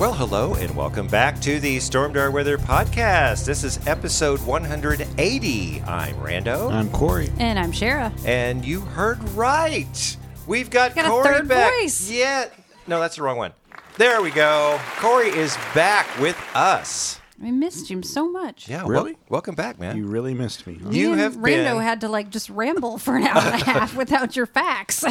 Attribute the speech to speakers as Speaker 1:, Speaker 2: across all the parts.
Speaker 1: Well, hello, and welcome back to the Stormdar Weather Podcast. This is episode 180. I'm Rando.
Speaker 2: I'm Corey.
Speaker 3: And I'm Shara.
Speaker 1: And you heard right. We've got,
Speaker 3: Got a
Speaker 1: Corey
Speaker 3: third
Speaker 1: back.
Speaker 3: voice.
Speaker 1: Yeah. No, that's the wrong one. There we go. Corey is back with us.
Speaker 3: I missed him so much.
Speaker 1: Yeah.
Speaker 2: Really?
Speaker 1: welcome back, man.
Speaker 2: You really missed me. huh?
Speaker 1: You
Speaker 3: and
Speaker 1: have
Speaker 3: Rando
Speaker 1: been-
Speaker 3: had to like just ramble for an hour and a half without your facts.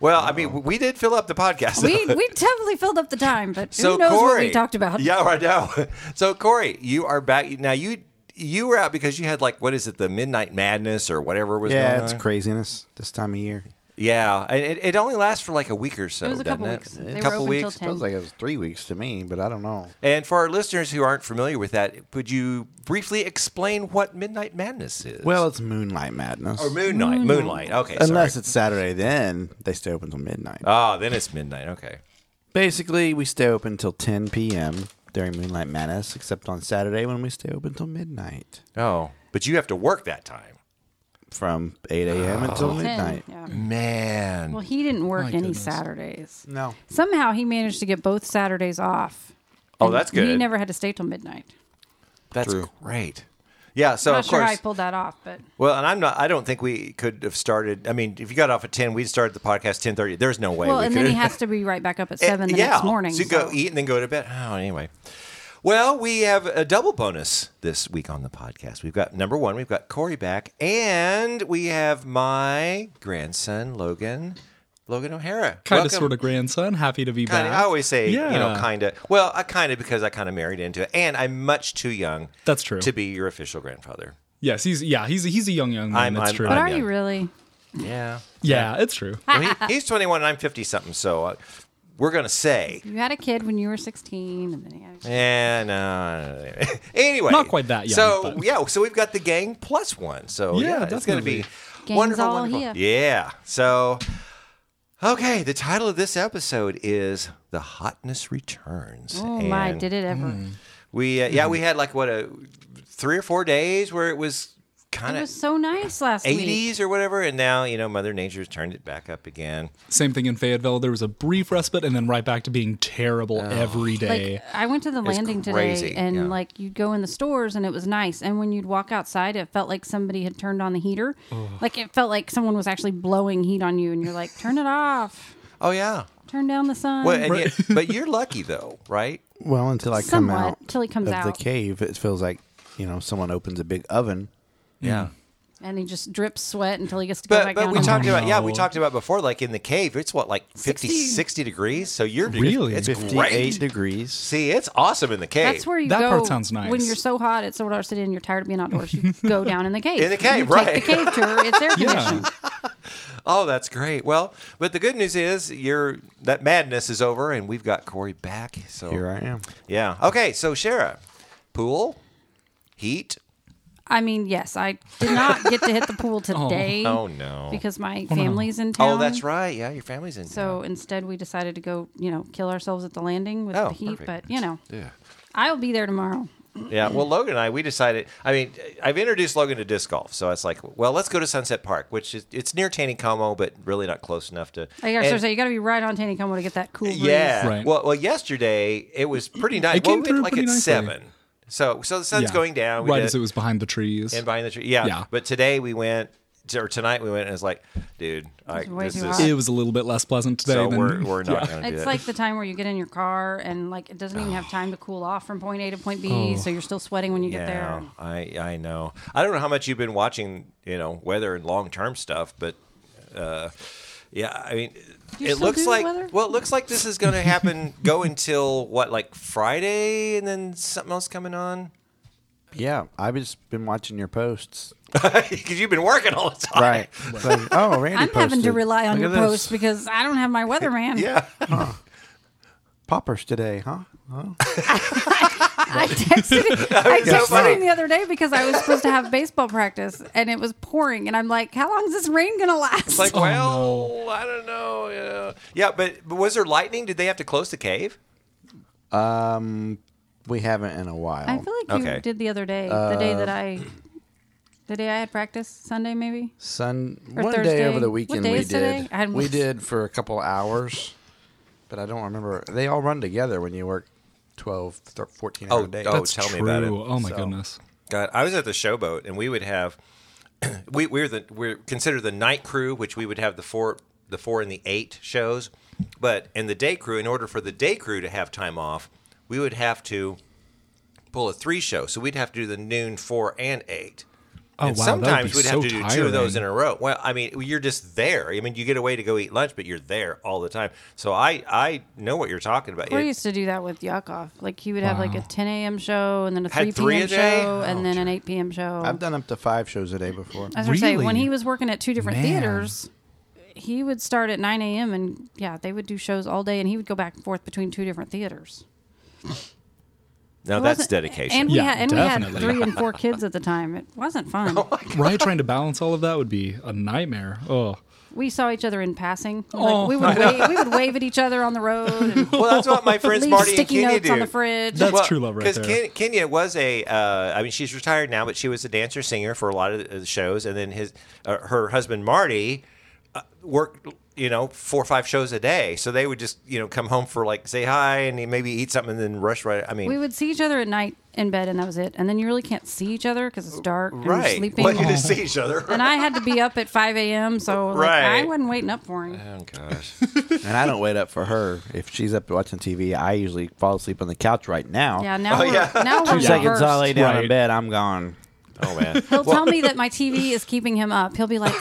Speaker 1: well, I mean, we did fill up the podcast.
Speaker 3: We we totally filled up the time, but
Speaker 1: so
Speaker 3: who knows
Speaker 1: Corey,
Speaker 3: what we talked about?
Speaker 1: Yeah, right now. So Corey, you are back now. You you were out because you had like what is it, the midnight madness or whatever was going
Speaker 2: Yeah, it's
Speaker 1: on.
Speaker 2: craziness this time of year.
Speaker 1: Yeah, and it, it only lasts for like a week or so,
Speaker 3: It was a
Speaker 1: doesn't
Speaker 3: couple
Speaker 1: it?
Speaker 3: weeks. They
Speaker 1: A
Speaker 3: were
Speaker 1: couple
Speaker 3: open till
Speaker 1: weeks.
Speaker 3: 10.
Speaker 2: Feels like it was three weeks to me, but I don't know.
Speaker 1: And for our listeners who aren't familiar with that, would you briefly explain what Midnight Madness is?
Speaker 2: Well, it's moonlight madness.
Speaker 1: or Moonlight. Moonlight. Okay.
Speaker 2: Unless
Speaker 1: sorry.
Speaker 2: it's Saturday, then they stay open till midnight.
Speaker 1: Oh, then it's midnight. Okay.
Speaker 2: Basically, we stay open till 10 p.m. during Moonlight Madness, except on Saturday when we stay open till midnight,
Speaker 1: Oh, but you have to work that time.
Speaker 2: from 8 a.m. until
Speaker 3: Ten,
Speaker 2: midnight.
Speaker 3: yeah.
Speaker 1: Man.
Speaker 3: Well, he didn't work any Saturdays.
Speaker 2: No,
Speaker 3: Somehow he managed to get both Saturdays off.
Speaker 1: Oh,
Speaker 3: And
Speaker 1: that's
Speaker 3: He
Speaker 1: good.
Speaker 3: never had to stay till midnight.
Speaker 1: That's great. Yeah. So
Speaker 3: I'm
Speaker 1: of
Speaker 3: not sure
Speaker 1: course.
Speaker 3: how I pulled that off, but
Speaker 1: well, and I'm not. I don't think we could have started. I mean, if you got off at ten, we'd started the podcast ten thirty. There's no way.
Speaker 3: well,
Speaker 1: we
Speaker 3: and
Speaker 1: could
Speaker 3: then he
Speaker 1: have-
Speaker 3: has to be right back up at
Speaker 1: Eh,
Speaker 3: seven the
Speaker 1: yeah.
Speaker 3: next morning.
Speaker 1: So you go eat and then go to bed. Oh, anyway. Well, we have a double bonus this week on the podcast. We've got number one, we've got Corey back, and we have my grandson Logan, Logan O'Hara.
Speaker 4: kind
Speaker 1: Welcome.
Speaker 4: of sort of grandson. Happy to be
Speaker 1: Kinda, oh.
Speaker 4: back.
Speaker 1: I always say, you know,
Speaker 4: Yeah.
Speaker 1: kind of. Well, I kind of because I kind of married into it, and I'm much too young.
Speaker 4: That's true.
Speaker 1: To be your official grandfather.
Speaker 4: Yes, he's yeah, he's he's a young young man.
Speaker 1: I'm-
Speaker 4: that's
Speaker 1: I'm-
Speaker 4: true.
Speaker 3: but
Speaker 1: I'm-
Speaker 3: are
Speaker 1: yeah.
Speaker 3: you really?
Speaker 1: Yeah.
Speaker 4: yeah, it's true.
Speaker 1: Well, he- he's 21 and I'm 50 something, so uh, we're gonna say.
Speaker 3: You had a kid when you were sixteen, and then you had a
Speaker 1: Yeah, Eh, no. no, no. anyway,
Speaker 4: Not quite that young,
Speaker 1: So
Speaker 4: but-
Speaker 1: yeah, so we've got the gang plus one. So yeah,
Speaker 4: Yeah,
Speaker 1: it's going to be
Speaker 3: Gang's
Speaker 1: wonderful.
Speaker 3: all
Speaker 1: wonderful.
Speaker 3: here.
Speaker 1: Yeah. So okay, the title of this episode is "The Hotness Returns."
Speaker 3: Oh my,
Speaker 1: And
Speaker 3: did it ever.
Speaker 1: We uh, yeah, we had like what a three or four days where it was kind
Speaker 3: It
Speaker 1: of.
Speaker 3: was so nice last week.
Speaker 1: 80s or whatever, and now you know Mother Nature's turned it back up again.
Speaker 4: Same thing in Fayetteville. There was a brief respite and then right back to being terrible
Speaker 1: Oh.
Speaker 4: every day.
Speaker 3: Like I went to the
Speaker 1: was
Speaker 3: landing
Speaker 1: crazy,
Speaker 3: today and
Speaker 1: yeah.
Speaker 3: like you'd go in the stores and it was nice and when you'd walk outside it felt like somebody had turned on the heater. Like it felt like someone was actually blowing heat on you and you're like turn it off.
Speaker 1: Oh yeah,
Speaker 3: Turn down the sun.
Speaker 1: well, and yet, but you're lucky though, right?
Speaker 2: Well, until I
Speaker 3: Somewhat,
Speaker 2: come out
Speaker 3: till he comes
Speaker 2: of the
Speaker 3: out.
Speaker 2: cave, it feels like you know someone opens a big oven.
Speaker 1: Yeah,
Speaker 3: and he just drips sweat until he gets to go
Speaker 1: But
Speaker 3: back
Speaker 1: but
Speaker 3: down.
Speaker 1: we
Speaker 3: in
Speaker 1: talked
Speaker 3: there.
Speaker 1: about yeah
Speaker 4: no.
Speaker 1: we talked about before like in the cave it's what like 50 60,
Speaker 3: 60.
Speaker 1: degrees so you're
Speaker 4: Really?
Speaker 1: it's
Speaker 2: 58
Speaker 1: great
Speaker 2: degrees.
Speaker 1: see it's awesome in the cave
Speaker 3: That's where you
Speaker 4: That
Speaker 3: go
Speaker 4: part sounds nice.
Speaker 3: when you're so hot at Solar City and you're tired of being outdoors. You go down in the cave.
Speaker 1: In the cave,
Speaker 3: You
Speaker 1: right.
Speaker 3: Take the cave tour. It's air conditioned.
Speaker 4: Yeah.
Speaker 1: oh that's great well but the good news is your that madness is over and we've got Corey back so
Speaker 2: Here I am.
Speaker 1: yeah okay so Shara pool heat
Speaker 3: I mean, yes, I did not get to hit the pool today.
Speaker 1: Oh, no.
Speaker 3: Because my family's in town.
Speaker 1: oh that's right yeah your family's in town.
Speaker 3: So instead, we decided to go, you know, kill ourselves at the landing with
Speaker 1: Oh,
Speaker 3: the heat.
Speaker 1: perfect.
Speaker 3: But you know,
Speaker 1: yeah
Speaker 3: I'll be there tomorrow.
Speaker 1: yeah well Logan and I we decided I mean I've introduced Logan to disc golf so it's like well let's go to Sunset Park which is it's near Taneycomo but really not close enough to
Speaker 3: I gotta
Speaker 1: And-
Speaker 3: say, you got to be right on Taneycomo to get that cool breeze.
Speaker 1: Yeah.
Speaker 4: Right.
Speaker 1: Well, well, yesterday it was pretty nice.
Speaker 4: It came
Speaker 1: well, we
Speaker 4: through
Speaker 1: went like
Speaker 4: pretty
Speaker 1: at
Speaker 4: nicely.
Speaker 1: seven. So so the sun's
Speaker 4: Yeah.
Speaker 1: going down. We
Speaker 4: right
Speaker 1: did-
Speaker 4: as it was behind the trees.
Speaker 1: and behind the tree. Yeah.
Speaker 4: Yeah.
Speaker 1: But today we went to, or tonight we went and it's like, dude, I,
Speaker 3: way
Speaker 1: this
Speaker 3: too
Speaker 1: is
Speaker 3: hot.
Speaker 4: it was a little bit less pleasant today
Speaker 1: so
Speaker 4: than
Speaker 1: we're, we're not gonna do
Speaker 3: It's
Speaker 1: it.
Speaker 3: like the time where you get in your car and like it doesn't even have time to cool off from point A to point B, so you're still sweating when you get
Speaker 1: Oh. yeah,
Speaker 3: there.
Speaker 1: I I know. I don't know how much you've been watching, you know, weather and long term stuff, but uh, yeah, I mean,
Speaker 3: Do you
Speaker 1: it
Speaker 3: still
Speaker 1: looks
Speaker 3: do
Speaker 1: like
Speaker 3: weather?
Speaker 1: well, it looks like this is going to happen. go until what, like Friday, and then something else coming on.
Speaker 2: Yeah, I've just been watching your posts.
Speaker 1: Because you've been working all the time.
Speaker 2: Right. It's like, oh, Randy
Speaker 3: I'm having to
Speaker 2: posted.
Speaker 3: rely on
Speaker 2: Look
Speaker 3: your
Speaker 2: at this.
Speaker 3: posts because I don't have my weatherman.
Speaker 1: Yeah.
Speaker 2: Poppers today, huh? Huh?
Speaker 3: I texted, I
Speaker 1: so funny.
Speaker 3: texted him the other day because I was supposed to have baseball practice and it was pouring, and I'm like, "How long is this rain gonna last?"
Speaker 1: It's like, well, I don't know. Yeah, yeah but, but was there lightning? Did they have to close the cave?
Speaker 2: Um, we haven't in a while.
Speaker 3: I feel like
Speaker 1: Oh, Okay. Uh,
Speaker 3: you did the other day, the day that I, the day I had practice, Sunday maybe.
Speaker 2: Sun
Speaker 3: Or
Speaker 2: one day
Speaker 3: Thursday.
Speaker 2: over the
Speaker 3: What
Speaker 2: weekend
Speaker 3: day
Speaker 2: we
Speaker 3: is today?
Speaker 2: did
Speaker 3: I hadn't-
Speaker 2: we did for a couple hours, but I don't remember. They all run together when you work 12, thir- 14 hour
Speaker 1: Oh,
Speaker 2: days.
Speaker 1: oh.
Speaker 4: That's
Speaker 1: tell me
Speaker 4: true.
Speaker 1: about it.
Speaker 4: Oh my
Speaker 1: So-
Speaker 4: goodness.
Speaker 1: God, I was at the showboat, and we would have we we're the we're considered the night crew, which we would have the four the four and the eight shows, but and the day crew. In order for the day crew to have time off, we would have to pull a three show, so we'd have to do the noon, four, and eight.
Speaker 4: Oh,
Speaker 1: and
Speaker 4: wow, that would
Speaker 1: sometimes
Speaker 4: be
Speaker 1: we'd
Speaker 4: so
Speaker 1: have to do two of those
Speaker 4: tiring.
Speaker 1: in a row. Well, I mean, you're just there. I mean, you get away to go eat lunch, but you're there all the time. So I I know what you're talking about.
Speaker 3: We
Speaker 1: It-
Speaker 3: used to do that with Yakov. Like he would have like a
Speaker 4: Wow.
Speaker 3: 10 a.m. show and then a 3
Speaker 1: Had
Speaker 3: p.m.
Speaker 1: three a
Speaker 3: show
Speaker 1: day? Oh,
Speaker 3: and then an 8 p.m. show.
Speaker 2: I've done up to five shows a day before.
Speaker 3: I was gonna say when
Speaker 4: Really?
Speaker 3: he was working at two different
Speaker 4: Man.
Speaker 3: theaters, he would start at 9 a.m. and yeah, they would do shows all day and he would go back and forth between two different theaters.
Speaker 1: now
Speaker 3: It
Speaker 1: that's
Speaker 3: wasn't-
Speaker 1: dedication.
Speaker 3: And we,
Speaker 4: Yeah,
Speaker 3: had, and we had
Speaker 4: definitely.
Speaker 3: three and four kids at the time. It wasn't fun.
Speaker 1: Oh
Speaker 4: Right, trying to balance all of that would be a nightmare. Oh,
Speaker 3: We saw each other in passing. Like,
Speaker 4: Oh.
Speaker 3: we would wave, we would wave at each other on the road. And
Speaker 1: well, that's what my friends
Speaker 3: leave
Speaker 1: Marty and
Speaker 3: sticky
Speaker 1: Kenya
Speaker 3: notes
Speaker 1: do.
Speaker 3: on the fridge.
Speaker 4: That's true love right
Speaker 1: Because
Speaker 4: there.
Speaker 1: Ken, Kenya was a, uh, I mean, she's retired now, but she was a dancer singer for a lot of the shows, and then his, uh, her husband Marty, uh, worked, you know, four or five shows a day. So they would just, you know, come home for like say hi and maybe eat something, and then rush right. I mean,
Speaker 3: we would see each other at night in bed, and that was it. And then you really can't see each other because it's dark and you're
Speaker 1: right?
Speaker 3: sleeping.
Speaker 1: Lucky to see each other.
Speaker 3: And I had to be up at 5 a.m., so like,
Speaker 1: Right.
Speaker 3: I wasn't waiting up for him.
Speaker 1: oh gosh.
Speaker 2: and I don't wait up for her. If she's up watching TV, I usually fall asleep on the couch right now.
Speaker 3: Yeah, now we're,
Speaker 1: yeah.
Speaker 3: now we're
Speaker 2: Two seconds I lay
Speaker 3: reversed.
Speaker 2: down in
Speaker 4: Right.
Speaker 2: bed, I'm gone.
Speaker 1: Oh man.
Speaker 3: He'll tell me that my TV is keeping him up. He'll be like,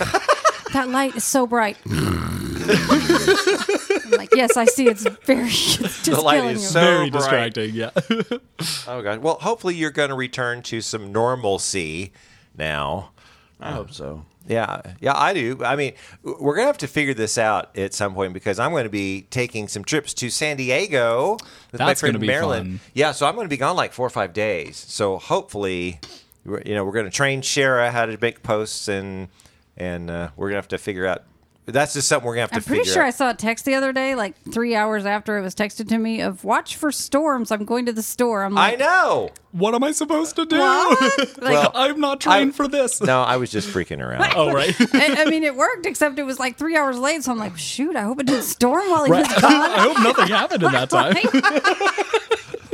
Speaker 3: "That light is so bright." I'm like, "Yes, I see. It's very it's just
Speaker 1: The light
Speaker 3: killing
Speaker 1: is
Speaker 3: you."
Speaker 1: so
Speaker 4: very
Speaker 1: bright.
Speaker 4: distracting. Yeah.
Speaker 1: Oh god. Well, hopefully you're going to return to some normalcy now.
Speaker 2: I hope so.
Speaker 1: Yeah, yeah, I do. I mean, w- we're gonna have to figure this out at some point because I'm going to be taking some trips to San Diego with my
Speaker 4: That's
Speaker 1: friend
Speaker 4: gonna be
Speaker 1: Marilyn.
Speaker 4: fun.
Speaker 1: Yeah, so I'm going to be gone like four or five days. So hopefully, we're- you know, we're going to train Shara how to make posts, and and uh, we're gonna have to figure out. That's just something we're gonna have to
Speaker 3: I'm pretty
Speaker 1: figure
Speaker 3: sure I
Speaker 1: out.
Speaker 3: saw a text the other day, like three hours after it was texted to me, of "Watch for storms." I'm going to the store. I'm
Speaker 1: I
Speaker 3: like,
Speaker 1: know.
Speaker 4: what am I supposed to do?
Speaker 3: What? Like,
Speaker 1: Well,
Speaker 4: I'm not trained
Speaker 1: I-
Speaker 4: for this.
Speaker 1: No, I was just freaking around.
Speaker 4: Oh, right.
Speaker 3: I, I mean, it worked, except it was like three hours late. So I'm like, "Shoot, I hope it didn't storm while he
Speaker 4: right.
Speaker 3: was gone."
Speaker 4: I hope nothing happened in that time.
Speaker 3: Like,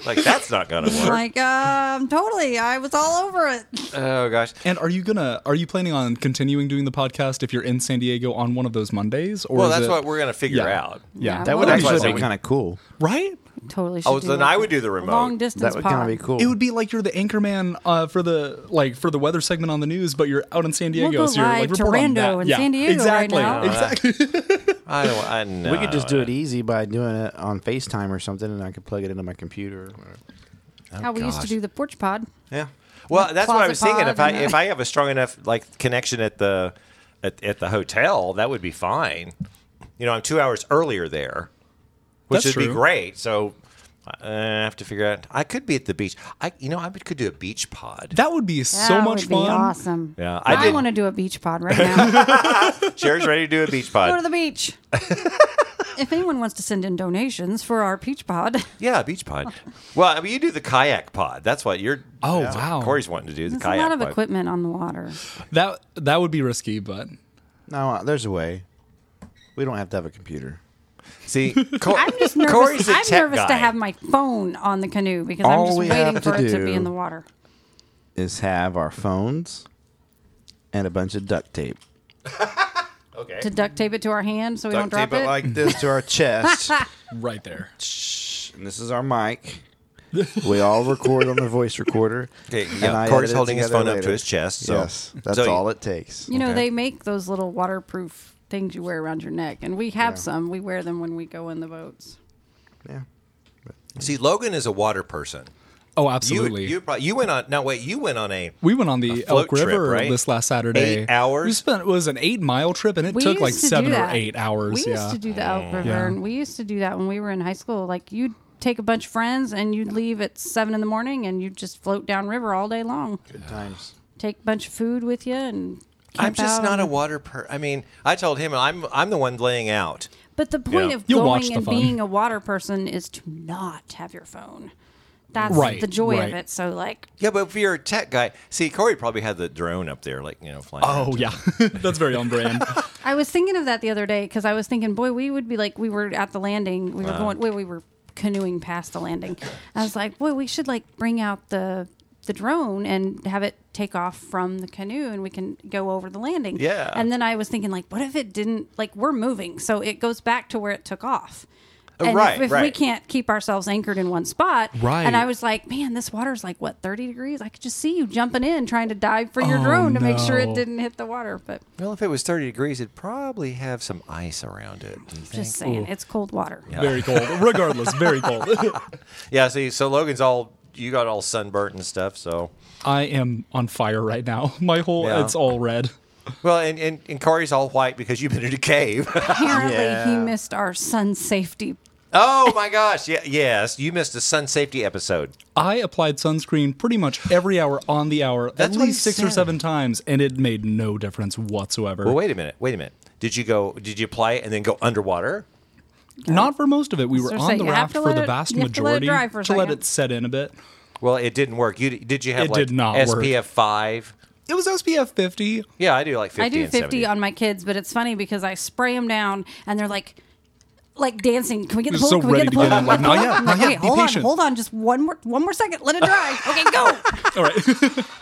Speaker 1: Like that's not gonna work.
Speaker 3: like, um, totally. I was all over it.
Speaker 1: oh gosh.
Speaker 4: And are you gonna? Are you planning on continuing doing the podcast if you're in San Diego on one of those Mondays? Or
Speaker 1: Well,
Speaker 4: is
Speaker 1: that's
Speaker 4: it-
Speaker 1: what we're gonna figure
Speaker 4: Yeah.
Speaker 1: out.
Speaker 4: Yeah,
Speaker 3: Yeah,
Speaker 2: That would
Speaker 1: Well, that's why I
Speaker 2: actually
Speaker 1: said
Speaker 2: be
Speaker 1: we-
Speaker 2: kind of cool.
Speaker 4: right.
Speaker 3: Totally. Should
Speaker 1: Oh,
Speaker 3: do
Speaker 1: then
Speaker 3: like
Speaker 1: I
Speaker 3: a
Speaker 1: would do the remote.
Speaker 3: Long distance.
Speaker 2: That would kind of
Speaker 3: pod.
Speaker 2: be cool.
Speaker 4: It would be like you're the anchorman uh, for the like for the weather segment on the news, but you're out in San Diego,
Speaker 3: go
Speaker 4: so you're
Speaker 3: live
Speaker 4: like
Speaker 3: to
Speaker 4: report on
Speaker 3: Rando
Speaker 4: that.
Speaker 3: in
Speaker 4: yeah,
Speaker 3: San Diego right
Speaker 4: exactly,
Speaker 3: now.
Speaker 4: exactly.
Speaker 1: I don't. I, no,
Speaker 2: We could just do it easy by doing it on FaceTime or something, and I could plug it into my computer.
Speaker 3: How we used to
Speaker 1: gosh.
Speaker 3: do the porch pod.
Speaker 1: Yeah. Well, that's what I
Speaker 3: closet
Speaker 1: was thinking.
Speaker 3: pod
Speaker 1: If I
Speaker 3: and
Speaker 1: if I have a strong enough like connection at the at, at the hotel, that would be fine. You know, I'm two hours earlier there, which
Speaker 4: That's
Speaker 1: would be
Speaker 4: true.
Speaker 1: great. So I I have to figure out. I could be at the beach. I you know I could do a beach pod.
Speaker 4: That would be so
Speaker 3: That
Speaker 4: much
Speaker 3: would be
Speaker 4: fun.
Speaker 3: Awesome.
Speaker 1: Yeah, I
Speaker 3: I,
Speaker 1: did-
Speaker 3: want to do a beach pod right now.
Speaker 1: Sherry's ready to do a beach
Speaker 3: Go to
Speaker 1: pod.
Speaker 3: the beach. if anyone wants to send in donations for our peach pod,
Speaker 1: yeah, a beach pod. Well, I mean, you do the kayak pod. That's what you're.
Speaker 4: Oh,
Speaker 1: that's what
Speaker 4: wow.
Speaker 1: Corey's wanting to do the
Speaker 3: there's a
Speaker 1: kayak
Speaker 3: lot of
Speaker 1: pod.
Speaker 3: equipment on the water.
Speaker 4: That that would be risky, but
Speaker 2: No, uh, there's a way. We don't have to have a computer.
Speaker 1: See, Cor-
Speaker 3: I'm just nervous.
Speaker 1: Corey's a
Speaker 3: I'm
Speaker 1: tech
Speaker 3: nervous to
Speaker 1: guy.
Speaker 3: have my phone on the canoe because
Speaker 2: All
Speaker 3: I'm just
Speaker 2: we
Speaker 3: waiting
Speaker 2: have
Speaker 3: for
Speaker 2: to
Speaker 3: it to
Speaker 2: do-
Speaker 3: be in the water.
Speaker 2: Is have our phones and a bunch of duct tape.
Speaker 1: okay.
Speaker 3: To duct tape it to our hand so we
Speaker 2: Duct
Speaker 3: don't drop
Speaker 2: tape it
Speaker 3: it.
Speaker 2: like this to our chest.
Speaker 4: right there.
Speaker 2: and this is our mic. We all record on the voice recorder.
Speaker 1: Okay,
Speaker 2: and
Speaker 1: yeah,
Speaker 2: I
Speaker 1: Corey's
Speaker 2: edit it
Speaker 1: holding his
Speaker 2: together
Speaker 1: phone up to
Speaker 2: later.
Speaker 1: his chest, so-
Speaker 2: Yes, that's
Speaker 1: so you-
Speaker 2: all it takes.
Speaker 3: you know, they make those little waterproof things you wear around your neck, and we have some. We wear them when we go in the boats.
Speaker 2: Yeah.
Speaker 1: See, Logan is a water person.
Speaker 4: Oh,
Speaker 1: You,
Speaker 4: absolutely.
Speaker 1: you, pro- you went on. Now wait, you went on a.
Speaker 4: we went on the
Speaker 1: float
Speaker 4: Elk
Speaker 1: trip,
Speaker 4: River
Speaker 1: right?
Speaker 4: this last Saturday.
Speaker 1: Eight hours?
Speaker 4: We spent it was an eight mile trip, and it
Speaker 3: We
Speaker 4: took
Speaker 3: used
Speaker 4: like
Speaker 3: to do
Speaker 4: seven or
Speaker 3: that.
Speaker 4: eight hours.
Speaker 3: We
Speaker 4: yeah,
Speaker 3: used to do the Elk River,
Speaker 4: Yeah.
Speaker 3: and we used to do that when we were in high school. Like you'd take a bunch of friends, and you'd leave at seven in the morning, and you'd just float down river all day long.
Speaker 2: Good times.
Speaker 3: Take a bunch of food with you, and
Speaker 1: I'm
Speaker 3: camp
Speaker 1: just
Speaker 3: out
Speaker 1: not
Speaker 3: and-
Speaker 1: a water per. I mean, I told him I'm I'm the one laying out.
Speaker 3: But the point
Speaker 1: Yeah.
Speaker 3: of
Speaker 4: You'll watch
Speaker 3: going
Speaker 4: the
Speaker 3: and
Speaker 4: fun.
Speaker 3: being a water person is to not have your phone. That's
Speaker 4: Right,
Speaker 3: the joy
Speaker 4: right.
Speaker 3: of it. So like,
Speaker 1: Yeah, but if you're a tech guy, see, Corey probably had the drone up there, like you know, flying.
Speaker 4: Oh yeah, that's very on brand.
Speaker 3: I was thinking of that the other day because I was thinking, boy, we would be like, we were at the landing, we were
Speaker 1: Uh-huh.
Speaker 3: going, well, we were canoeing past the landing. I was like, boy, we should like bring out the the drone and have it take off from the canoe and we can go over the landing.
Speaker 1: Yeah.
Speaker 3: And then I was thinking, like, what if it didn't? Like, we're moving, so it goes back to where it took off.
Speaker 1: Oh,
Speaker 3: And if-
Speaker 1: right,
Speaker 3: if, we
Speaker 1: right.
Speaker 3: can't keep ourselves anchored in one spot,
Speaker 4: Right.
Speaker 3: And I was like, man, this water's like what thirty degrees. I could just see you jumping in, trying to dive for your
Speaker 4: Oh,
Speaker 3: drone to make sure
Speaker 4: no.
Speaker 3: it didn't hit the water. But
Speaker 1: Well, if it was 30 degrees, it'd probably have some ice around it. do you think?
Speaker 3: just saying, it's cold water.
Speaker 4: Very cold. Regardless, very cold.
Speaker 1: Yeah. See, so Logan's all you got all sunburnt and stuff. So
Speaker 4: I am on fire right now. My whole
Speaker 1: Yeah.
Speaker 4: it's all red.
Speaker 1: well, and and, and Corey's all white because you've been in a cave.
Speaker 3: Apparently, he
Speaker 2: Yeah.
Speaker 3: missed our sun safety.
Speaker 1: oh my gosh. Yeah. Yes. You missed a sun safety episode.
Speaker 4: I applied sunscreen pretty much every hour on the hour,
Speaker 1: That's
Speaker 4: at
Speaker 1: what he
Speaker 4: least six or
Speaker 1: said.
Speaker 4: seven times, and it made no difference whatsoever.
Speaker 1: Well, wait a minute. Wait a minute. Did you go? Did you apply it and then go underwater?
Speaker 4: Not for most of it. We were
Speaker 3: gonna
Speaker 4: on
Speaker 3: say,
Speaker 4: the
Speaker 3: you have
Speaker 4: raft
Speaker 3: to
Speaker 4: for
Speaker 3: let
Speaker 4: the
Speaker 3: it-
Speaker 4: vast
Speaker 3: you have to let it
Speaker 4: majority
Speaker 3: dry for a
Speaker 4: to let
Speaker 3: second.
Speaker 4: it set in a bit.
Speaker 1: Well, it didn't work. You did you have
Speaker 4: It
Speaker 1: like
Speaker 4: did not work.
Speaker 1: SPF five?
Speaker 4: It was SPF 50.
Speaker 1: Yeah, I do like fifty.
Speaker 3: I do
Speaker 1: and
Speaker 3: 50
Speaker 1: 70.
Speaker 3: on my kids, but it's funny because I spray them down and they're like, like dancing. Can we get the pool?
Speaker 4: They're so
Speaker 3: Can we
Speaker 4: ready
Speaker 3: get the pool?
Speaker 4: to get in, like,
Speaker 3: Can we
Speaker 4: not
Speaker 3: get the pool?" I'm
Speaker 4: yet, not
Speaker 3: like,
Speaker 4: yet,
Speaker 3: "Okay,
Speaker 4: be
Speaker 3: hold
Speaker 4: patient."
Speaker 3: on, hold on, just one more, one more second. Let it dry. okay, go.
Speaker 4: All right.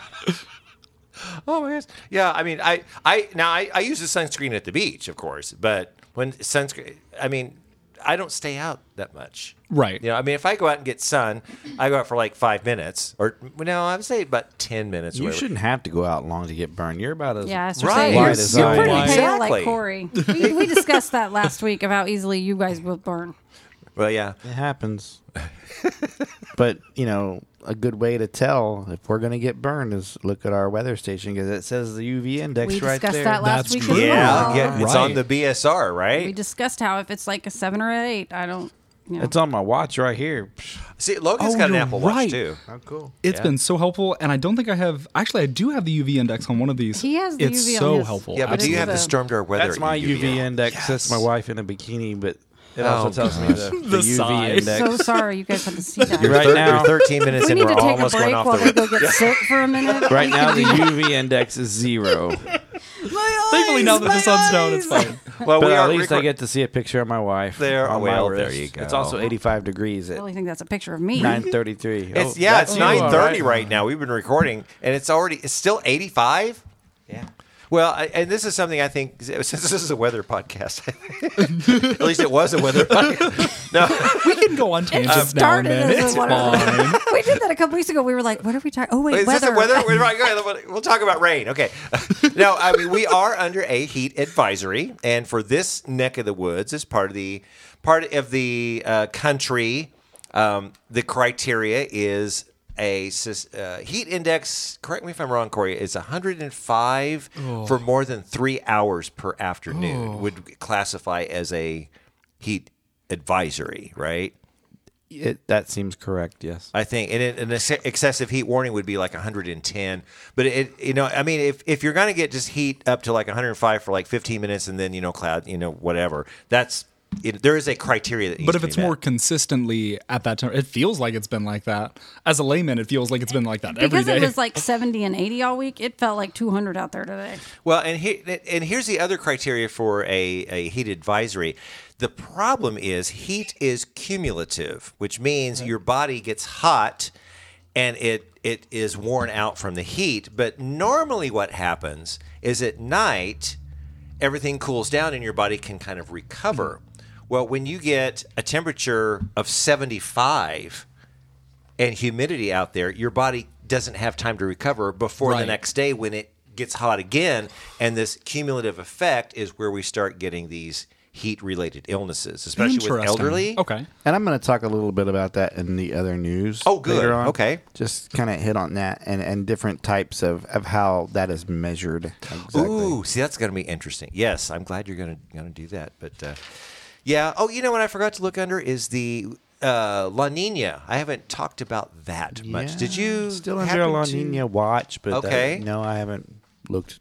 Speaker 1: Oh my gosh. Yeah, I mean, I, I now I, I use the sunscreen at the beach, of course, but when sunscreen, I mean, I don't stay out that much.
Speaker 4: Right.
Speaker 1: You know, I mean, if I go out and get sun, I go out for like five minutes, or well, no, I would say about ten minutes. or
Speaker 2: You
Speaker 1: whatever.
Speaker 2: shouldn't have to go out long to get burned. You're about as
Speaker 3: Yeah, it's
Speaker 1: Right.
Speaker 3: just saying,
Speaker 1: Why
Speaker 3: you're,
Speaker 1: does
Speaker 3: you're
Speaker 1: I-
Speaker 3: pretty
Speaker 1: Why?
Speaker 3: pale
Speaker 1: Exactly.
Speaker 3: like Corey. We, we discussed that last week of how easily you guys will burn.
Speaker 1: Well, yeah.
Speaker 2: It happens. but, you know, a good way to tell if we're going to get burned is look at our weather station because it says the UV index
Speaker 3: We
Speaker 2: right
Speaker 3: discussed
Speaker 2: there.
Speaker 3: that last
Speaker 4: That's
Speaker 3: week.
Speaker 4: true.
Speaker 3: As
Speaker 1: Yeah,
Speaker 3: well.
Speaker 1: yeah, it's
Speaker 4: Right.
Speaker 1: on the BSR,
Speaker 3: We
Speaker 1: right?
Speaker 3: discussed how if it's like a seven or an eight, I don't. You know.
Speaker 2: It's on my watch right here. Psh,
Speaker 1: See, Logan's
Speaker 4: Oh,
Speaker 1: got an
Speaker 4: you're
Speaker 1: Apple Watch
Speaker 4: right.
Speaker 1: too.
Speaker 2: How cool.
Speaker 4: It's
Speaker 1: Yeah.
Speaker 4: been so helpful, and I don't think I have. Actually, I do have the UV index on one of these.
Speaker 3: He has the
Speaker 4: it's
Speaker 3: UV on
Speaker 4: so
Speaker 3: his-
Speaker 4: helpful.
Speaker 1: Yeah, but do you
Speaker 3: is
Speaker 1: have the
Speaker 3: a-
Speaker 1: Storm Door weather?
Speaker 2: That's my UV, index. That's my wife in a bikini, but it also
Speaker 1: Oh,
Speaker 2: tells me the, the, UV
Speaker 4: size.
Speaker 2: index.
Speaker 3: so sorry you guys had to see that.
Speaker 1: You're
Speaker 2: Right
Speaker 1: thir-
Speaker 2: now-
Speaker 1: you're 13 minutes
Speaker 3: we
Speaker 1: in,
Speaker 3: need
Speaker 1: we're
Speaker 3: to take a
Speaker 1: almost going
Speaker 3: break
Speaker 1: off
Speaker 3: while we
Speaker 1: the.
Speaker 3: go get sick for a minute.
Speaker 2: right now, the UV index is zero.
Speaker 3: My
Speaker 4: Thankfully, now that the
Speaker 3: my
Speaker 4: sun's down, it's
Speaker 3: eyes.
Speaker 4: fine.
Speaker 1: Well,
Speaker 2: But
Speaker 1: we
Speaker 2: at
Speaker 1: are
Speaker 2: least I
Speaker 1: record-
Speaker 2: get to see a picture of my wife.
Speaker 1: There-
Speaker 2: on
Speaker 1: well,
Speaker 2: my
Speaker 1: there
Speaker 2: wrist.
Speaker 1: you
Speaker 2: It's
Speaker 1: go.
Speaker 2: also 85 degrees
Speaker 3: I
Speaker 2: at
Speaker 3: really think that's a picture of me.
Speaker 2: 9:33.
Speaker 1: It's
Speaker 2: Oh,
Speaker 1: yeah,
Speaker 2: that's
Speaker 1: it's
Speaker 2: you, all
Speaker 1: nine thirty
Speaker 2: right.
Speaker 1: right now. We've been recording, and it's already it's still eighty five. Yeah. Well, I, and this is something I think since this is a weather podcast, at least it was a weather podcast. No,
Speaker 4: We can go on tangents now and
Speaker 3: started as
Speaker 4: then.
Speaker 3: a
Speaker 4: It's
Speaker 3: water-
Speaker 4: fine.
Speaker 3: we did that a couple weeks ago. We were like, "What are we talking?" Oh wait,
Speaker 1: is
Speaker 3: weather.
Speaker 1: this a weather? We're right, okay, We'll talk about rain. Okay. No, I mean we are under a heat advisory, and for this neck of the woods, as part of the part of the uh, country, um, the criteria is a sus- uh, heat index. Correct me if I'm wrong, Corey. Is 105 for more than three hours per afternoon would classify as a heat advisory, right?
Speaker 2: It, that seems correct. Yes.
Speaker 1: I think, and it, an ex- excessive heat warning would be like 110. But it, you know, I mean, if if you're going to get just heat up to like 105 for like 15 minutes, and then you know, cloud, you know, whatever, that's it, there is a criteria that. Needs
Speaker 4: But
Speaker 1: to
Speaker 4: if
Speaker 1: be
Speaker 4: it's more
Speaker 1: met.
Speaker 4: consistently at that time, it feels like it's been like that. As a layman, it feels like it's been like that every
Speaker 3: Because
Speaker 4: day.
Speaker 3: it was like 70 and 80 all week, it felt like 200 out there today.
Speaker 1: well, and here and here's the other criteria for a a heat advisory. The problem is heat is cumulative, which means your body gets hot, and it it is worn out from the heat. But normally, what happens is at night. everything cools down and your body can kind of recover. Well, when you get a temperature of 75 and humidity out there, your body doesn't have time to recover before the
Speaker 4: Right.
Speaker 1: next day when it gets hot again, and this cumulative effect is where we start getting these heat related illnesses, especially with
Speaker 4: Interesting.
Speaker 1: elderly.
Speaker 4: Okay.
Speaker 2: And I'm going to talk a little bit about that in the other news.
Speaker 1: Oh, good.
Speaker 2: later on.
Speaker 1: Okay.
Speaker 2: Just kind of hit on that and, and different types of, of how that is measured. Exactly.
Speaker 1: Ooh, see, that's going to be interesting. Yes, I'm glad you're going to going to do that. But uh, yeah, oh, you know what I forgot to look under is the uh, La Nina. I haven't talked about that much. Did you
Speaker 2: still under a
Speaker 1: happen
Speaker 2: La
Speaker 1: to-
Speaker 2: Nina watch? But that-
Speaker 1: Okay.
Speaker 2: no, I haven't looked.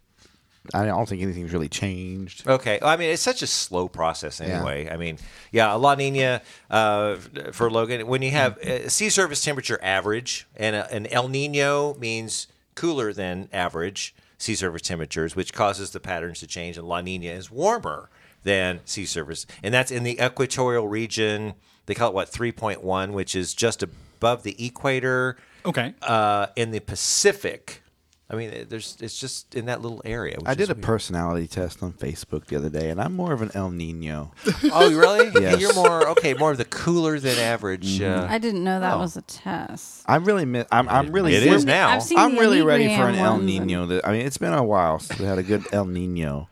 Speaker 2: I don't think anything's really changed.
Speaker 1: Okay. I mean, it's such a slow process anyway. I mean, yeah, La Nina uh, for Logan, when you have
Speaker 2: Mm-hmm.
Speaker 1: uh, sea surface temperature average and a, an El Nino means cooler than average sea surface temperatures, which causes the patterns to change, and La Nina is warmer than sea surface. And that's in the equatorial region. They call it what, 3.1, which is just above the equator
Speaker 4: Okay.
Speaker 1: uh, in the Pacific. I mean, there's it's just in that little area. which
Speaker 2: I
Speaker 1: is
Speaker 2: did a
Speaker 1: weird.
Speaker 2: personality test on Facebook the other day, and I'm more of an El Nino.
Speaker 1: Oh, really?
Speaker 2: Yes.
Speaker 1: You're more okay, more of the cooler than average. Uh,
Speaker 3: I didn't know
Speaker 4: Oh.
Speaker 3: that was a test.
Speaker 2: I'm really, mi- I'm, I'm really.
Speaker 1: It is
Speaker 2: we're-
Speaker 1: now.
Speaker 3: I've seen
Speaker 2: I'm
Speaker 3: the E
Speaker 2: really ready for
Speaker 3: Enneagram
Speaker 2: an El
Speaker 3: ones and-
Speaker 2: Nino. that- I mean, it's been a while since we had a good El Nino.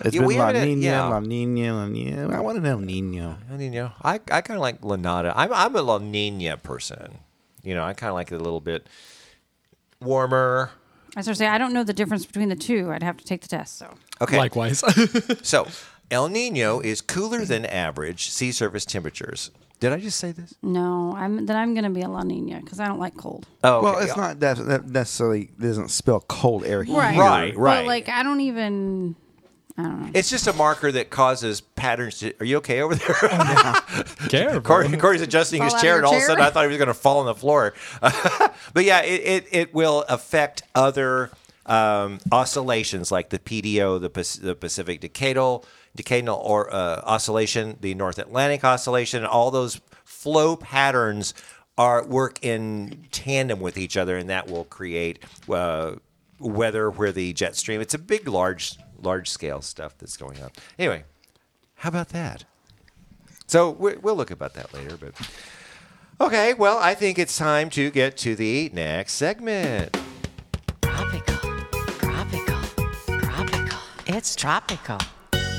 Speaker 2: It's
Speaker 1: Yeah, we
Speaker 2: been La
Speaker 1: haven't had-
Speaker 2: Nina,
Speaker 1: yeah.
Speaker 2: La Nina, La Nina. I want an El Nino.
Speaker 1: I mean, you know, I, I kind of like Lanada. I'm I'm a La Nina person. You know, I kind of like it a little bit warmer.
Speaker 3: I was gonna say I don't know the difference between the two. I'd have to take the test. So
Speaker 1: Okay,
Speaker 4: Likewise.
Speaker 1: so El Nino is cooler than average sea surface temperatures. Did I just say this?
Speaker 3: no, I'm then I'm gonna be a La Nina because I don't like cold.
Speaker 4: Uh,
Speaker 1: Oh,
Speaker 2: Well,
Speaker 1: okay.
Speaker 2: it's not that, that necessarily doesn't spell cold air. here.
Speaker 1: Right, right.
Speaker 3: But like I don't even.
Speaker 1: It's just a marker that causes patterns. To, are you okay over there?
Speaker 4: Care.
Speaker 1: Corey, Corey's adjusting his
Speaker 3: Fall out of
Speaker 1: chair, and
Speaker 3: your
Speaker 1: all of a
Speaker 3: chair?
Speaker 1: sudden I thought he was going to fall on the floor. but yeah, it, it, it will affect other um, oscillations like the PDO, the, Pac- the Pacific Decadal, Decadal or uh, oscillation, the North Atlantic oscillation, all those flow patterns are work in tandem with each other, and that will create uh, weather where the jet stream. It's a big, large, large scale stuff that's going on. Anyway, how about that? So we- we'll look about that later. But okay, well, I think it's time to get to the next segment.
Speaker 5: Tropical. Tropical. Tropical. It's tropical.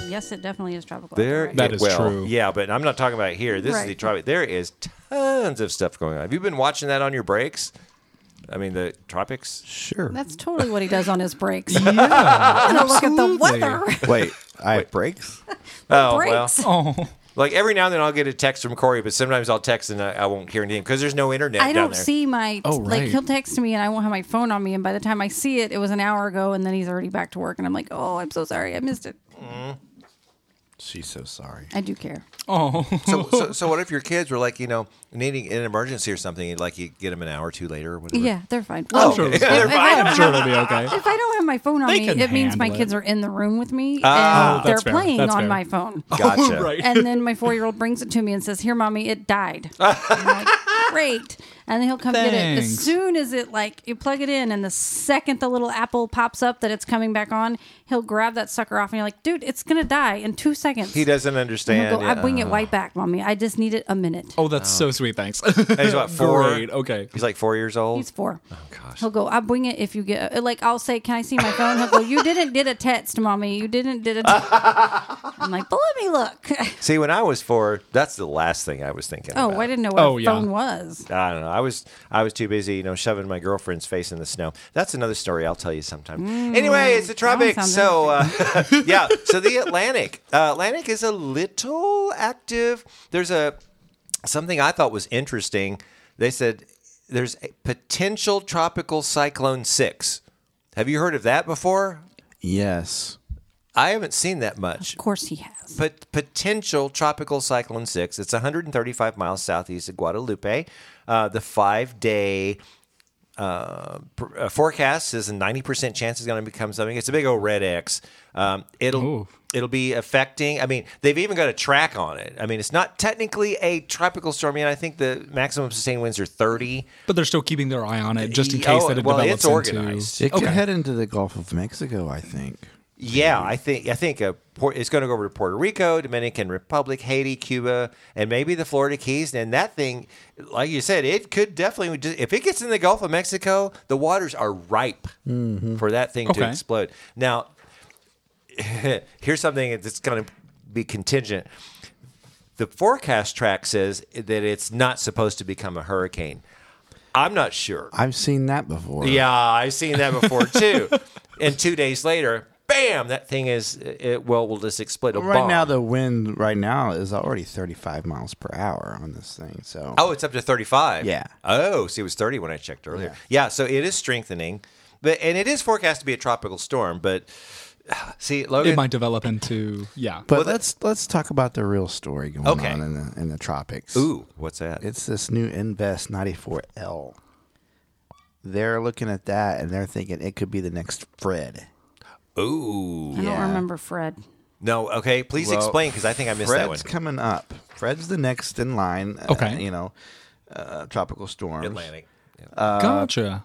Speaker 3: Yes, it definitely is tropical.
Speaker 1: There,
Speaker 3: Right.
Speaker 4: That is
Speaker 1: well,
Speaker 4: true.
Speaker 1: Yeah, but I'm not talking about here. This is the
Speaker 3: Right.
Speaker 1: tropic. There is tons of stuff going on. Have you been watching that on your breaks? I mean, the tropics.
Speaker 2: Sure.
Speaker 3: That's totally what he does on his breaks.
Speaker 4: yeah.
Speaker 3: I'm gonna look at the
Speaker 4: Absolutely.
Speaker 3: weather.
Speaker 2: Wait, I have breaks.
Speaker 1: Oh
Speaker 3: breaks.
Speaker 1: well.
Speaker 4: Oh.
Speaker 1: Like every now and then I'll get a text from Corey, but sometimes I'll text and I, I won't hear anything because there's no internet
Speaker 3: I
Speaker 1: down
Speaker 3: don't
Speaker 1: there.
Speaker 3: see my
Speaker 4: Oh,
Speaker 3: like
Speaker 4: right.
Speaker 3: he'll text me and I won't have my phone on me and by the time I see it it was an hour ago and then he's already back to work and I'm like oh I'm so sorry I missed it
Speaker 2: She's so sorry.
Speaker 3: I do care
Speaker 4: Oh.
Speaker 1: so, so, so what if your kids were like, you know, needing an emergency or something? and, Like you get them an hour or two later or whatever.
Speaker 3: yeah they're fine
Speaker 4: I'm
Speaker 1: Oh,
Speaker 3: Well,
Speaker 4: sure,
Speaker 3: if,
Speaker 4: it'll
Speaker 3: if
Speaker 4: be
Speaker 3: I
Speaker 4: Oh, fine.
Speaker 3: don't
Speaker 4: I'm sure
Speaker 3: have,
Speaker 4: it'll be okay.
Speaker 3: if I don't have my phone on
Speaker 4: They
Speaker 3: me
Speaker 4: can
Speaker 3: it means my
Speaker 4: handle it.
Speaker 3: kids are in the room with me
Speaker 1: Ah,
Speaker 3: and they're
Speaker 4: that's fair.
Speaker 3: playing
Speaker 4: That's
Speaker 3: on
Speaker 4: fair.
Speaker 3: my phone
Speaker 1: Gotcha.
Speaker 4: Right.
Speaker 3: and then my four year old brings it to me and says here mommy it died I'm like, great and then he'll come get it as
Speaker 4: Thanks.
Speaker 3: soon as it like you plug it in and the second the little apple pops up that it's coming back on he'll grab that sucker off and you're like dude it's gonna die in two seconds
Speaker 1: He doesn't
Speaker 3: And
Speaker 1: understand.
Speaker 3: he'll go, I bring it
Speaker 1: Uh,
Speaker 3: right back, mommy. I just need it a minute.
Speaker 4: Oh, that's so sweet. Thanks.
Speaker 1: And he's what four?
Speaker 4: Great. Okay.
Speaker 1: He's like four years old.
Speaker 3: He's four. Oh
Speaker 1: gosh.
Speaker 3: He'll go. I will bring it if you get uh, like. I'll say, can I see my phone? He'll go. You didn't did a text, mommy. You didn't did a. T-. I'm like, but let me look.
Speaker 1: See, when I was four, that's the last thing I was thinking.
Speaker 3: oh,
Speaker 1: about.
Speaker 3: I didn't know what
Speaker 4: Oh,
Speaker 3: a
Speaker 4: yeah.
Speaker 3: phone was.
Speaker 1: I don't know. I was I was too busy, you know, shoving my girlfriend's face in the snow. That's another story I'll tell you sometime. anyway, it's the tropics.
Speaker 3: Mm, sounds
Speaker 1: So uh, yeah, so the Atlantic. Uh, Atlantic is a little active. There's a something I thought was interesting. They said there's a potential tropical cyclone six. Have you heard of that before?
Speaker 2: Yes.
Speaker 1: I haven't seen that much.
Speaker 3: Of course, he has.
Speaker 1: pot- potential tropical cyclone six. It's 135 miles southeast of Guadalupe. Uh, the five day uh, pr- uh, forecast is a 90% chance it's going to become something. It's a big old red X. Um, it'll
Speaker 4: Ooh.
Speaker 1: it'll be affecting. I mean, they've even got a track on it. I mean, it's not technically a tropical storm yet. I think the maximum sustained winds are 30.
Speaker 4: But they're still keeping their eye on it just in
Speaker 1: Oh,
Speaker 4: case that it
Speaker 1: well,
Speaker 4: develops
Speaker 1: it's organized.
Speaker 2: It
Speaker 4: into.
Speaker 2: could head into the Gulf of Mexico, I think.
Speaker 1: Yeah, I think I think a Por- it's going to go over to Puerto Rico, Dominican Republic, Haiti, Cuba, and maybe the Florida Keys. And that thing, like you said, it could definitely just, if it gets in the Gulf of Mexico, the waters are ripe for that thing to
Speaker 4: Okay.
Speaker 1: explode. Now, here's something that's going to be contingent. The forecast track says that it's not supposed to become a hurricane. I'm not sure.
Speaker 2: I've seen that before.
Speaker 1: Yeah, I've seen that before too. and two days later, bam, that thing is it, well, we'll just explode a
Speaker 2: Right
Speaker 1: bomb.
Speaker 2: now, the wind right now is already 35 miles per hour on this thing. So
Speaker 1: oh, it's up to thirty-five.
Speaker 2: Yeah.
Speaker 1: Oh, see, it was thirty when I checked earlier. Yeah, so it is strengthening, but and it is forecast to be a tropical storm. But see, Logan,
Speaker 4: It might develop into yeah.
Speaker 2: But let's let's talk about the real story going
Speaker 1: Okay.
Speaker 2: on in the in the tropics.
Speaker 1: ooh, what's that?
Speaker 2: It's this new Invest 94L. They're looking at that and they're thinking it could be the next Fred.
Speaker 1: ooh,
Speaker 3: I
Speaker 2: Yeah.
Speaker 3: don't remember Fred.
Speaker 1: no, okay, please
Speaker 2: Well,
Speaker 1: explain because I think I missed
Speaker 2: Fred's
Speaker 1: that one.
Speaker 2: coming up. Fred's the next in line. uh,
Speaker 4: Okay.
Speaker 2: you know, uh, tropical storm.
Speaker 1: Atlantic. Uh,
Speaker 4: gotcha.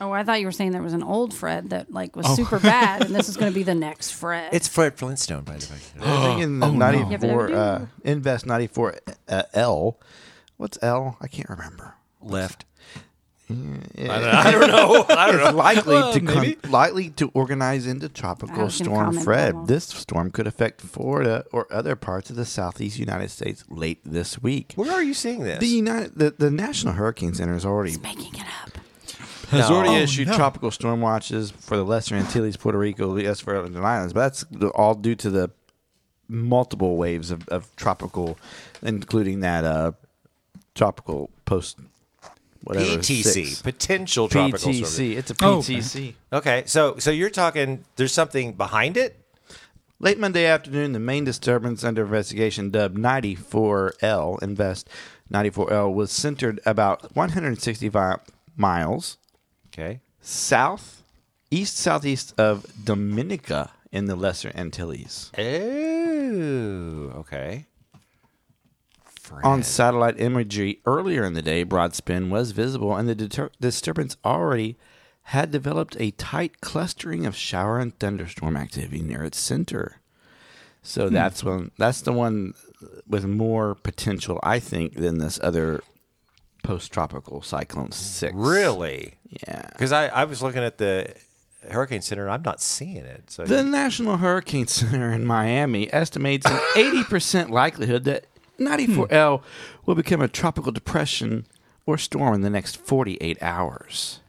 Speaker 3: Oh, I thought you were saying there was an old Fred that like was super bad, and this is going to be the next Fred.
Speaker 1: Oh. It's Fred Flintstone, by the way.
Speaker 2: They're thinking the
Speaker 4: Oh, no.
Speaker 2: 94
Speaker 3: Yeah,
Speaker 2: uh, Invest 94L. What's L? I can't remember.
Speaker 1: Left. I don't know. Oh, I don't know.
Speaker 2: It's likely
Speaker 4: Well,
Speaker 2: to come,
Speaker 4: maybe.
Speaker 2: likely to organize into
Speaker 3: I
Speaker 2: tropical
Speaker 3: was gonna
Speaker 2: storm
Speaker 3: comment
Speaker 2: Fred.
Speaker 3: on that.
Speaker 2: This storm could affect Florida or other parts of the southeast United States late this week.
Speaker 1: Where are you seeing this?
Speaker 2: The United, the, the National Hurricane Center has already Oh,
Speaker 3: making it up.
Speaker 2: has
Speaker 1: No.
Speaker 2: already issued tropical storm watches for the Lesser Antilles, Puerto Rico, the US Virgin Islands, but that's all due to the multiple waves of, of tropical, including that uh, tropical post whatever
Speaker 1: PTC,
Speaker 2: six.
Speaker 1: potential tropical storm.
Speaker 2: PTC. It's a
Speaker 4: Oh, okay.
Speaker 2: PTC.
Speaker 1: Okay, so so you're talking there's something behind it?
Speaker 2: Late Monday afternoon, the main disturbance under investigation, dubbed 94L Invest 94L, was centered about 165 miles
Speaker 1: Okay.
Speaker 2: south, east southeast of Dominica in the Lesser Antilles.
Speaker 1: Oh, okay. Fred.
Speaker 2: On satellite imagery earlier in the day, broad spin was visible, and the deter- disturbance already had developed a tight clustering of shower and thunderstorm activity near its center. So that's one. That's the one with more potential, I think, than this other post-tropical cyclone six.
Speaker 1: really?
Speaker 2: Yeah.
Speaker 1: Because I, I was looking at the Hurricane Center and I'm not seeing it. So
Speaker 2: The National Hurricane Center in Miami estimates an 80% likelihood that
Speaker 1: Hmm.
Speaker 2: 94L will become a tropical depression or storm in the next 48 hours.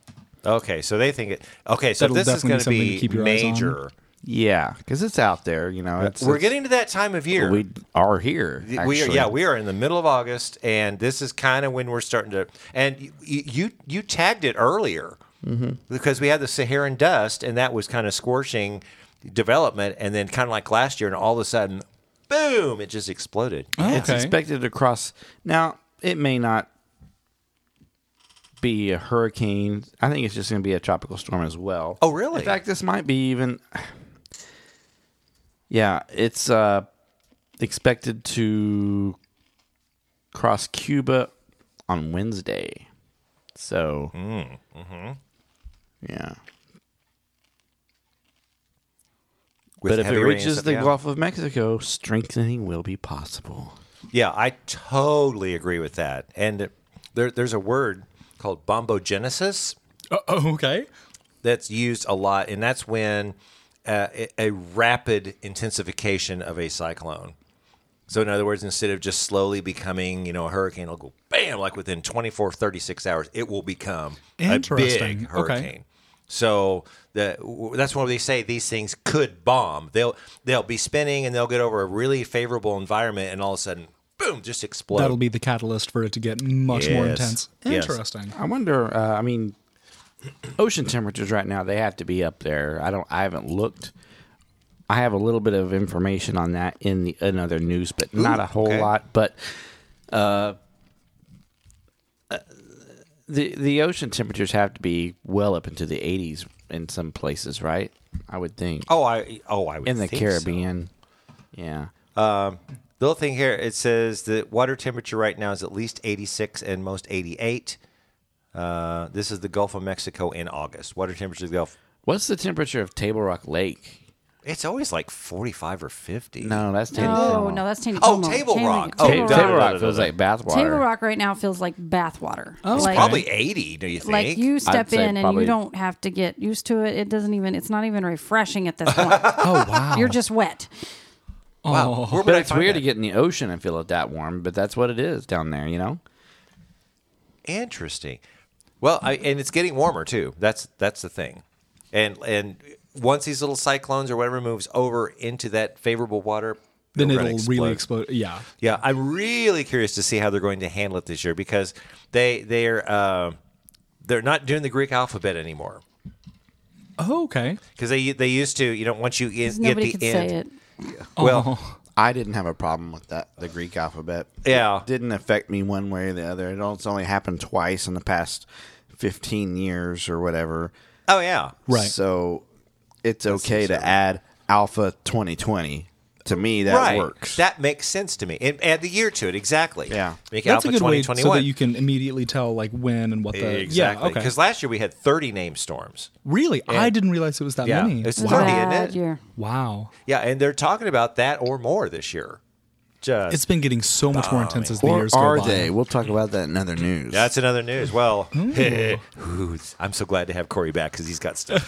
Speaker 1: okay, so they think it. Okay, so
Speaker 4: That'll
Speaker 1: this is
Speaker 4: definitely
Speaker 1: going
Speaker 4: be
Speaker 1: to
Speaker 4: something to
Speaker 1: be
Speaker 4: keep your eyes on.
Speaker 1: major.
Speaker 2: Yeah, because it's out there, you know. It's,
Speaker 1: We're
Speaker 2: it's-
Speaker 1: getting to that time of year.
Speaker 2: we are here.
Speaker 1: we are
Speaker 2: actually.
Speaker 1: yeah we are in the middle of august and this is kind of when we're starting to and you you, you tagged it earlier
Speaker 2: Mm-hmm.
Speaker 1: because we had the saharan dust and that was kind of scorching development and then kind of like last year and all of a sudden boom it just exploded
Speaker 2: It's
Speaker 4: okay.
Speaker 2: expected to cross. Now it may not be a hurricane. I think it's just going to be a tropical storm as well.
Speaker 1: Oh, really?
Speaker 2: In fact, this might be even. Yeah, it's uh, expected to cross Cuba on Wednesday. So,
Speaker 1: Mm, mm-hmm.
Speaker 2: yeah.
Speaker 1: With
Speaker 2: but if
Speaker 1: heavy
Speaker 2: it
Speaker 1: rain and
Speaker 2: reaches
Speaker 1: stuff,
Speaker 2: the
Speaker 1: yeah.
Speaker 2: Gulf of Mexico, strengthening will be possible.
Speaker 1: yeah i totally agree with that and there, there's a word called bombogenesis
Speaker 4: Uh, oh, okay.
Speaker 1: that's used a lot, and that's when uh, a, a rapid intensification of a cyclone. So, in other words, instead of just slowly becoming, you know, a hurricane, it'll go bam, like within 24, 36 hours, it will become a
Speaker 4: Interesting.
Speaker 1: big hurricane. So the, w- that's why they say these things could bomb. They'll they'll be spinning and they'll get over a really favorable environment, and all of a sudden, boom, just explode.
Speaker 4: That'll be the catalyst for it to get much more
Speaker 1: Yes.
Speaker 4: intense.
Speaker 1: Yes.
Speaker 4: Interesting.
Speaker 2: I wonder. Uh, I mean, ocean temperatures right now they have to be up there. I don't. I haven't looked. I have a little bit of information on that in the another news, but not a whole
Speaker 1: okay.
Speaker 2: lot. But uh, uh, the the ocean temperatures have to be well up into the 80s in some places, right? I would think
Speaker 1: oh, I oh I would
Speaker 2: in the
Speaker 1: think so.
Speaker 2: Caribbean. Yeah.
Speaker 1: The little thing here, it says that water temperature right now is at least 86 and most 88. Uh, this is the Gulf of Mexico in August. Water temperature of the Gulf.
Speaker 2: What's the temperature of Table Rock Lake?
Speaker 1: It's always like 45 or 50.
Speaker 2: No, that's Teddy
Speaker 3: No,
Speaker 2: Summer.
Speaker 3: no, that's Tandy.
Speaker 1: Oh,
Speaker 3: Como.
Speaker 1: Table
Speaker 3: Tandy-
Speaker 1: Rock.
Speaker 2: Ta-
Speaker 1: Oh,
Speaker 2: Table,
Speaker 1: no, no, no,
Speaker 2: Rock
Speaker 1: no,
Speaker 2: feels
Speaker 1: no.
Speaker 2: like bathwater.
Speaker 3: Table Rock right now feels like bathwater.
Speaker 4: Oh,
Speaker 3: like,
Speaker 1: Probably 80, do you think?
Speaker 3: Like you
Speaker 2: I'd
Speaker 3: step
Speaker 2: say
Speaker 3: in and
Speaker 2: probably-
Speaker 3: you don't have to get used to it. It doesn't even. It's not even refreshing at this point.
Speaker 4: Oh wow.
Speaker 3: You're just wet.
Speaker 1: wow. Where would
Speaker 2: Oh. But
Speaker 1: I
Speaker 2: it's
Speaker 1: find
Speaker 2: weird
Speaker 1: that?
Speaker 2: to get in the ocean and feel it that warm, but that's what it is down there, you know?
Speaker 1: Interesting. Well, I, and it's getting warmer too. That's that's the thing. And and once these little cyclones or whatever moves over into that favorable water,
Speaker 4: then
Speaker 1: they're
Speaker 4: it'll
Speaker 1: gonna
Speaker 4: really explode. Yeah.
Speaker 1: Yeah, I'm really curious to see how they're going to handle it this year because they they're uh, they're not doing the Greek alphabet anymore
Speaker 4: Oh, okay.
Speaker 1: because they they used to. You know, once you in, get
Speaker 3: Nobody
Speaker 1: the
Speaker 3: could
Speaker 1: end,
Speaker 3: say it.
Speaker 1: well,
Speaker 4: Oh.
Speaker 2: I didn't have a problem with that, the Greek alphabet.
Speaker 1: Yeah.
Speaker 2: It didn't affect me one way or the other. It al- It's only happened twice in the past 15 years or whatever.
Speaker 1: oh yeah,
Speaker 4: Right.
Speaker 2: So it's okay to add Alpha 2020. To me, that
Speaker 1: right.
Speaker 2: works.
Speaker 1: That makes sense to me. And add the year to it exactly.
Speaker 2: Yeah.
Speaker 1: Make
Speaker 4: That's
Speaker 1: alpha
Speaker 4: a good way so
Speaker 1: 2021.
Speaker 4: that you can immediately tell like when and what the
Speaker 1: exactly.
Speaker 4: Yeah, okay.
Speaker 1: Because last year we had 30 name storms.
Speaker 4: Really, I didn't realize it was that
Speaker 1: Yeah,
Speaker 4: many.
Speaker 1: it's
Speaker 3: It's a
Speaker 1: Wow.
Speaker 3: bad
Speaker 1: isn't it?
Speaker 3: year.
Speaker 4: wow.
Speaker 1: Yeah, and they're talking about that or more this year. Just
Speaker 4: It's been getting so much
Speaker 1: Oh,
Speaker 4: more intense as the
Speaker 2: or
Speaker 4: years
Speaker 2: are
Speaker 4: go by.
Speaker 2: they? We'll talk about that in other news.
Speaker 1: that's another news. Well, ooh, I'm so glad to have Corey back because he's got stuff.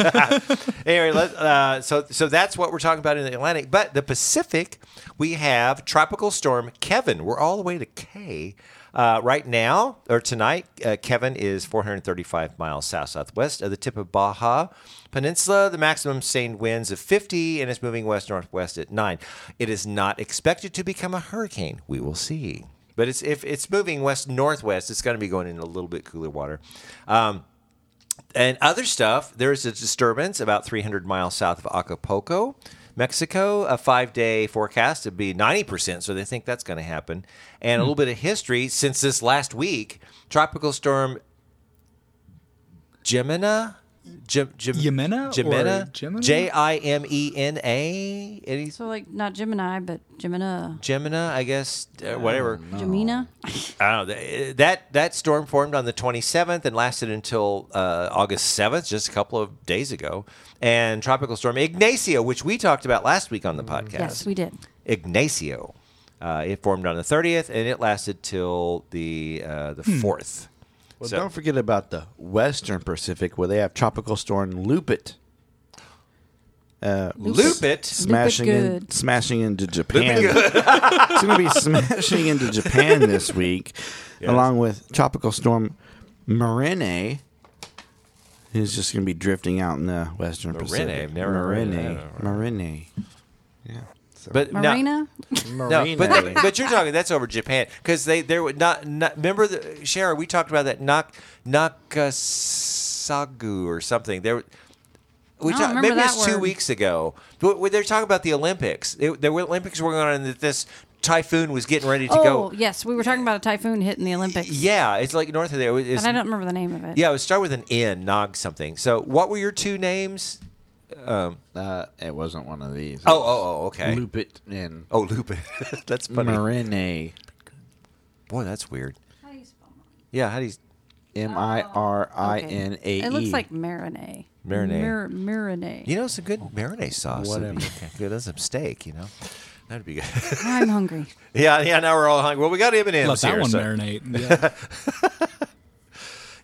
Speaker 1: anyway, let, uh, so so that's what we're talking about in the Atlantic, but the Pacific, we have Tropical Storm Kevin. We're all the way to K. Uh, right now or tonight, uh, Kevin is 435 miles south southwest of the tip of Baja Peninsula. The maximum sustained winds of 50 and is moving west northwest at nine. It is not expected to become a hurricane. We will see. But it's if it's moving west northwest, it's going to be going into a little bit cooler water. Um, and other stuff. There is a disturbance about 300 miles south of Acapulco, Mexico. A five day forecast to be 90%, so they think that's going to happen. And a little bit of history since this last week, Tropical Storm Gemina. Gem, Gem,
Speaker 4: Yemena or
Speaker 1: Gemina?
Speaker 4: Gemina?
Speaker 1: J I M E N A? Any-
Speaker 3: So like not Gemini, but Gemina.
Speaker 1: Gemina, I guess, uh, whatever.
Speaker 3: Gemina.
Speaker 1: I don't know. Th- eh, That that storm formed on the 27th and lasted until uh, August 7th, just a couple of days ago. And tropical storm Ignacio, which we talked about last week on the podcast.
Speaker 3: Mm, Yes, we did.
Speaker 1: Ignacio. Uh, it formed on the 30th and it lasted till the uh, the 4th.
Speaker 2: Hmm. Well,
Speaker 1: So-
Speaker 2: don't forget about the Western Pacific where they have tropical storm Lupit. Uh,
Speaker 1: Lupit.
Speaker 2: smashing in,
Speaker 3: good.
Speaker 2: smashing into Japan. it's going to be smashing into Japan this week, along with tropical storm Marine. Is just going to be drifting out in the western Pacific.
Speaker 1: I've never heard of
Speaker 2: Marine,
Speaker 1: that.
Speaker 2: Marine,
Speaker 1: But no-
Speaker 3: Marina.
Speaker 1: No,
Speaker 2: Marine.
Speaker 1: but, but you're talking that's over Japan because they there would not, not remember the Sharon we talked about that Nak Nakasagu or something there. We
Speaker 3: I don't
Speaker 1: talked
Speaker 3: remember
Speaker 1: maybe
Speaker 3: that
Speaker 1: it's two
Speaker 3: word.
Speaker 1: weeks ago. But when they're talking about the Olympics. It, the Olympics were going on and that this typhoon was getting ready to
Speaker 3: Oh
Speaker 1: go.
Speaker 3: yes, we were talking about a typhoon hitting the Olympics,
Speaker 1: Yeah, it's like north of there. It's,
Speaker 3: and I don't remember the name of it.
Speaker 1: yeah, it would start with an N, Nog something. So what were your two names?
Speaker 2: uh, it wasn't one of these.
Speaker 1: Oh, oh, oh okay.
Speaker 2: Lupit and
Speaker 1: Oh, Lupin. that's funny.
Speaker 2: Marine.
Speaker 1: Boy, that's weird. Yeah, how do you
Speaker 2: M I R I N A E.
Speaker 3: It looks like marinade.
Speaker 1: Marinade.
Speaker 3: Mir- marinade.
Speaker 1: You know, some good marinade sauce. Oh, Whatever. Good as some steak, you know. That'd be good.
Speaker 3: I'm hungry.
Speaker 1: yeah, yeah. Now we're all hungry. Well, we got M and
Speaker 4: Let
Speaker 1: M's
Speaker 4: that
Speaker 1: here.
Speaker 4: one
Speaker 1: so-
Speaker 4: marinate. Yeah.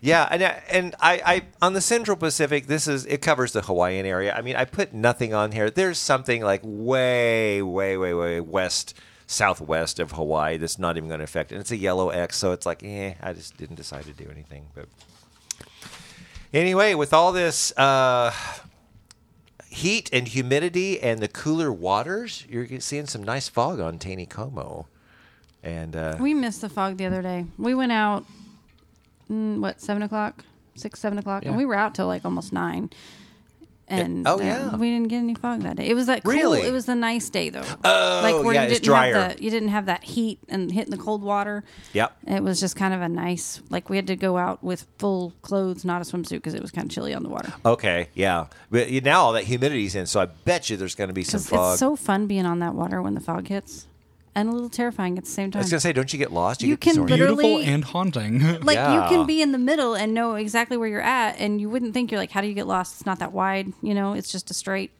Speaker 1: Yeah, and I- and I, I on the Central Pacific, this is it covers the Hawaiian area. I mean, I put nothing on here. There's something like way, way, way, way west, southwest of Hawaii that's not even going to affect. it. And it's a yellow X, so it's like, eh, I just didn't decide to do anything. But anyway, with all this. Uh, heat and humidity and the cooler waters, you're seeing some nice fog on Taney Como. And uh,
Speaker 3: We missed the fog the other day. We went out, mm, what, seven o'clock, six, seven o'clock, and we were out till like almost nine. And
Speaker 1: oh,
Speaker 3: uh,
Speaker 1: yeah.
Speaker 3: we didn't get any fog that day. It was that cool.
Speaker 1: Really?
Speaker 3: It was a nice day though.
Speaker 1: Oh,
Speaker 3: like where
Speaker 1: yeah,
Speaker 3: you
Speaker 1: it's
Speaker 3: didn't
Speaker 1: drier.
Speaker 3: have the you didn't have that heat and hitting the cold water.
Speaker 1: Yep.
Speaker 3: It was just kind of a nice like we had to go out with full clothes, not a swimsuit, because it was kind of chilly on the water.
Speaker 1: Okay, yeah. But you- now all that humidity's in, so I bet you there's going to be some
Speaker 3: 'Cause
Speaker 1: fog.
Speaker 3: It's so fun being on that water when the fog hits, and a little terrifying at the same
Speaker 1: I
Speaker 3: time.
Speaker 1: was going to say, don't you get lost?
Speaker 3: You
Speaker 1: get
Speaker 3: can
Speaker 1: disoriented.
Speaker 3: literally-
Speaker 4: Beautiful and haunting.
Speaker 3: like
Speaker 1: Yeah.
Speaker 3: you can be in the middle and know exactly where you're at and you wouldn't think you're like how do you get lost it's not that wide you know it's just a straight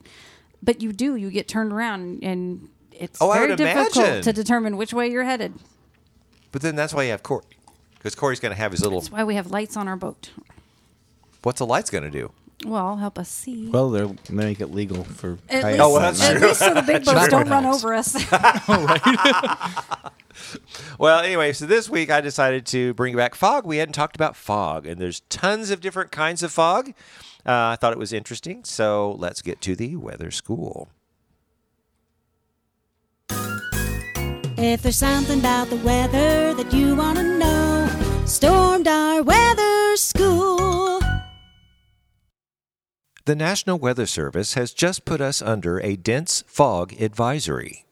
Speaker 3: but you do. You get turned around, and it's
Speaker 1: Oh, I
Speaker 3: very
Speaker 1: would
Speaker 3: difficult
Speaker 1: imagine.
Speaker 3: to determine which way you're headed.
Speaker 1: But then that's why you have Corey, because Corey's going to have his little.
Speaker 3: That's why we have lights on our boat.
Speaker 1: What's the lights going to do?
Speaker 3: Well, help us see.
Speaker 2: Well, they're they make it legal for
Speaker 3: at least,
Speaker 2: kayaks.
Speaker 1: Oh, well, that's
Speaker 3: at
Speaker 1: true.
Speaker 3: least so the big boats don't run
Speaker 2: helps.
Speaker 3: over us.
Speaker 1: Well, anyway, so this week I decided to bring back fog. We hadn't talked about fog, and there's tons of different kinds of fog. Uh, I thought it was interesting, so let's get to the weather school.
Speaker 6: If there's something about the weather that you want to know, stormed our weather school.
Speaker 1: The National Weather Service has just put us under a dense fog advisory.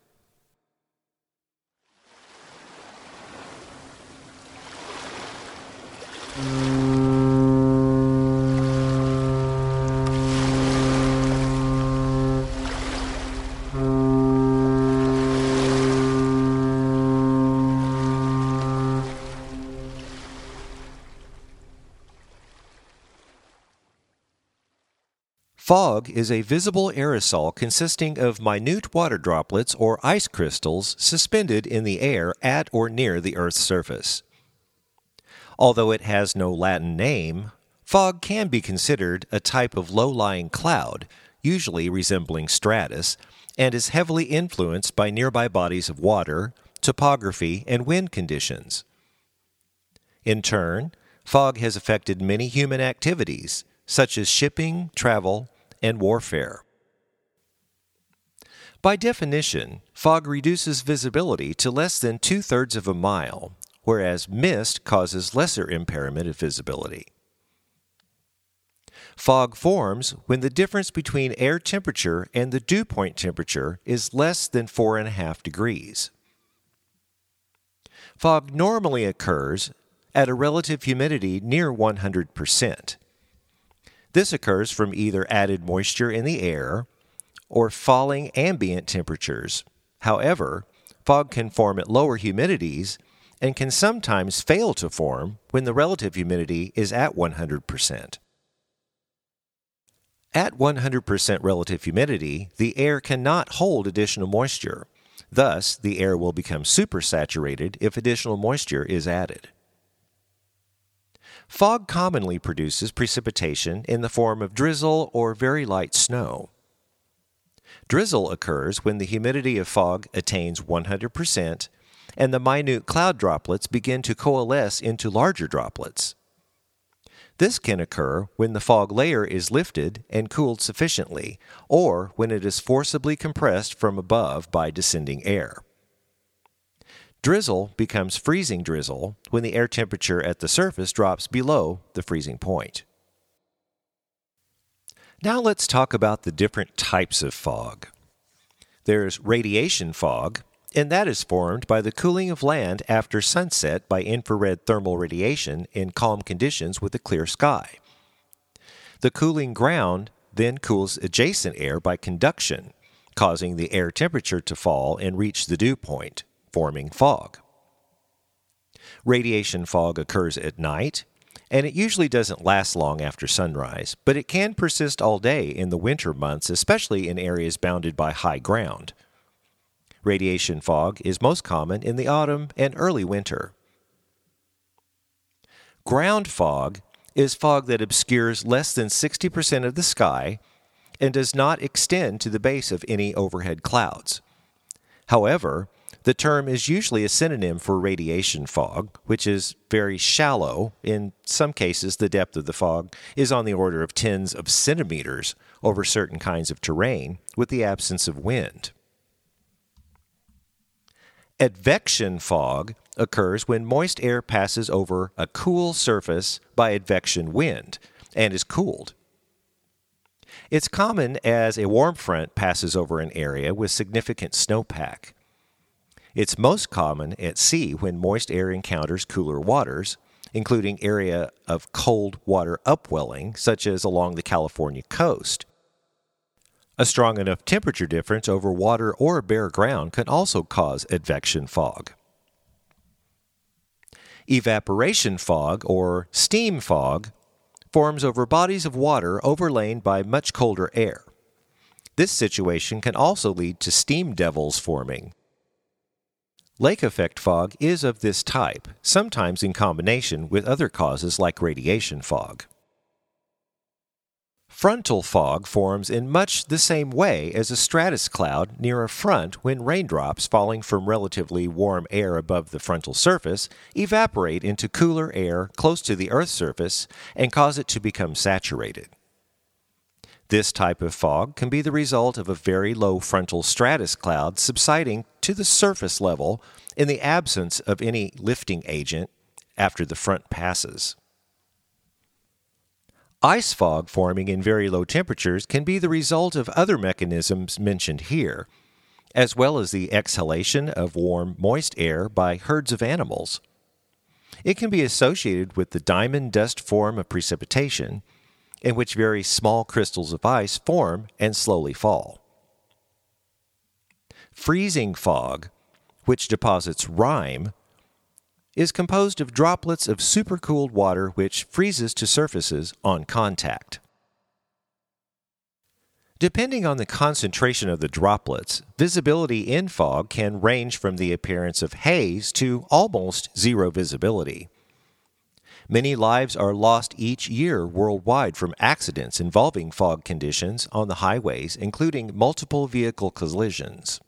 Speaker 1: Fog is a visible aerosol consisting of minute water droplets or ice crystals suspended in the air at or near the Earth's surface. Although it has no Latin name, fog can be considered a type of low lying cloud, usually resembling stratus, and is heavily influenced by nearby bodies of water, topography, and wind conditions. In turn, fog has affected many human activities, such as shipping, travel, and warfare. By definition, fog reduces visibility to less than two thirds of a mile, whereas mist causes lesser impairment of visibility. Fog forms when the difference between air temperature and the dew point temperature is less than 4.5 degrees. Fog normally occurs at a relative humidity near 100%. This occurs from either added moisture in the air or falling ambient temperatures. However, fog can form at lower humidities and can sometimes fail to form when the relative humidity is at 100%. At 100% relative humidity, the air cannot hold additional moisture. Thus, the air will become supersaturated if additional moisture is added. Fog commonly produces precipitation in the form of drizzle or very light snow. Drizzle occurs when the humidity of fog attains 100% and the minute cloud droplets begin to coalesce into larger droplets. This can occur when the fog layer is lifted and cooled sufficiently, or when it is forcibly compressed from above by descending air. Drizzle becomes freezing drizzle when the air temperature at the surface drops below the freezing point. Now let's talk about the different types of fog. There's radiation fog, and that is formed by the cooling of land after sunset by infrared thermal radiation in calm conditions with a clear sky. The cooling ground then cools adjacent air by conduction, causing the air temperature to fall and reach the dew point, forming fog. Radiation fog occurs at night, and it usually doesn't last long after sunrise, but it can persist all day in the winter months, especially in areas bounded by high ground. Radiation fog is most common in the autumn and early winter. Ground fog is fog that obscures less than 60% of the sky and does not extend to the base of any overhead clouds. However, the term is usually a synonym for radiation fog, which is very shallow. In some cases, the depth of the fog is on the order of tens of centimeters over certain kinds of terrain with the absence of wind. Advection fog occurs when moist air passes over a cool surface by advection wind and is cooled. It's common as a warm front passes over an area with significant snowpack. It's most common at sea when moist air encounters cooler waters, including area of cold water upwelling such as along the California coast. A strong enough temperature difference over water or bare ground can also cause advection fog. Evaporation fog or steam fog forms over bodies of water overlain by much colder air. This situation can also lead to steam devils forming. Lake effect fog is of this type, sometimes in combination with other causes like radiation fog. Frontal fog forms in much the same way as a stratus cloud near a front when raindrops falling from relatively warm air above the frontal surface evaporate into cooler air close to the Earth's surface and cause it to become saturated. This type of fog can be the result of a very low frontal stratus cloud subsiding to the surface level in the absence of any lifting agent after the front passes. Ice fog forming in very low temperatures can be the result of other mechanisms mentioned here, as well as the exhalation of warm, moist air by herds of animals. It can be associated with the diamond dust form of precipitation, in which very small crystals of ice form and slowly fall. Freezing fog, which deposits rime, is composed of droplets of supercooled water which freezes to surfaces on contact. Depending on the concentration of the droplets, visibility in fog can range from the appearance of haze to almost zero visibility. Many lives are lost each year worldwide from accidents involving fog conditions on the highways, including multiple vehicle collisions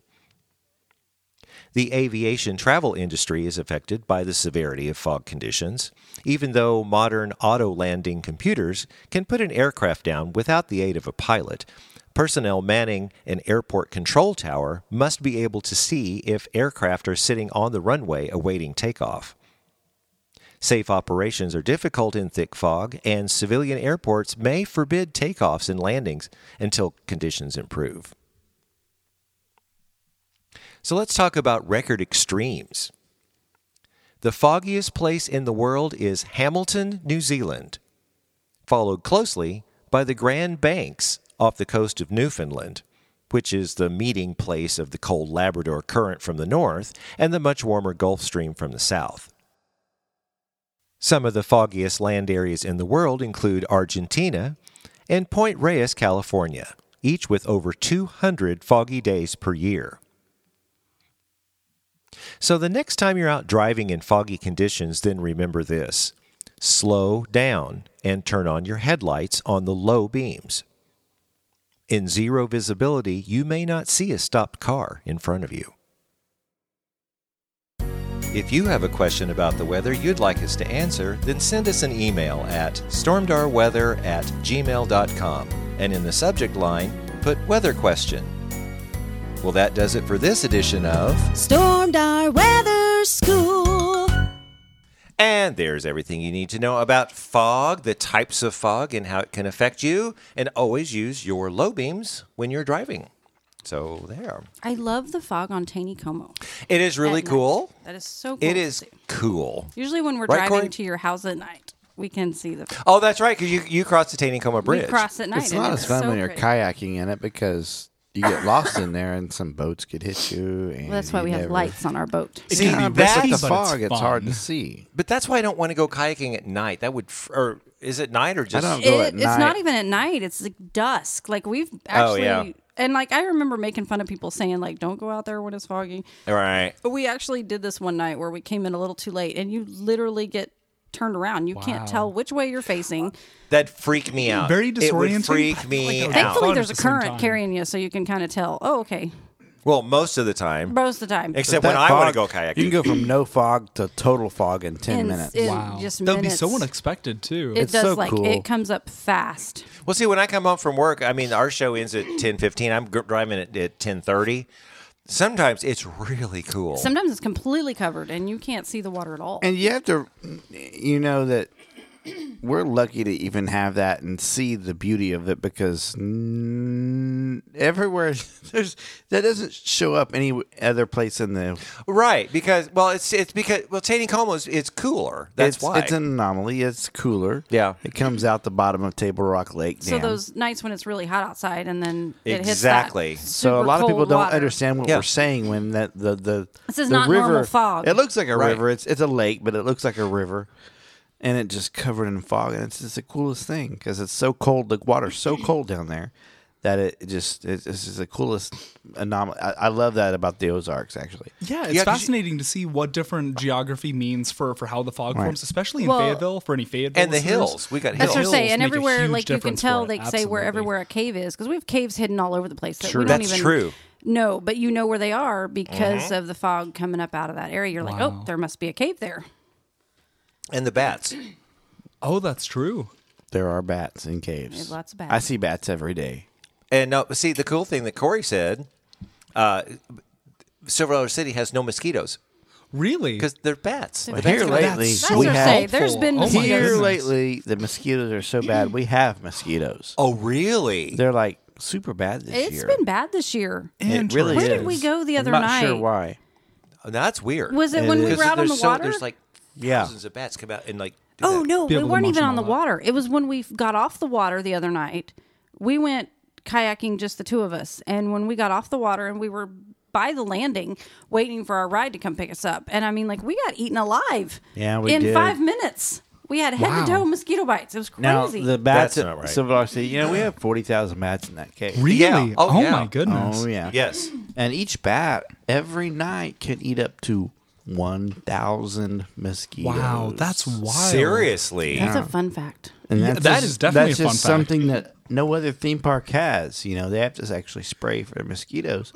Speaker 1: the aviation travel industry is affected by the severity of fog conditions, even though modern auto landing computers can put an aircraft down without the aid of a pilot. Personnel manning an airport control tower must be able to see if aircraft are sitting on the runway awaiting takeoff. Safe operations are difficult in thick fog, and civilian airports may forbid takeoffs and landings until conditions improve. So let's talk about record extremes. The foggiest place in the world is Hamilton, New Zealand, followed closely by the Grand Banks off the coast of Newfoundland, which is the meeting place of the cold Labrador current from the north and the much warmer Gulf Stream from the south. Some of the foggiest land areas in the world include Argentina and Point Reyes, California, each with over 200 foggy days per year. So the next time you're out driving in foggy conditions, then remember this slow down and turn on your headlights on the low beams. In zero visibility, you may not see a stopped car in front of you. If you have a question about the weather you'd like us to answer, then send us an email at stormdarweather at gmail.com and in the subject line, put weather question. Well, that does it for this edition of.
Speaker 6: Stormed our weather school.
Speaker 1: And there's everything you need to know about fog, the types of fog, and how it can affect you. And always use your low beams when you're driving. So there.
Speaker 3: I love the fog on Taney Como.
Speaker 1: It is really
Speaker 3: At night.
Speaker 1: cool.
Speaker 3: That is so cool.
Speaker 1: It
Speaker 3: to
Speaker 1: is
Speaker 3: see.
Speaker 1: cool.
Speaker 3: Usually when we're
Speaker 1: Right,
Speaker 3: driving
Speaker 1: Corey?
Speaker 3: to your house at night, we can see the
Speaker 1: Oh, that's right, because you, you crossed the Tanicomo
Speaker 3: we
Speaker 1: Bridge.
Speaker 3: cross at night.
Speaker 2: It's
Speaker 3: and
Speaker 2: not as fun
Speaker 3: so
Speaker 2: when you're
Speaker 3: pretty.
Speaker 2: kayaking in it because you get lost in there and some boats could hit you. And
Speaker 3: Well, that's why
Speaker 2: you
Speaker 3: we have
Speaker 2: never-
Speaker 3: lights on our boat.
Speaker 4: It
Speaker 1: See,
Speaker 4: can be
Speaker 1: that's
Speaker 2: With
Speaker 4: risky,
Speaker 2: the
Speaker 4: but
Speaker 2: fog, it's,
Speaker 4: fun.
Speaker 2: hard to see.
Speaker 1: But that's why I don't want to go kayaking at night. That would, f- or is it night or just?
Speaker 2: I don't
Speaker 3: It-
Speaker 2: go at
Speaker 3: It's not
Speaker 2: night. Oh,
Speaker 3: even at night. It's like dusk. Like we've actually,
Speaker 1: yeah.
Speaker 3: and like I remember making fun of people saying like, "Don't go out there when it's foggy."
Speaker 1: Right.
Speaker 3: But we actually did this one night where we came in a little too late, and you literally get turned around. You can't tell which way you're facing.
Speaker 1: That freak me out.
Speaker 4: Very
Speaker 1: It would
Speaker 4: disorienting.
Speaker 1: freak me
Speaker 4: Like a-
Speaker 1: out.
Speaker 3: Thankfully,
Speaker 4: Fun
Speaker 3: there's a
Speaker 4: at the same
Speaker 3: current
Speaker 4: time.
Speaker 3: carrying you, so you can kind of tell. Oh, okay,
Speaker 1: Well, most of the time,
Speaker 3: most of the time.
Speaker 1: except
Speaker 2: That
Speaker 1: when I want to go
Speaker 2: fog-
Speaker 1: kayaking.
Speaker 2: You can go from no fog to total fog in 10
Speaker 3: In-
Speaker 2: minutes.
Speaker 3: in
Speaker 4: Wow.
Speaker 3: just
Speaker 4: that would be so
Speaker 3: minutes.
Speaker 4: unexpected, too.
Speaker 3: It
Speaker 2: It's
Speaker 3: does
Speaker 2: so
Speaker 3: like
Speaker 2: cool.
Speaker 3: it comes up fast.
Speaker 1: Well, see, when I come home from work, I mean, our show ends at ten fifteen. I'm gr- driving at, at ten thirty. Sometimes it's really cool.
Speaker 3: Sometimes it's completely covered, and you can't see the water at all.
Speaker 2: And you have to, you know, that we're lucky to even have that and see the beauty of it because mm, everywhere there's that doesn't show up any other place in the.
Speaker 1: right? Because well, it's it's because well, Taney Como is it's cooler. That's
Speaker 2: it's,
Speaker 1: why.
Speaker 2: it's an anomaly. It's cooler.
Speaker 1: Yeah.
Speaker 2: it comes out the bottom of Table Rock Lake.
Speaker 3: So
Speaker 2: Dam.
Speaker 3: those nights when it's really hot outside, and then it
Speaker 1: Exactly.
Speaker 3: hits that
Speaker 2: So a
Speaker 3: super
Speaker 2: lot of people
Speaker 3: cold
Speaker 2: don't
Speaker 3: water.
Speaker 2: understand what
Speaker 1: Yeah.
Speaker 2: we're saying when that the the
Speaker 3: This is
Speaker 2: the
Speaker 3: not
Speaker 2: river,
Speaker 3: normal fog.
Speaker 2: It looks like a
Speaker 1: Right.
Speaker 2: river. It's it's a lake, but it looks like a river, and it just covered in fog. And it's just the coolest thing because it's so cold. The water's so cold down there that it it just it's, it's just the coolest anomaly. I, I love that about the Ozarks actually.
Speaker 4: Yeah, it's
Speaker 1: 'cause you-
Speaker 4: fascinating to see what different geography means for, for how the fog
Speaker 2: Right.
Speaker 4: forms, especially in
Speaker 3: Well-
Speaker 4: Fayetteville. For any Fayetteville
Speaker 1: And the
Speaker 4: listeners.
Speaker 1: hills. We got
Speaker 4: The
Speaker 3: That's what I'm
Speaker 1: hills
Speaker 3: saying. And
Speaker 4: make a
Speaker 3: everywhere,
Speaker 4: huge
Speaker 3: like you can
Speaker 4: difference
Speaker 3: tell,
Speaker 4: for it,
Speaker 3: they say where
Speaker 4: absolutely.
Speaker 3: everywhere a cave is because we have caves hidden all over the place. That we don't
Speaker 1: That's
Speaker 3: even
Speaker 1: true. Mm-hmm.
Speaker 3: Know, but you know where they are because of the fog coming up out of that area. You're like, oh, there must be a cave there.
Speaker 1: And the bats.
Speaker 4: Oh, that's true.
Speaker 2: There are bats in caves.
Speaker 3: There's lots of
Speaker 2: I
Speaker 3: bats.
Speaker 2: see bats every day.
Speaker 1: And no, see, the cool thing that Corey said, uh, Silver Dollar City has no mosquitoes
Speaker 4: Really?
Speaker 1: because they're bats. The
Speaker 3: Well,
Speaker 1: bats
Speaker 2: here
Speaker 1: are bats.
Speaker 2: lately-
Speaker 4: that's
Speaker 2: That's
Speaker 4: so
Speaker 2: what I'm saying.
Speaker 4: helpful.
Speaker 3: There's been
Speaker 4: oh my
Speaker 3: mosquitoes.
Speaker 2: Here
Speaker 4: goodness.
Speaker 2: lately, the mosquitoes are so bad. We have mosquitoes.
Speaker 1: Oh, really?
Speaker 2: They're like super bad this
Speaker 3: It's
Speaker 2: year.
Speaker 3: been bad this year.
Speaker 2: It really
Speaker 3: Where did
Speaker 2: is.
Speaker 3: we go the other
Speaker 2: I'm not sure
Speaker 3: night?
Speaker 2: why.
Speaker 1: Oh, now that's weird.
Speaker 3: Was it when we
Speaker 1: Because
Speaker 3: were out on
Speaker 1: there's
Speaker 3: the
Speaker 1: so-
Speaker 3: water?
Speaker 1: There's like
Speaker 2: Yeah.
Speaker 1: thousands of bats come out and like. do
Speaker 3: Oh
Speaker 1: that.
Speaker 3: no,
Speaker 4: Be
Speaker 3: we
Speaker 4: able to
Speaker 3: weren't
Speaker 4: munch
Speaker 3: even
Speaker 4: them
Speaker 3: on the
Speaker 4: all up.
Speaker 3: water. It was when we got off the water the other night. We went kayaking just the two of us, and when we got off the water and we were by the landing waiting for our ride to come pick us up, and I mean, like we got eaten alive.
Speaker 2: Yeah, we
Speaker 3: in
Speaker 2: did.
Speaker 3: five minutes. We had head to toe
Speaker 4: Wow.
Speaker 3: mosquito bites. It was
Speaker 2: Now
Speaker 3: crazy.
Speaker 2: the bats
Speaker 1: That's
Speaker 2: at
Speaker 1: not right.
Speaker 2: Silver Dollar City, you know, we have forty thousand bats in that cave.
Speaker 4: Really?
Speaker 1: Yeah. Oh,
Speaker 4: Oh,
Speaker 1: yeah.
Speaker 4: my goodness.
Speaker 2: Oh yeah.
Speaker 1: Yes.
Speaker 2: And each bat every night can eat up to one thousand mosquitoes.
Speaker 4: Wow, that's wild.
Speaker 1: Seriously.
Speaker 3: That's a fun fact.
Speaker 2: And
Speaker 4: Yeah,
Speaker 2: that's
Speaker 4: that
Speaker 2: just,
Speaker 4: is definitely
Speaker 2: that's
Speaker 4: a fun
Speaker 2: just
Speaker 4: fact.
Speaker 2: something that no other theme park has. You know, they have to actually spray for mosquitoes.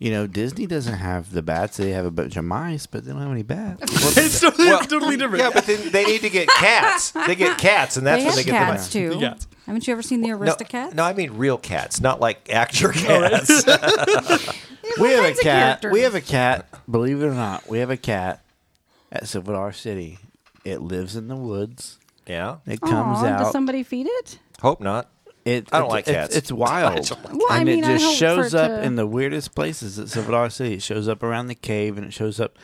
Speaker 2: You know, Disney doesn't have the bats; they have a bunch of mice, but they don't have any bats.
Speaker 4: it's totally,
Speaker 1: Well,
Speaker 4: totally different.
Speaker 1: Yeah, but then they need to get cats. They get cats, and that's
Speaker 3: they
Speaker 1: when
Speaker 3: had
Speaker 1: they get
Speaker 3: cats
Speaker 1: the
Speaker 3: too.
Speaker 4: Yes.
Speaker 3: Haven't you ever seen the
Speaker 1: money.
Speaker 3: Aristocats?
Speaker 1: No, no, I mean real cats, not like
Speaker 3: Oh,
Speaker 1: actor cats.
Speaker 2: we have
Speaker 3: kinds
Speaker 2: a
Speaker 3: of
Speaker 2: cat. We
Speaker 3: characters.
Speaker 2: have a cat. Believe it or not, we have a cat at Silver Dollar City. It lives in the woods.
Speaker 1: yeah.
Speaker 2: It comes
Speaker 3: Aw, Does
Speaker 2: out.
Speaker 3: somebody feed it?
Speaker 1: Hope not.
Speaker 2: It,
Speaker 1: I don't
Speaker 2: it's-
Speaker 1: like
Speaker 2: it's-
Speaker 1: cats.
Speaker 2: It's wild.
Speaker 3: Well, I
Speaker 2: and
Speaker 3: mean, I
Speaker 2: it just
Speaker 3: hope
Speaker 2: shows
Speaker 3: for it
Speaker 2: up
Speaker 3: to-
Speaker 2: in the weirdest places at Silver Dollar City. It shows up around the cave and it shows up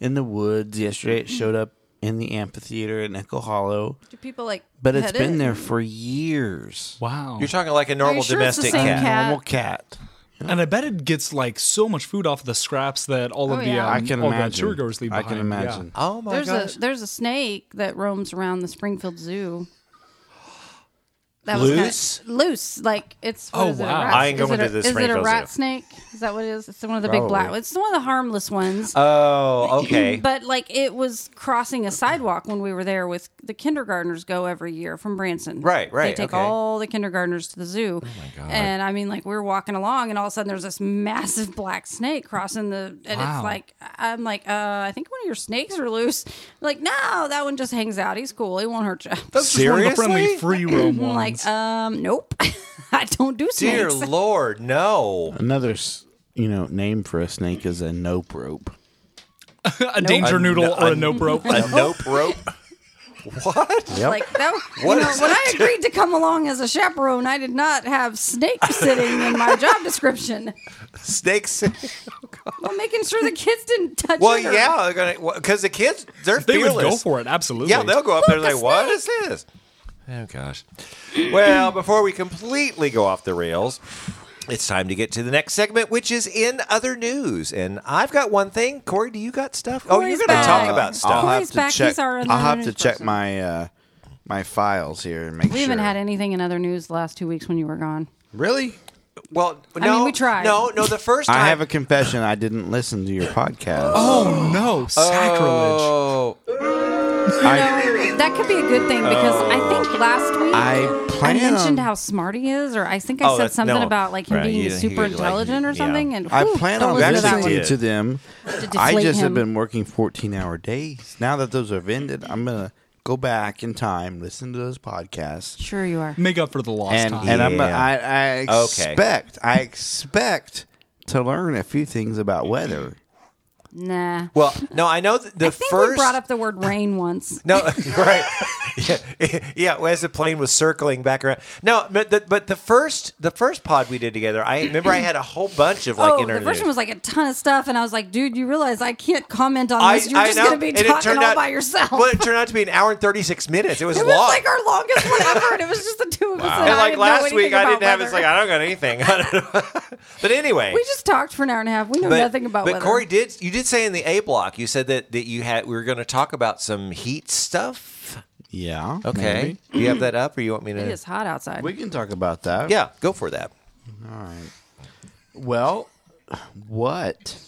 Speaker 2: in the woods. Yesterday it showed up in the amphitheater at Nickel Hollow.
Speaker 3: Do people like?
Speaker 2: But it's
Speaker 3: pet
Speaker 2: been
Speaker 3: it?
Speaker 2: there for years.
Speaker 4: Wow.
Speaker 1: You're talking like a normal
Speaker 3: sure it's the
Speaker 1: domestic
Speaker 3: same
Speaker 1: cat.
Speaker 3: cat?
Speaker 2: Normal cat.
Speaker 4: and I bet it gets like so much food off the scraps that all of
Speaker 3: Oh,
Speaker 4: the
Speaker 3: yeah.
Speaker 4: um,
Speaker 2: I can
Speaker 4: all
Speaker 2: imagine.
Speaker 4: the churgoers leave
Speaker 2: I
Speaker 4: behind.
Speaker 2: can imagine.
Speaker 1: Oh my
Speaker 3: there's
Speaker 1: gosh.
Speaker 3: a there's a snake that roams around the Springfield Zoo. That
Speaker 1: Loose?
Speaker 3: kinda, loose, like it's. what
Speaker 4: Oh,
Speaker 3: is it, a
Speaker 4: wow.
Speaker 3: rat-
Speaker 1: I ain't
Speaker 3: is
Speaker 1: going
Speaker 3: it a-
Speaker 1: to the
Speaker 3: Is it
Speaker 1: Springfield
Speaker 3: a rat
Speaker 1: Zoo.
Speaker 3: snake? Is that what it is? It's one of the big black.
Speaker 2: Probably.
Speaker 3: It's one of the harmless ones.
Speaker 1: oh, okay.
Speaker 3: but like it was crossing a sidewalk when we were there with the kindergartners go every year from Branson.
Speaker 1: Right, right,
Speaker 3: They take
Speaker 1: okay.
Speaker 3: all the kindergartners to the zoo. Oh my god! And I mean, like we were walking along, and all of a sudden there's this massive black snake crossing the, and
Speaker 4: Wow.
Speaker 3: it's like I'm like, uh, I think one of your snakes are loose. Like, no, that one just hangs out. He's cool. He won't hurt you.
Speaker 4: That's just one of the
Speaker 1: Seriously?
Speaker 4: friendly free
Speaker 3: I'm
Speaker 4: roam ones.
Speaker 3: like, um, nope, I don't do
Speaker 1: Dear
Speaker 3: snakes.
Speaker 1: Lord, no.
Speaker 2: Another, s- you know, name for a snake is a nope rope.
Speaker 3: uh,
Speaker 4: a danger noodle or a nope rope.
Speaker 1: A nope rope. What?
Speaker 3: Like that. you
Speaker 1: What
Speaker 3: know,
Speaker 1: is
Speaker 3: when
Speaker 1: that
Speaker 3: I agreed to come along as a chaperone, I did not have snakes sitting in my job description.
Speaker 1: Snakes.
Speaker 3: Well, making sure the kids didn't touch
Speaker 1: Well,
Speaker 3: it. or-
Speaker 1: yeah, they're gonna because the kids they're
Speaker 4: They
Speaker 1: fearless.
Speaker 4: would go for it, absolutely.
Speaker 1: Yeah, they'll go up there and
Speaker 3: Look, a
Speaker 1: like, what is this? Oh, gosh. Well, before we completely go off the rails, it's time to get to the next segment, which is in other news. And I've got one thing. Corey, do you got stuff? oh, you're
Speaker 3: Corey's
Speaker 1: going to talk
Speaker 3: back.
Speaker 1: about
Speaker 2: I'll
Speaker 1: stuff.
Speaker 3: Corey's
Speaker 2: have to
Speaker 3: back.
Speaker 2: check.
Speaker 3: He's our
Speaker 2: I'll have to
Speaker 3: anonymous
Speaker 2: check
Speaker 3: person.
Speaker 2: my uh, my files here and make
Speaker 3: We
Speaker 2: sure.
Speaker 3: haven't had anything in other news the last two weeks when you were gone.
Speaker 2: Really?
Speaker 1: Well, no,
Speaker 3: mean, we tried.
Speaker 1: No, no, the first time.
Speaker 2: I have a confession. I didn't listen to your podcast.
Speaker 4: oh no, sacrilege.
Speaker 1: Oh,
Speaker 2: I,
Speaker 3: That could be a good thing because I
Speaker 1: Oh.
Speaker 3: think last week
Speaker 2: I plan
Speaker 3: mentioned
Speaker 2: on-
Speaker 3: how smart he is, or I think I
Speaker 1: Oh,
Speaker 3: said
Speaker 1: that's-
Speaker 3: something
Speaker 1: no.
Speaker 3: about like him
Speaker 1: Right,
Speaker 3: being
Speaker 1: you- he
Speaker 3: super
Speaker 1: would, like,
Speaker 3: intelligent or
Speaker 1: yeah.
Speaker 3: something. And
Speaker 2: I
Speaker 3: whew,
Speaker 2: plan
Speaker 3: don't
Speaker 2: on
Speaker 3: listen to that
Speaker 1: actually-
Speaker 2: listening
Speaker 3: one.
Speaker 1: one.
Speaker 2: to them. I
Speaker 3: deflate
Speaker 2: just have
Speaker 3: him.
Speaker 2: been working 14 hour days. Now that those have ended, I'm going to go back in time, listen to those podcasts.
Speaker 3: Sure, you are.
Speaker 4: Make up for the lost
Speaker 2: And,
Speaker 4: time.
Speaker 2: and I'm,
Speaker 1: Yeah.
Speaker 2: I, I
Speaker 1: Okay.
Speaker 2: expect, I expect to learn a few things about weather.
Speaker 3: Nah.
Speaker 1: well, no, I know th- the
Speaker 3: I think
Speaker 1: first.
Speaker 3: we brought up the word rain once.
Speaker 1: No, right. Yeah, yeah. As the plane was circling back around. No, but the, but the first the first pod we did together, I remember I had a whole bunch of like
Speaker 3: oh, the
Speaker 1: internet news.
Speaker 3: first one was like a ton of stuff, and I was like, "Dude, you realize I can't comment on
Speaker 1: I,
Speaker 3: this. You're
Speaker 1: I
Speaker 3: just
Speaker 1: know,
Speaker 3: gonna be
Speaker 1: and it
Speaker 3: talking
Speaker 1: turned
Speaker 3: all
Speaker 1: out-
Speaker 3: by yourself."
Speaker 1: Well, it turned out to be an hour and thirty six minutes. It was
Speaker 3: It
Speaker 1: long.
Speaker 3: was like our longest one ever, and it was just the two of us. And,
Speaker 1: and
Speaker 3: I
Speaker 1: like
Speaker 3: didn't know
Speaker 1: last
Speaker 3: anything
Speaker 1: week, I
Speaker 3: about
Speaker 1: didn't have.
Speaker 3: weather.
Speaker 1: It's like I don't got anything. I don't know. but anyway,
Speaker 3: We just talked for an hour and a half. We know
Speaker 1: but,
Speaker 3: nothing about
Speaker 1: But
Speaker 3: weather.
Speaker 1: Corey did. You did say in the A block. You said that that you had. We were going to talk about some heat stuff.
Speaker 2: Yeah.
Speaker 1: Okay.
Speaker 2: maybe.
Speaker 1: Do you have that up, or you want me to?
Speaker 3: it is hot outside.
Speaker 2: We can talk about that.
Speaker 1: Yeah, go for that.
Speaker 2: All right. Well, what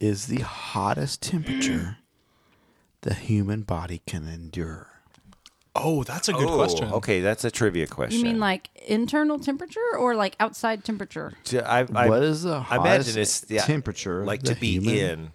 Speaker 2: is the hottest temperature the human body can endure?
Speaker 4: Oh, that's a good
Speaker 1: Oh,
Speaker 4: question.
Speaker 1: Okay, that's a trivia question.
Speaker 3: You mean like internal temperature or like outside temperature?
Speaker 1: To- I, I,
Speaker 2: what is the
Speaker 1: I
Speaker 2: hottest
Speaker 1: imagine it's the,
Speaker 2: temperature
Speaker 1: like
Speaker 2: the
Speaker 1: to be
Speaker 2: human-
Speaker 1: in?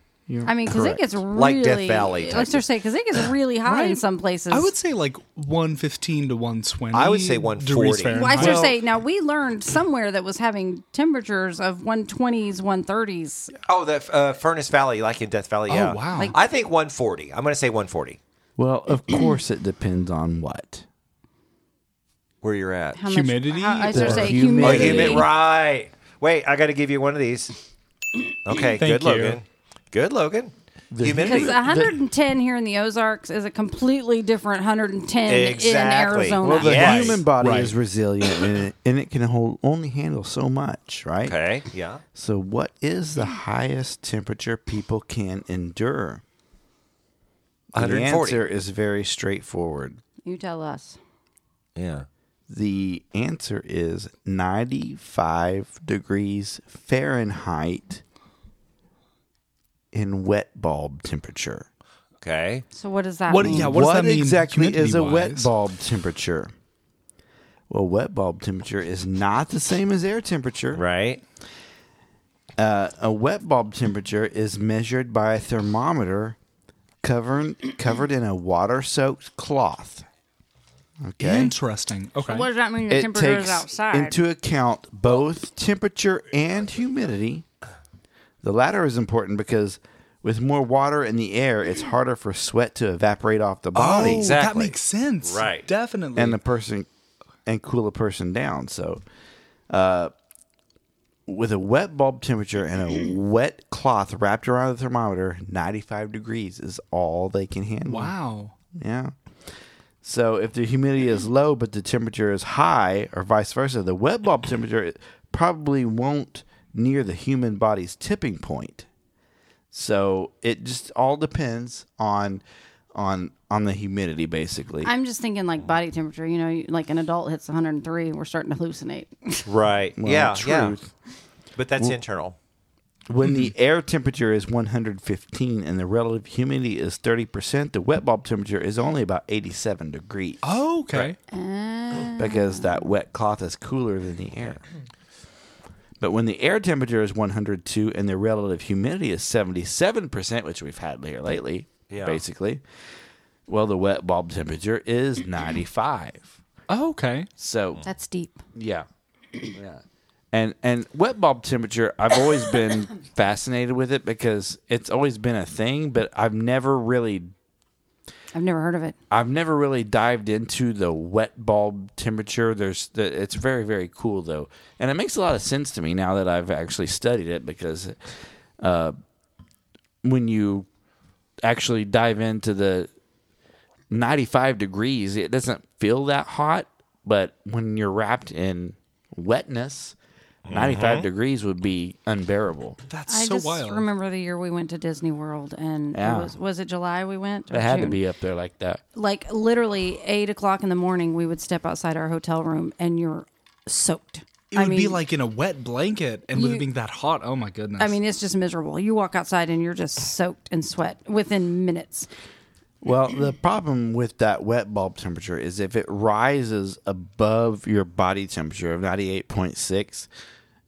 Speaker 3: I mean, because it gets really
Speaker 1: Like Death Valley type
Speaker 3: Let's
Speaker 1: of-
Speaker 3: just say because it gets really hot in some places.
Speaker 4: I would say like 115 to 120.
Speaker 1: I would say 140.
Speaker 4: degrees Fahrenheit.
Speaker 3: Well, I was
Speaker 1: Well-
Speaker 3: just say now we learned somewhere that was having temperatures of 120s, 130s.
Speaker 1: Oh, that uh, Furnace Valley, like in Death Valley.
Speaker 4: Oh,
Speaker 1: yeah.
Speaker 4: wow. Like-
Speaker 1: I think 140. I'm going to say 140.
Speaker 2: Well, of course, it depends on what.
Speaker 1: Where you're at?
Speaker 3: How much-
Speaker 4: Humidity
Speaker 3: how- I was just
Speaker 2: or-
Speaker 3: say
Speaker 1: Oh,
Speaker 2: Humidity.
Speaker 3: humidity.
Speaker 1: humid, right? Wait, I got to give you one of these. Okay,
Speaker 4: Thank
Speaker 1: good
Speaker 4: you.
Speaker 1: Logan. Good Logan. Humidity.
Speaker 3: Because 110 here in the Ozarks is a completely different 110 in
Speaker 1: Exactly.
Speaker 3: Arizona.
Speaker 1: Well,
Speaker 2: The
Speaker 1: Yes.
Speaker 2: human body
Speaker 4: Right.
Speaker 2: is resilient and it, and it can hold, only handle so much, right?
Speaker 1: Okay, yeah.
Speaker 2: So, what is the highest temperature people can endure? The
Speaker 1: 140.
Speaker 2: answer is very straightforward.
Speaker 3: you tell us.
Speaker 1: Yeah.
Speaker 2: The answer is 95 degrees Fahrenheit in wet bulb temperature.
Speaker 1: Okay.
Speaker 3: So what does that
Speaker 4: What-
Speaker 3: mean?
Speaker 4: yeah, what does that mean
Speaker 2: exactly is a wet
Speaker 4: humidity-wise?
Speaker 2: bulb temperature? Well, wet bulb temperature is not the same as air temperature.
Speaker 1: Right.
Speaker 2: Uh, a wet bulb temperature is measured by a thermometer covered covered in a water-soaked cloth. Okay.
Speaker 4: Interesting. Okay.
Speaker 3: What does that mean? The
Speaker 2: it
Speaker 3: temperature
Speaker 2: takes
Speaker 3: is outside.
Speaker 2: into account both temperature and humidity. The latter is important because with more water in the air, it's harder for sweat to evaporate off the
Speaker 4: Oh,
Speaker 2: body
Speaker 4: that
Speaker 1: Exactly.
Speaker 4: makes sense.
Speaker 1: Right.
Speaker 4: Definitely.
Speaker 2: and the person and cool a person down. So, uh, with a wet bulb temperature and a wet cloth wrapped around the thermometer, 95 degrees is all they can handle.
Speaker 4: wow.
Speaker 2: Yeah. So if the humidity is low but the temperature is high, or vice versa, the wet bulb temperature probably won't near the human body's tipping point. So it just all depends on on on the humidity, basically.
Speaker 3: I'm just thinking like body temperature. You know, you- like an adult hits 103, we're starting to hallucinate.
Speaker 1: Right.
Speaker 2: Well,
Speaker 1: yeah.
Speaker 2: truth.
Speaker 1: Yeah. But that's internal.
Speaker 2: When the air temperature is 115 and the relative humidity is 30%, the wet bulb temperature is only about 87 degrees
Speaker 3: Oh,
Speaker 4: okay.
Speaker 3: Eh.
Speaker 2: because that wet cloth is cooler than the air. But when the air temperature is 102 and the relative humidity is 77%, which we've had here lately,
Speaker 1: Yeah.
Speaker 2: basically, well, the wet bulb temperature is 95.
Speaker 4: Oh, okay.
Speaker 2: So
Speaker 3: That's deep.
Speaker 2: yeah. Yeah. And and wet bulb temperature, I've always been fascinated with it because it's always been a thing, but I've never really
Speaker 3: I've never heard of it.
Speaker 2: I've never really dived into the wet bulb temperature. There's the, it's very very cool though, and it makes a lot of sense to me now that I've actually studied it because uh, when you actually dive into the 95 degrees, it doesn't feel that hot, but when you're wrapped in wetness, 95 degrees would be unbearable.
Speaker 4: That's
Speaker 3: I
Speaker 4: so
Speaker 3: just
Speaker 4: wild.
Speaker 3: remember the year we went to Disney World, and
Speaker 2: Yeah.
Speaker 3: it was was it July we went? Or
Speaker 2: It had to
Speaker 3: June?
Speaker 2: be up there like that.
Speaker 3: Like literally eight o'clock in the morning, we would step outside our hotel room, and you're soaked.
Speaker 4: it
Speaker 3: I
Speaker 4: would be
Speaker 3: mean-
Speaker 4: like in a wet blanket, and with it
Speaker 3: You-
Speaker 4: being that hot, oh my goodness.
Speaker 3: I mean, it's just miserable. You walk outside and you're just soaked in sweat within minutes.
Speaker 2: Well, the problem with that wet bulb temperature is if it rises above your body temperature of 98.6,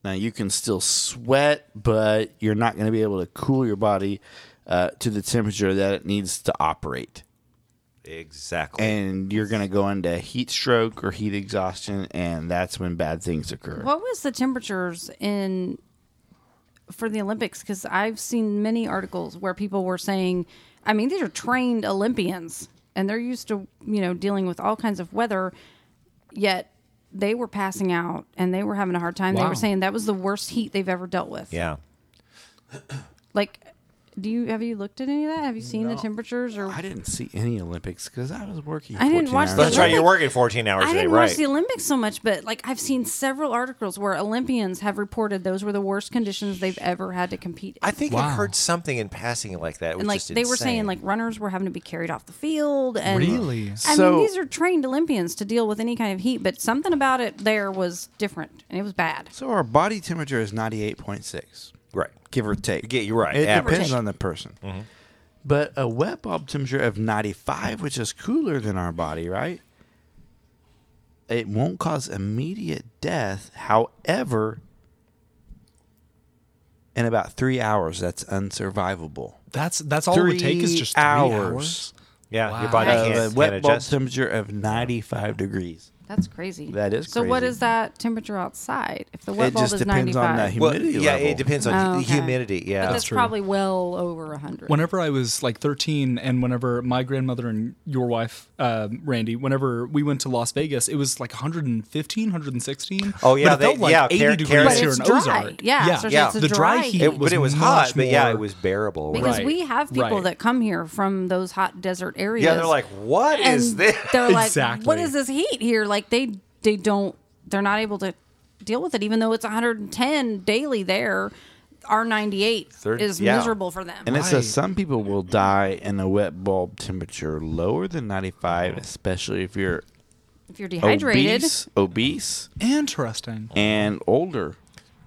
Speaker 2: now you can still sweat, but you're not going to be able to cool your body uh, to the temperature that it needs to operate.
Speaker 1: Exactly.
Speaker 2: And you're going to go into heat stroke or heat exhaustion, and that's when bad things occur.
Speaker 3: What was the temperatures in for the Olympics? Because I've seen many articles where people were saying, I mean, these are trained Olympians and they're used to you know dealing with all kinds of weather, yet they were passing out and they were having a hard time. They
Speaker 4: Wow.
Speaker 3: were saying that was the worst heat they've ever dealt with.
Speaker 1: yeah.
Speaker 3: Like Do you have you looked at any of that? Have you seen the temperatures or?
Speaker 2: I didn't see any Olympics because I was working.
Speaker 3: I didn't
Speaker 2: 14
Speaker 3: watch
Speaker 2: hours
Speaker 3: the
Speaker 2: a
Speaker 1: That's right.
Speaker 2: day.
Speaker 1: You're working 14 hours
Speaker 3: I
Speaker 1: a day,
Speaker 3: didn't
Speaker 1: right?
Speaker 3: watch the Olympics so much, but like I've seen several articles where Olympians have reported those were the worst conditions they've ever had to compete in.
Speaker 1: I think
Speaker 4: Wow.
Speaker 1: I've heard something in passing like that. It was
Speaker 3: and like
Speaker 1: just
Speaker 3: they were saying
Speaker 1: insane.
Speaker 3: like runners were having to be carried off the field and
Speaker 4: Really?
Speaker 3: I
Speaker 2: So-
Speaker 3: mean these are trained Olympians to deal with any kind of heat, but something about it there was different and it was bad.
Speaker 2: So our body temperature is 98.6,
Speaker 1: right.
Speaker 2: give or take.
Speaker 1: Yeah, you're right,
Speaker 2: It
Speaker 1: average.
Speaker 2: depends on the person.
Speaker 1: Mm-hmm.
Speaker 2: But a wet bulb temperature of 95, which is cooler than our body, right? It won't cause immediate death. However, in about three hours, that's unsurvivable.
Speaker 4: That's that's all it would take is just three hours.
Speaker 1: Yeah, your
Speaker 4: Wow.
Speaker 1: body
Speaker 4: Uh,
Speaker 2: A
Speaker 1: can't,
Speaker 2: a
Speaker 1: can't
Speaker 2: wet bulb
Speaker 1: adjust.
Speaker 2: temperature of 95 degrees.
Speaker 3: That's crazy.
Speaker 2: That is
Speaker 3: So what
Speaker 2: crazy.
Speaker 3: is that temperature outside? If the wet
Speaker 2: it
Speaker 3: bulb
Speaker 2: just
Speaker 3: is
Speaker 2: depends
Speaker 3: 95.
Speaker 2: on the
Speaker 1: Well,
Speaker 2: humidity
Speaker 1: yeah,
Speaker 2: level.
Speaker 1: it depends on
Speaker 3: Oh,
Speaker 1: hu-
Speaker 3: okay.
Speaker 1: humidity. Yeah,
Speaker 3: But that's
Speaker 4: true.
Speaker 3: probably well over 100.
Speaker 4: Whenever I was like 13, and whenever my grandmother and your wife, um, Randy, whenever we went to Las Vegas, it was like 115, 116.
Speaker 1: Oh, yeah,
Speaker 4: but it
Speaker 1: they-
Speaker 4: felt like
Speaker 1: yeah,
Speaker 4: 80
Speaker 1: Karen-
Speaker 4: degrees
Speaker 1: Karen- But
Speaker 4: here
Speaker 3: it's
Speaker 4: in
Speaker 3: dry.
Speaker 4: Ozark.
Speaker 3: Yeah, so it's-
Speaker 1: Yeah. it's a
Speaker 4: the dry,
Speaker 3: dry
Speaker 4: heat.
Speaker 3: heat.
Speaker 1: it, but it was hot.
Speaker 4: much
Speaker 1: But yeah,
Speaker 4: more-
Speaker 1: it was bearable.
Speaker 3: because
Speaker 4: Right,
Speaker 3: we have people
Speaker 4: right.
Speaker 3: that come here from those hot desert areas.
Speaker 1: Yeah, they're like, what
Speaker 3: and
Speaker 1: is this?
Speaker 3: They're like,
Speaker 4: Exactly.
Speaker 3: what is this heat here? Like they they don't they're not able to deal with it, even though it's 110 daily there. R 98
Speaker 1: They're-
Speaker 3: is
Speaker 1: yeah.
Speaker 3: miserable for them.
Speaker 2: And it
Speaker 4: Right.
Speaker 2: says some people will die in a wet bulb temperature lower than 95, especially if you're
Speaker 3: if you're dehydrated,
Speaker 2: obese, obese,
Speaker 4: Interesting.
Speaker 2: and older.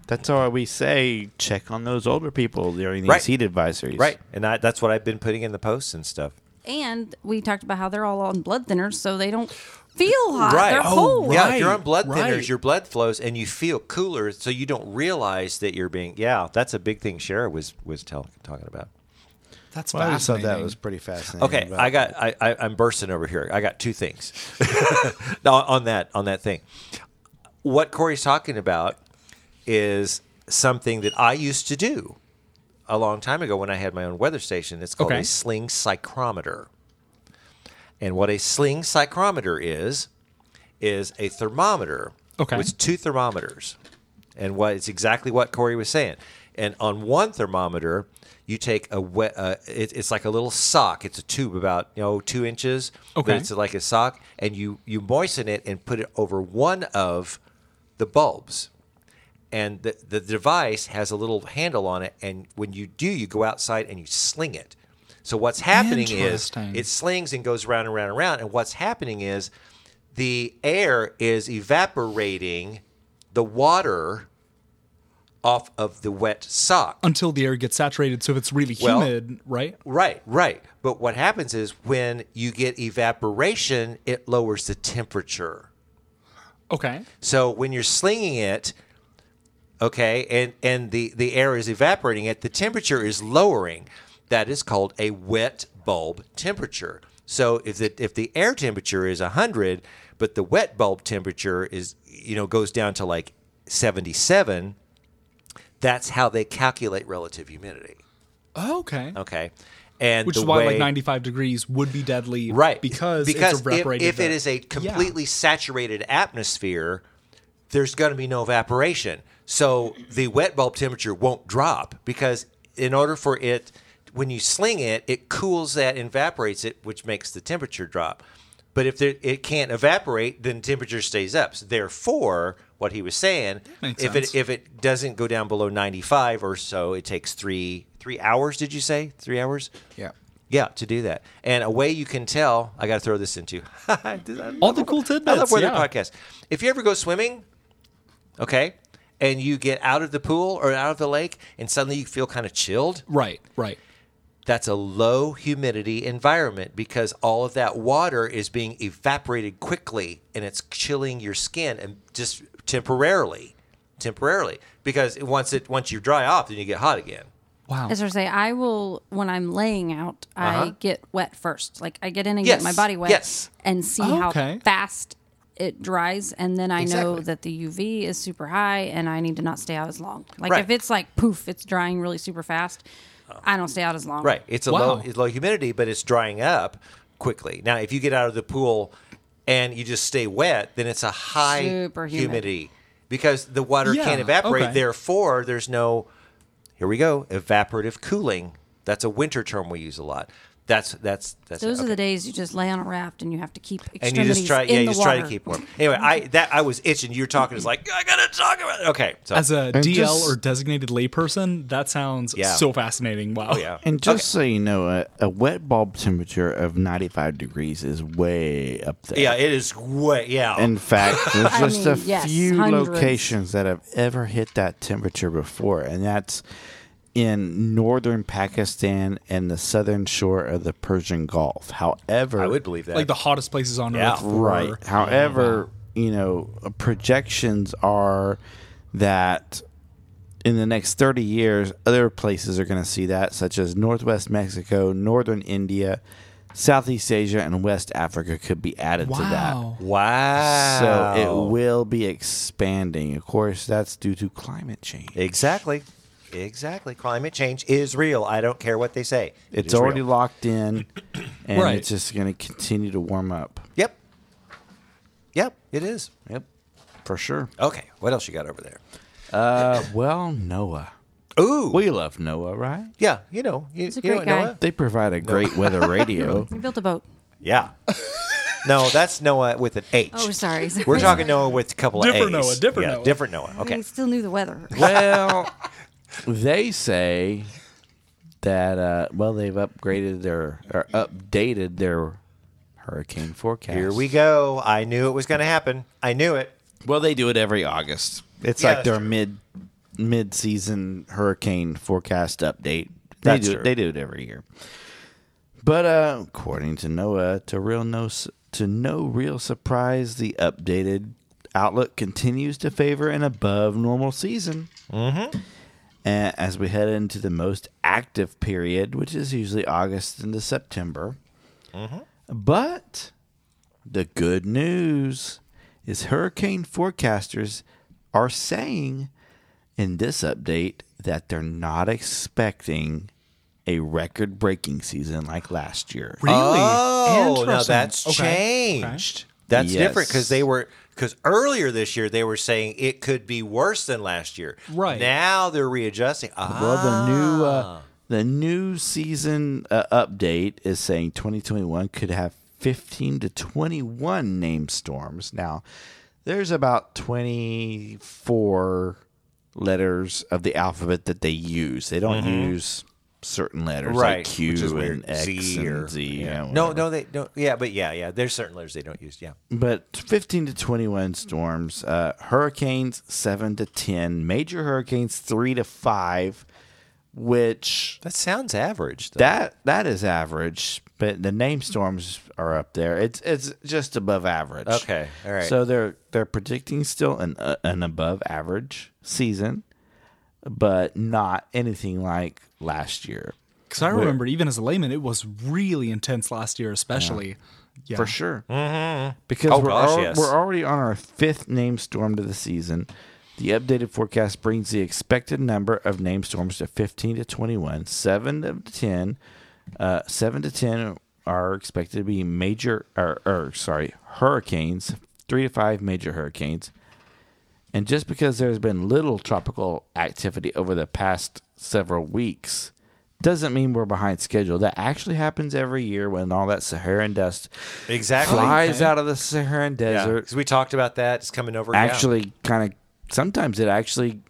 Speaker 2: That's why we say check on those older people during these
Speaker 1: Right.
Speaker 2: heat advisories.
Speaker 1: Right, and I, that's what I've been putting in the posts and stuff.
Speaker 3: and we talked about how they're all on blood thinners, so they don't feel hot.
Speaker 1: Right.
Speaker 3: Ah, They're
Speaker 1: Oh,
Speaker 3: cold.
Speaker 1: Yeah, if
Speaker 4: Right,
Speaker 1: you're on blood
Speaker 4: right.
Speaker 1: thinners, your blood flows, and you feel cooler, so you don't realize that you're being. Yeah, that's a big thing. Shara was was tell, talking about.
Speaker 4: That's
Speaker 2: Well, I just thought
Speaker 4: fascinating.
Speaker 2: that was pretty fascinating.
Speaker 1: Okay,
Speaker 2: but-
Speaker 1: I got I, I I'm bursting over here. I got two things no, on that on that thing. What Corey's talking about is something that I used to do a long time ago when I had my own weather station. It's called
Speaker 4: Okay.
Speaker 1: a sling psychrometer. And what a sling psychrometer is is a thermometer
Speaker 4: Okay.
Speaker 1: with two thermometers. And what it's exactly what Corey was saying. And on one thermometer, you take a wet. Uh, it, it's like a little sock. It's a tube about you know two inches. but
Speaker 4: Okay.
Speaker 1: It's like a sock, and you you moisten it and put it over one of the bulbs. And the, the device has a little handle on it, and when you do, you go outside and you sling it. So what's happening is
Speaker 4: Interesting.
Speaker 1: it slings and goes round and round and round. And what's happening is the air is evaporating the water off of the wet sock.
Speaker 4: Until the air gets saturated, so if it's really
Speaker 1: Well-
Speaker 4: humid, right?
Speaker 1: Right, right. But what happens is when you get evaporation, it lowers the temperature.
Speaker 4: Okay.
Speaker 1: So when you're slinging it, okay, and and the the air is evaporating it, the temperature is lowering. That is called a wet bulb temperature. So if the if the air temperature is 100, but the wet bulb temperature is you know goes down to like 77, that's how they calculate relative humidity.
Speaker 4: Okay.
Speaker 1: Okay. And
Speaker 4: Which
Speaker 1: uh, the
Speaker 4: is why like
Speaker 1: way-
Speaker 4: 95 degrees would be deadly,
Speaker 1: right
Speaker 4: Because,
Speaker 1: because
Speaker 4: it's evaporated.
Speaker 1: if, if it is a completely saturated atmosphere there's going to be no evaporation so the wet bulb temperature won't drop because in order for it when you sling it it cools that and evaporates it which makes the temperature drop but if there, it can't evaporate then temperature stays up so therefore what he was saying
Speaker 4: Makes
Speaker 1: if
Speaker 4: sense.
Speaker 1: it if it doesn't go down below 95 or so it takes 3 3 hours did you say 3 hours
Speaker 2: Yeah.
Speaker 1: yeah, to do that. And a way you can tell, I got to throw this into
Speaker 4: all the cool
Speaker 1: I love
Speaker 4: tidbits.
Speaker 1: weather
Speaker 4: yeah.
Speaker 1: podcasts. If you ever go swimming, okay, and you get out of the pool or out of the lake and suddenly you feel kind of chilled,
Speaker 4: Right, right.
Speaker 1: that's a low humidity environment because all of that water is being evaporated quickly and it's chilling your skin and just temporarily, temporarily because once it once you dry off, then you get hot again.
Speaker 4: Wow.
Speaker 3: As I say, I will when I'm laying out, I get wet first. Like I get in and
Speaker 1: Uh-huh. Yes,
Speaker 3: get my body wet
Speaker 1: yes.
Speaker 3: and see
Speaker 4: Okay.
Speaker 3: how fast it dries, and then I know
Speaker 1: Exactly.
Speaker 3: that the UV is super high, and I need to not stay out as long. Like
Speaker 1: Right.
Speaker 3: if it's like poof, it's drying really super fast, I don't stay out as long.
Speaker 1: Right. It's a
Speaker 4: Wow.
Speaker 1: low it's low humidity, but it's drying up quickly. Now, if you get out of the pool and you just stay wet, then it's a high
Speaker 3: Super humid.
Speaker 1: humidity because the water
Speaker 4: Yeah,
Speaker 1: can't evaporate.
Speaker 4: okay.
Speaker 1: Therefore, there's no here we go evaporative cooling That's a winter term we use a lot. That's that's that's
Speaker 3: Those
Speaker 1: okay.
Speaker 3: are the days you just lay on a raft and you have to keep
Speaker 1: and
Speaker 3: extremities
Speaker 1: you just try,
Speaker 3: in
Speaker 1: yeah, you
Speaker 3: the
Speaker 1: just
Speaker 3: water.
Speaker 1: try to keep warm. Anyway, I that I was itching. You're talking. It's like I gotta talk about. It. Okay, so
Speaker 4: As a
Speaker 2: And
Speaker 4: DL
Speaker 2: just-
Speaker 4: or designated layperson, that sounds
Speaker 1: Yeah.
Speaker 4: so fascinating. Wow.
Speaker 1: oh yeah,
Speaker 2: And just so you know, a, a wet bulb temperature of 95 degrees is way up there.
Speaker 1: yeah, it is way yeah.
Speaker 2: In fact, there's
Speaker 3: I
Speaker 2: just a
Speaker 3: mean, yes,
Speaker 2: few
Speaker 3: hundreds.
Speaker 2: locations that have ever hit that temperature before, and that's in northern Pakistan and the southern shore of the Persian Gulf. However,
Speaker 1: I would believe that.
Speaker 4: Like the hottest places on
Speaker 1: Yeah.
Speaker 4: earth. For,
Speaker 2: Right. However, you know, uh, projections are that in the next 30 years, other places are going to see that, such as Northwest Mexico, Northern India, Southeast Asia, and West Africa could be added to that.
Speaker 4: Wow.
Speaker 1: wow.
Speaker 2: So it will be expanding. Of course, that's due to climate change.
Speaker 1: exactly, exactly. Climate change is real. I don't care what they say. It
Speaker 2: it's
Speaker 1: is
Speaker 2: already
Speaker 1: real.
Speaker 2: locked in, and
Speaker 4: Right.
Speaker 2: it's just going to continue to warm up.
Speaker 1: Yep. Yep. It is.
Speaker 2: Yep, for sure.
Speaker 1: Okay. What else you got over there?
Speaker 2: Uh, well, Noah.
Speaker 1: Ooh.
Speaker 2: We love Noah, right?
Speaker 1: yeah. You know. You,
Speaker 3: He's a
Speaker 1: you know
Speaker 3: great
Speaker 1: what,
Speaker 3: guy.
Speaker 1: Noah?
Speaker 2: They provide a great weather radio.
Speaker 3: We built a boat.
Speaker 1: Yeah. no, that's Noah with an H.
Speaker 3: Oh, sorry. sorry.
Speaker 1: We're talking Noah with a couple
Speaker 4: Different
Speaker 1: of A's.
Speaker 4: Noah, different
Speaker 1: yeah,
Speaker 4: Noah.
Speaker 1: Different Noah.
Speaker 3: I
Speaker 1: Okay.
Speaker 3: still knew the weather.
Speaker 2: well, they say that uh, well they've upgraded their or updated their hurricane forecast.
Speaker 1: Here we go. I knew it was going to happen. I knew it.
Speaker 2: Well, they do it every August. It's
Speaker 1: Yeah,
Speaker 2: like
Speaker 1: that's
Speaker 2: their
Speaker 1: true.
Speaker 2: mid mid season hurricane forecast update. They
Speaker 1: That's
Speaker 2: do
Speaker 1: true.
Speaker 2: it, they do it every year. But uh, according to Noah, to real no s- to no real surprise, the updated outlook continues to favor an above normal season. Mm-hmm. And as we head into the most active period, which is usually August into September, but the good news is hurricane forecasters are saying in this update that they're not expecting a record breaking season like last year.
Speaker 4: Really?
Speaker 1: Oh, now
Speaker 4: Interesting.
Speaker 1: that's
Speaker 4: Okay. Okay.
Speaker 1: changed. That's
Speaker 2: Yes.
Speaker 1: different because they were because earlier this year they were saying it could be worse than last year.
Speaker 4: Right.
Speaker 1: now they're readjusting. Ah,
Speaker 2: Well, the new uh, the new season uh, update is saying 2021 could have 15 to 21 named storms. Now, there's about 24 letters of the alphabet that they use. They don't use certain letters like
Speaker 1: Mm-hmm. right,
Speaker 2: Q
Speaker 1: which is
Speaker 2: and
Speaker 1: weird.
Speaker 2: X
Speaker 1: Z
Speaker 2: and
Speaker 1: or-
Speaker 2: Z.
Speaker 1: yeah.
Speaker 2: and
Speaker 1: No,
Speaker 2: whatever.
Speaker 1: no, they don't. Yeah, but yeah, yeah. There's certain letters they don't use. Yeah.
Speaker 2: But 15 to 21 storms, uh, hurricanes 7 to 10, major hurricanes 3 to 5, which
Speaker 1: That sounds average. Though.
Speaker 2: That that is average, but the name storms are up there. It's it's just above average.
Speaker 1: Okay, all right.
Speaker 2: So they're they're predicting still an uh, an above average season, but not anything like last year
Speaker 4: Because I remember, even as a layman, it was really intense last year, especially. Yeah.
Speaker 2: for sure. Mm-hmm. Because
Speaker 1: Oh,
Speaker 2: we're
Speaker 1: gosh,
Speaker 2: al-
Speaker 1: yes.
Speaker 2: we're already on our fifth name storm to the season. The updated forecast brings the expected number of name storms to 15 to 21, 7 to 10, Uh, seven to ten are expected to be major, or, or sorry, hurricanes. Three to five major hurricanes. And just because there's been little tropical activity over the past several weeks, doesn't mean we're behind schedule. That actually happens every year when all that Saharan dust
Speaker 1: Exactly.
Speaker 2: flies out of the Saharan
Speaker 1: Yeah,
Speaker 2: desert.
Speaker 1: 'cause we talked about that. It's coming over. yeah.
Speaker 2: Actually, kind of. Sometimes it actually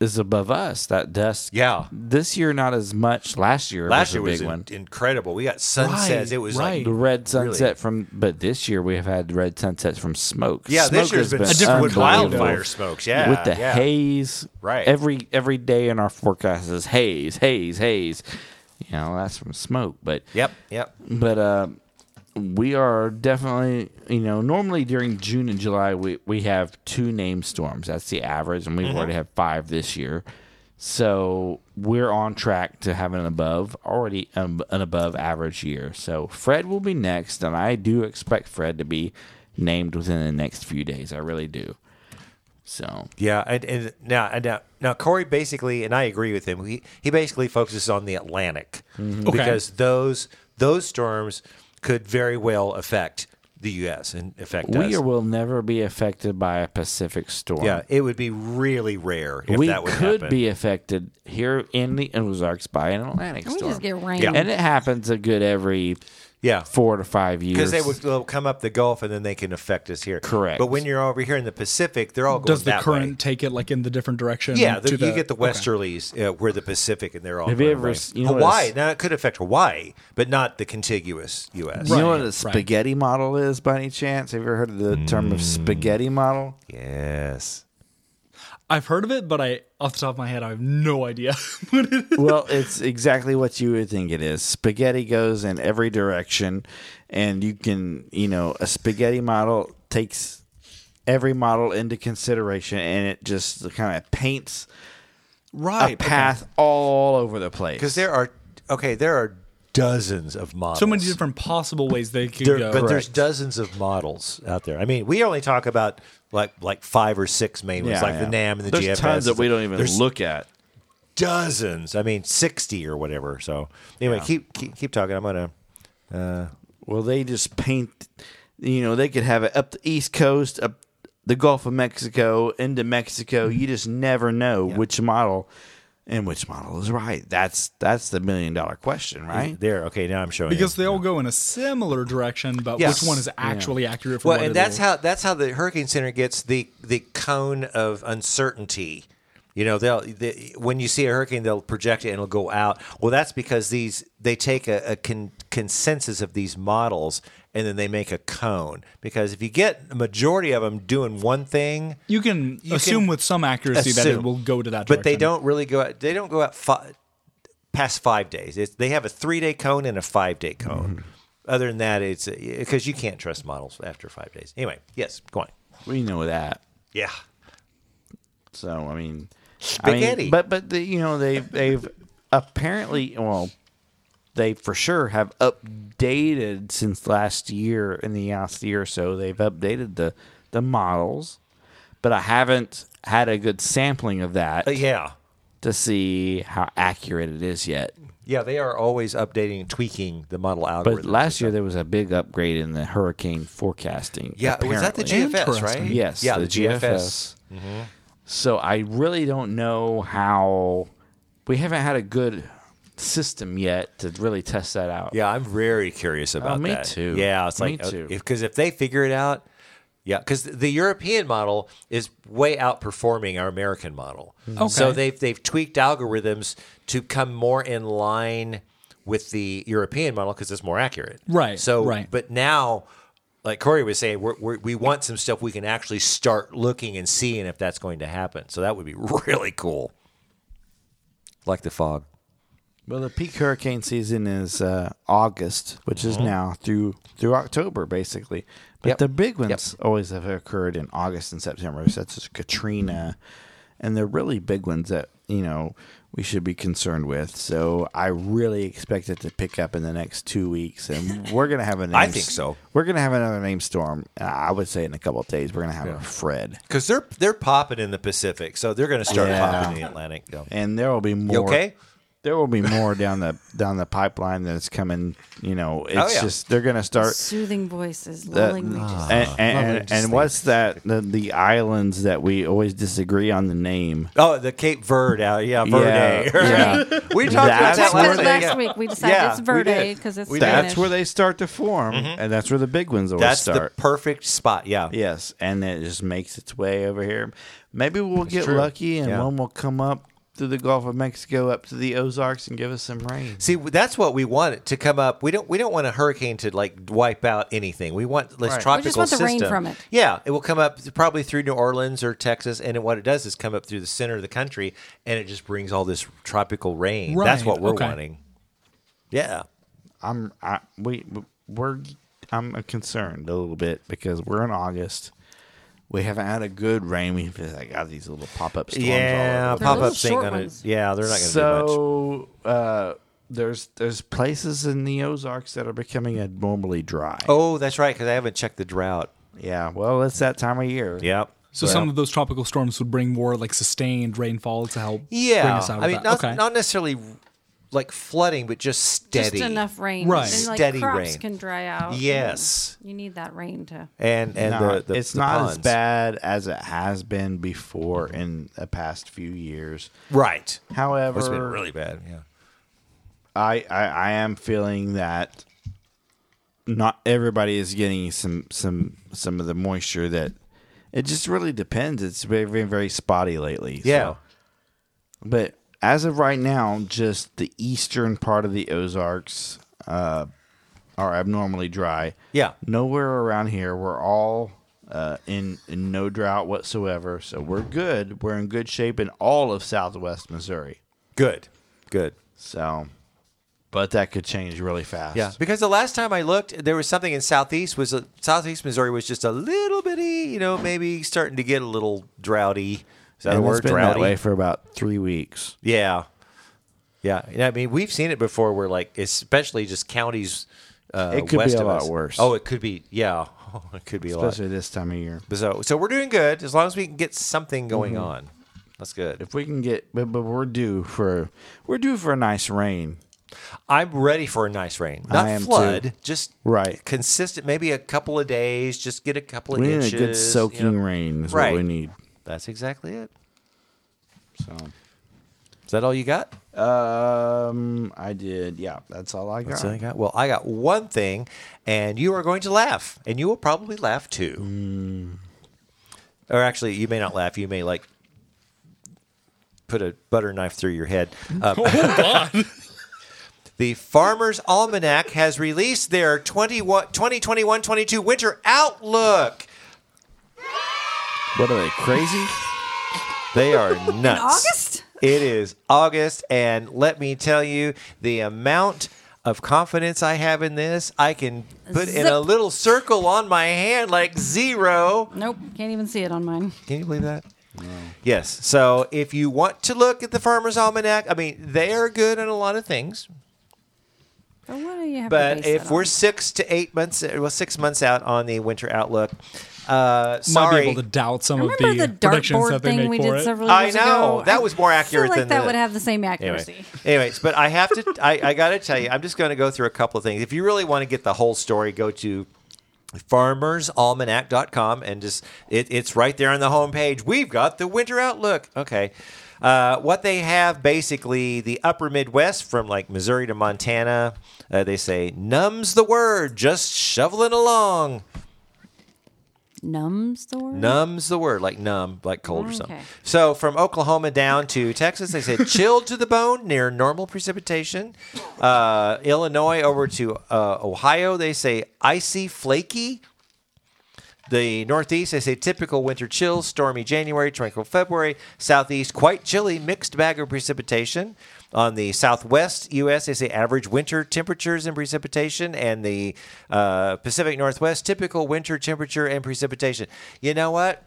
Speaker 2: is above us. That dust.
Speaker 1: Yeah.
Speaker 2: This year, not as much. Last year,
Speaker 1: last
Speaker 2: was a
Speaker 1: year was
Speaker 2: big
Speaker 1: in-
Speaker 2: one.
Speaker 1: incredible. We got sunsets.
Speaker 4: Right,
Speaker 1: it was
Speaker 4: right.
Speaker 1: like
Speaker 2: the red sunset from but this year we have had red sunsets from smoke
Speaker 1: yeah.
Speaker 2: Smoke
Speaker 1: This year's
Speaker 2: has
Speaker 1: been, with
Speaker 2: unbelievable.
Speaker 1: wildfire smokes. Yeah,
Speaker 2: with the
Speaker 1: yeah.
Speaker 2: haze
Speaker 1: Right.
Speaker 2: every every day in our forecast is haze haze haze you know that's from smoke but
Speaker 1: Yep, yep.
Speaker 2: but uh we are definitely you know normally during june and july we we have two name storms that's the average and we've
Speaker 1: Mm-hmm.
Speaker 2: already had five this year so we're on track to have an above already um, an above average year so fred will be next and i do expect fred to be named within the next few days i really do so
Speaker 1: Yeah, and, and now and now, now Corey basically, and I agree with him. He he basically focuses on the
Speaker 4: Mm-hmm.
Speaker 1: Atlantic because those those storms could very well affect the U.S. in effect does.
Speaker 2: We will never be affected by a Pacific storm.
Speaker 1: yeah, it would be really rare if
Speaker 2: we
Speaker 1: that would
Speaker 2: could
Speaker 1: happen.
Speaker 2: be affected here in the Ozarks by an Atlantic
Speaker 3: We
Speaker 2: storm.
Speaker 3: just get rain.
Speaker 1: Yeah.
Speaker 2: and it happens a good every
Speaker 1: yeah,
Speaker 2: four to five years.
Speaker 1: because they would they'll come up the Gulf and then they can affect us here.
Speaker 2: Correct.
Speaker 1: But when you're over here in the Pacific, they're all going
Speaker 4: Does the
Speaker 1: that
Speaker 4: current
Speaker 1: way.
Speaker 4: take it like in the different direction?
Speaker 1: Yeah, the,
Speaker 4: to
Speaker 1: you get the
Speaker 4: okay.
Speaker 1: westerlies uh, where the Pacific and they're all.
Speaker 2: Have you
Speaker 1: going
Speaker 2: ever
Speaker 1: away.
Speaker 2: s- you know what
Speaker 1: Hawaii?
Speaker 2: is-
Speaker 1: Now it could affect Hawaii, but not the contiguous U.S.
Speaker 2: You know what
Speaker 4: Right,
Speaker 2: a
Speaker 4: right.
Speaker 2: spaghetti model is by any chance? Have you ever heard of the term
Speaker 1: Mm.
Speaker 2: of spaghetti model?
Speaker 1: Yes.
Speaker 4: I've heard of it, but I off the top of my head, I have no idea what it is.
Speaker 2: well, it's exactly what you would think it is. Spaghetti goes in every direction, and you can, you know, a spaghetti model takes every model into consideration, and it just kind of paints
Speaker 4: Right,
Speaker 2: a path all over the place.
Speaker 1: Because there are okay, there are dozens of models.
Speaker 4: So many different possible ways they could
Speaker 1: There-
Speaker 4: go.
Speaker 1: but there's dozens of models out there. I mean, we only talk about like like five or six main ones,
Speaker 2: Yeah,
Speaker 1: like
Speaker 2: yeah.
Speaker 1: the NAM and the
Speaker 2: There's
Speaker 1: GFS.
Speaker 2: tons that we don't even
Speaker 1: There's
Speaker 2: look at.
Speaker 1: Dozens. I mean, sixty or whatever. So anyway, keep, keep keep talking. I'm gonna.
Speaker 2: Well, they just paint. You know, they could have it up the East Coast, up the Gulf of Mexico, into Mexico. You just never know which model and which model is right. That's that's the million dollar question, right?
Speaker 1: There. Okay. Now I'm showing. you.
Speaker 4: because they all go in a similar direction, but
Speaker 1: Yes.
Speaker 4: which one is actually accurate for
Speaker 1: Well,
Speaker 4: what
Speaker 1: and
Speaker 4: it
Speaker 1: that's
Speaker 4: is.
Speaker 1: how that's how the Hurricane Center gets the the cone of uncertainty. You know, they'll they, when you see a hurricane, they'll project it and it'll go out. Well, that's because these they take a, a con, consensus of these models and then they make a cone. Because if you get a majority of them doing one thing,
Speaker 4: you can
Speaker 1: you
Speaker 4: assume
Speaker 1: can
Speaker 4: with some accuracy that it
Speaker 1: assume.
Speaker 4: will go to that.
Speaker 1: but they
Speaker 4: direction.
Speaker 1: don't really go out. They don't go out fi- past five days. It's, they have a three day cone and a five day cone.
Speaker 2: Mm-hmm.
Speaker 1: Other than that, it's because you can't trust models after five days. Anyway, yes, go on.
Speaker 2: We know that.
Speaker 1: Yeah.
Speaker 2: So I mean, I
Speaker 1: Spaghetti.
Speaker 2: mean, but but the, you know they they've apparently well they for sure have updated since last year in the last year or so they've updated the the models, but I haven't had a good sampling of that
Speaker 1: Uh, yeah.
Speaker 2: to see how accurate it is yet.
Speaker 1: Yeah, they are always updating and tweaking the model algorithm.
Speaker 2: But last year there was a big upgrade in the hurricane forecasting.
Speaker 1: yeah, was that the
Speaker 2: apparently.
Speaker 1: GFS, right?
Speaker 4: Interesting.
Speaker 2: Yes,
Speaker 1: yeah,
Speaker 2: the, GFS.
Speaker 1: Mm-hmm.
Speaker 2: So I really don't know how we haven't had a good system yet to really test that out. Uh,
Speaker 1: Yeah, I'm very curious about
Speaker 2: me
Speaker 1: that.
Speaker 2: too.
Speaker 1: Yeah, it's
Speaker 2: Me
Speaker 1: like
Speaker 2: too.
Speaker 1: because if, they figure it out, yeah, because the European model is way outperforming our American model.
Speaker 2: Hmm.
Speaker 1: So
Speaker 4: Okay.
Speaker 1: they've they've tweaked algorithms to come more in line with the European model because it's more accurate.
Speaker 4: Right,
Speaker 1: So
Speaker 4: right.
Speaker 1: but now. Like Corey was saying, we're, we're, we want some stuff we can actually start looking and seeing if that's going to happen. So that would be really cool. Like the fog.
Speaker 2: Well, the peak hurricane season is uh, August, which is now through through October, basically. But
Speaker 1: Mm-hmm. Yep.
Speaker 2: the big ones always have occurred in August and September, such as Katrina, and the really big ones that you know we should be concerned with. So I really expect it to pick up in the next two weeks, and we're gonna have a name
Speaker 1: I think so.
Speaker 2: We're gonna have another name storm. Uh, I would say in a couple of days we're gonna have a Fred,
Speaker 1: Because they're they're popping in the Pacific, so they're going to start
Speaker 2: Yeah.
Speaker 1: popping in the Atlantic. Yeah.
Speaker 2: and there will be more.
Speaker 1: You okay?
Speaker 2: There will be more down the down the pipeline that's coming. You know, it's
Speaker 1: Oh, yeah. Ah.
Speaker 2: just they're gonna start.
Speaker 3: Soothing voices,
Speaker 2: that-
Speaker 3: lulling me to
Speaker 2: and and,
Speaker 1: Lovely
Speaker 2: and, and what's that? The, the islands that we always disagree on the name.
Speaker 1: Oh, the Cape Verde, uh, yeah, Verde.
Speaker 2: Yeah, yeah.
Speaker 1: we talked about that last,
Speaker 2: That's
Speaker 3: That's what
Speaker 1: week.
Speaker 2: where-
Speaker 3: last
Speaker 1: yeah.
Speaker 3: week we decided
Speaker 1: Yeah,
Speaker 3: it's
Speaker 1: we
Speaker 3: Verde
Speaker 1: did.
Speaker 3: because it's
Speaker 1: We did. Mm-hmm.
Speaker 3: Spanish.
Speaker 2: That's where they start to form, and that's where the big ones always
Speaker 1: That's the
Speaker 2: start.
Speaker 1: perfect spot. Yeah,
Speaker 2: yes, and it just makes its way over here. Maybe we'll get
Speaker 1: true.
Speaker 2: lucky, and
Speaker 1: Yeah.
Speaker 2: one will come up through the Gulf of Mexico up to the Ozarks and give us some rain.
Speaker 1: See, that's what we want it to come up. We don't. We don't want a hurricane to like wipe out anything. We want this
Speaker 2: Right.
Speaker 1: tropical
Speaker 3: We just want the rain
Speaker 1: system.
Speaker 3: from it.
Speaker 1: Yeah, it will come up probably through New Orleans or Texas, and it, what it does is come up through the center of the country, and it just brings all this tropical rain. That's
Speaker 4: Right,
Speaker 1: what we're
Speaker 4: okay.
Speaker 1: wanting. Yeah,
Speaker 2: I'm I we we're I'm concerned a little bit because we're in August. We haven't had a good rain. We've like got these little pop up storms. all
Speaker 1: yeah,
Speaker 2: over. the
Speaker 3: They're little
Speaker 1: pop ups ain't
Speaker 3: short
Speaker 1: gonna.
Speaker 3: ones.
Speaker 1: Yeah, they're not gonna do much.
Speaker 2: so uh, there's there's places in the Ozarks that are becoming abnormally dry.
Speaker 1: Oh, that's right, because I haven't checked the drought.
Speaker 2: yeah. Well, it's that time of year.
Speaker 1: Yep.
Speaker 4: So some of those tropical storms would bring more like sustained rainfall to help.
Speaker 1: yeah,
Speaker 4: bring us out
Speaker 1: I
Speaker 4: of
Speaker 1: mean,
Speaker 4: that.
Speaker 1: not,
Speaker 4: okay.
Speaker 1: not necessarily like flooding, but just steady.
Speaker 3: Just enough rain.
Speaker 4: Right.
Speaker 3: And like
Speaker 1: Steady
Speaker 3: crops
Speaker 1: rain.
Speaker 3: can dry out.
Speaker 1: Yes.
Speaker 3: You need that rain to.
Speaker 1: And and
Speaker 2: Nah,
Speaker 1: the, the
Speaker 2: it's
Speaker 1: the
Speaker 2: not as
Speaker 1: ponds.
Speaker 2: bad as it has been before in the past few years.
Speaker 1: Right.
Speaker 2: However,
Speaker 1: It's been really bad. Yeah.
Speaker 2: I, I I am feeling that not everybody is getting some some some of the moisture that it just really depends. It's very very, very spotty lately. so-
Speaker 1: Yeah.
Speaker 2: but as of right now, just the eastern part of the Ozarks uh, are abnormally dry.
Speaker 1: Yeah.
Speaker 2: Nowhere around here. We're all uh, in, in no drought whatsoever. So we're good. We're in good shape in all of southwest Missouri.
Speaker 1: Good. Good.
Speaker 2: So, but that could change really fast.
Speaker 1: Yeah, because the last time I looked, there was something in southeast was a, southeast Missouri was just a little bitty, you know, maybe starting to get a little droughty. Is that
Speaker 2: And
Speaker 1: a
Speaker 2: it's
Speaker 1: word?
Speaker 2: been
Speaker 1: Droughty.
Speaker 2: that way for about three weeks.
Speaker 1: Yeah, yeah. And I mean, we've seen it before, where like especially just counties. Uh,
Speaker 2: It could be
Speaker 1: west
Speaker 2: a
Speaker 1: of
Speaker 2: lot
Speaker 1: us.
Speaker 2: worse.
Speaker 1: Oh, it could be. Yeah, Oh, it could be a lot.
Speaker 2: Especially this time of year.
Speaker 1: So, so we're doing good as long as we can get something going
Speaker 2: Mm-hmm.
Speaker 1: on. That's good.
Speaker 2: If we can get, but, but we're due for, we're due for a nice rain.
Speaker 1: I'm ready for a nice rain,
Speaker 2: I am
Speaker 1: not
Speaker 2: too.
Speaker 1: flood, just
Speaker 2: Right.
Speaker 1: consistent. Maybe a couple of days, just get a couple of
Speaker 2: We need
Speaker 1: inches.
Speaker 2: a good soaking
Speaker 1: you know.
Speaker 2: rain is
Speaker 1: Right.
Speaker 2: what we need.
Speaker 1: That's exactly it.
Speaker 2: So.
Speaker 1: Is that all you got?
Speaker 2: Um, I did. Yeah, that's all I got.
Speaker 1: That's all I got. Well, I got one thing, and you are going to laugh, and you will probably laugh too. Or actually, you may not laugh. You may like put a butter knife through your head. Um, the Farmer's Almanac has released their 2021-22 winter outlook.
Speaker 2: What are they crazy?
Speaker 1: They are nuts.
Speaker 3: August?
Speaker 1: It is August, and let me tell you, the amount of confidence I have in this, I can put in
Speaker 3: Zip.
Speaker 1: a little circle on my hand like zero.
Speaker 3: Nope. Can't even see it on mine.
Speaker 1: Can you believe that? Yes. So if you want to look at the Farmer's Almanac, I mean, they are good on a lot of things.
Speaker 3: But what do you have to
Speaker 1: But
Speaker 3: base
Speaker 1: if
Speaker 3: that
Speaker 1: we're
Speaker 3: on?
Speaker 1: six to eight months, well, six months out on the winter outlook, uh, sorry.
Speaker 4: Might be able to doubt some of
Speaker 3: Remember the,
Speaker 4: predictions
Speaker 3: dartboard
Speaker 4: that they
Speaker 3: thing
Speaker 4: make
Speaker 3: we
Speaker 4: for
Speaker 3: did
Speaker 4: it.
Speaker 3: several
Speaker 1: I
Speaker 3: years
Speaker 1: know.
Speaker 3: ago?
Speaker 1: That was more
Speaker 3: I
Speaker 1: accurate
Speaker 3: feel like
Speaker 1: than
Speaker 3: that
Speaker 1: the-
Speaker 3: would have the same accuracy.
Speaker 1: Anyway. Anyways, but I have to. I, I got to tell you, I'm just going to go through a couple of things. If you really want to get the whole story, go to farmersalmanac.com and just it, it's right there on the homepage. We've got the winter outlook. Okay. Uh, what they have basically the upper Midwest from like Missouri to Montana, uh, they say numbs the word, just shoveling along.
Speaker 3: Numbs the word.
Speaker 1: Numbs the word, like numb, like cold or something.
Speaker 3: Okay.
Speaker 1: So from Oklahoma down to Texas, they said chilled to the bone near normal precipitation. Uh, Illinois over to uh, Ohio, they say icy, flaky. The Northeast, they say typical winter chills, stormy January, tranquil February. Southeast, quite chilly, mixed bag of precipitation. On the Southwest U.S., they say average winter temperatures and precipitation. And the uh, Pacific Northwest, typical winter temperature and precipitation. You know what?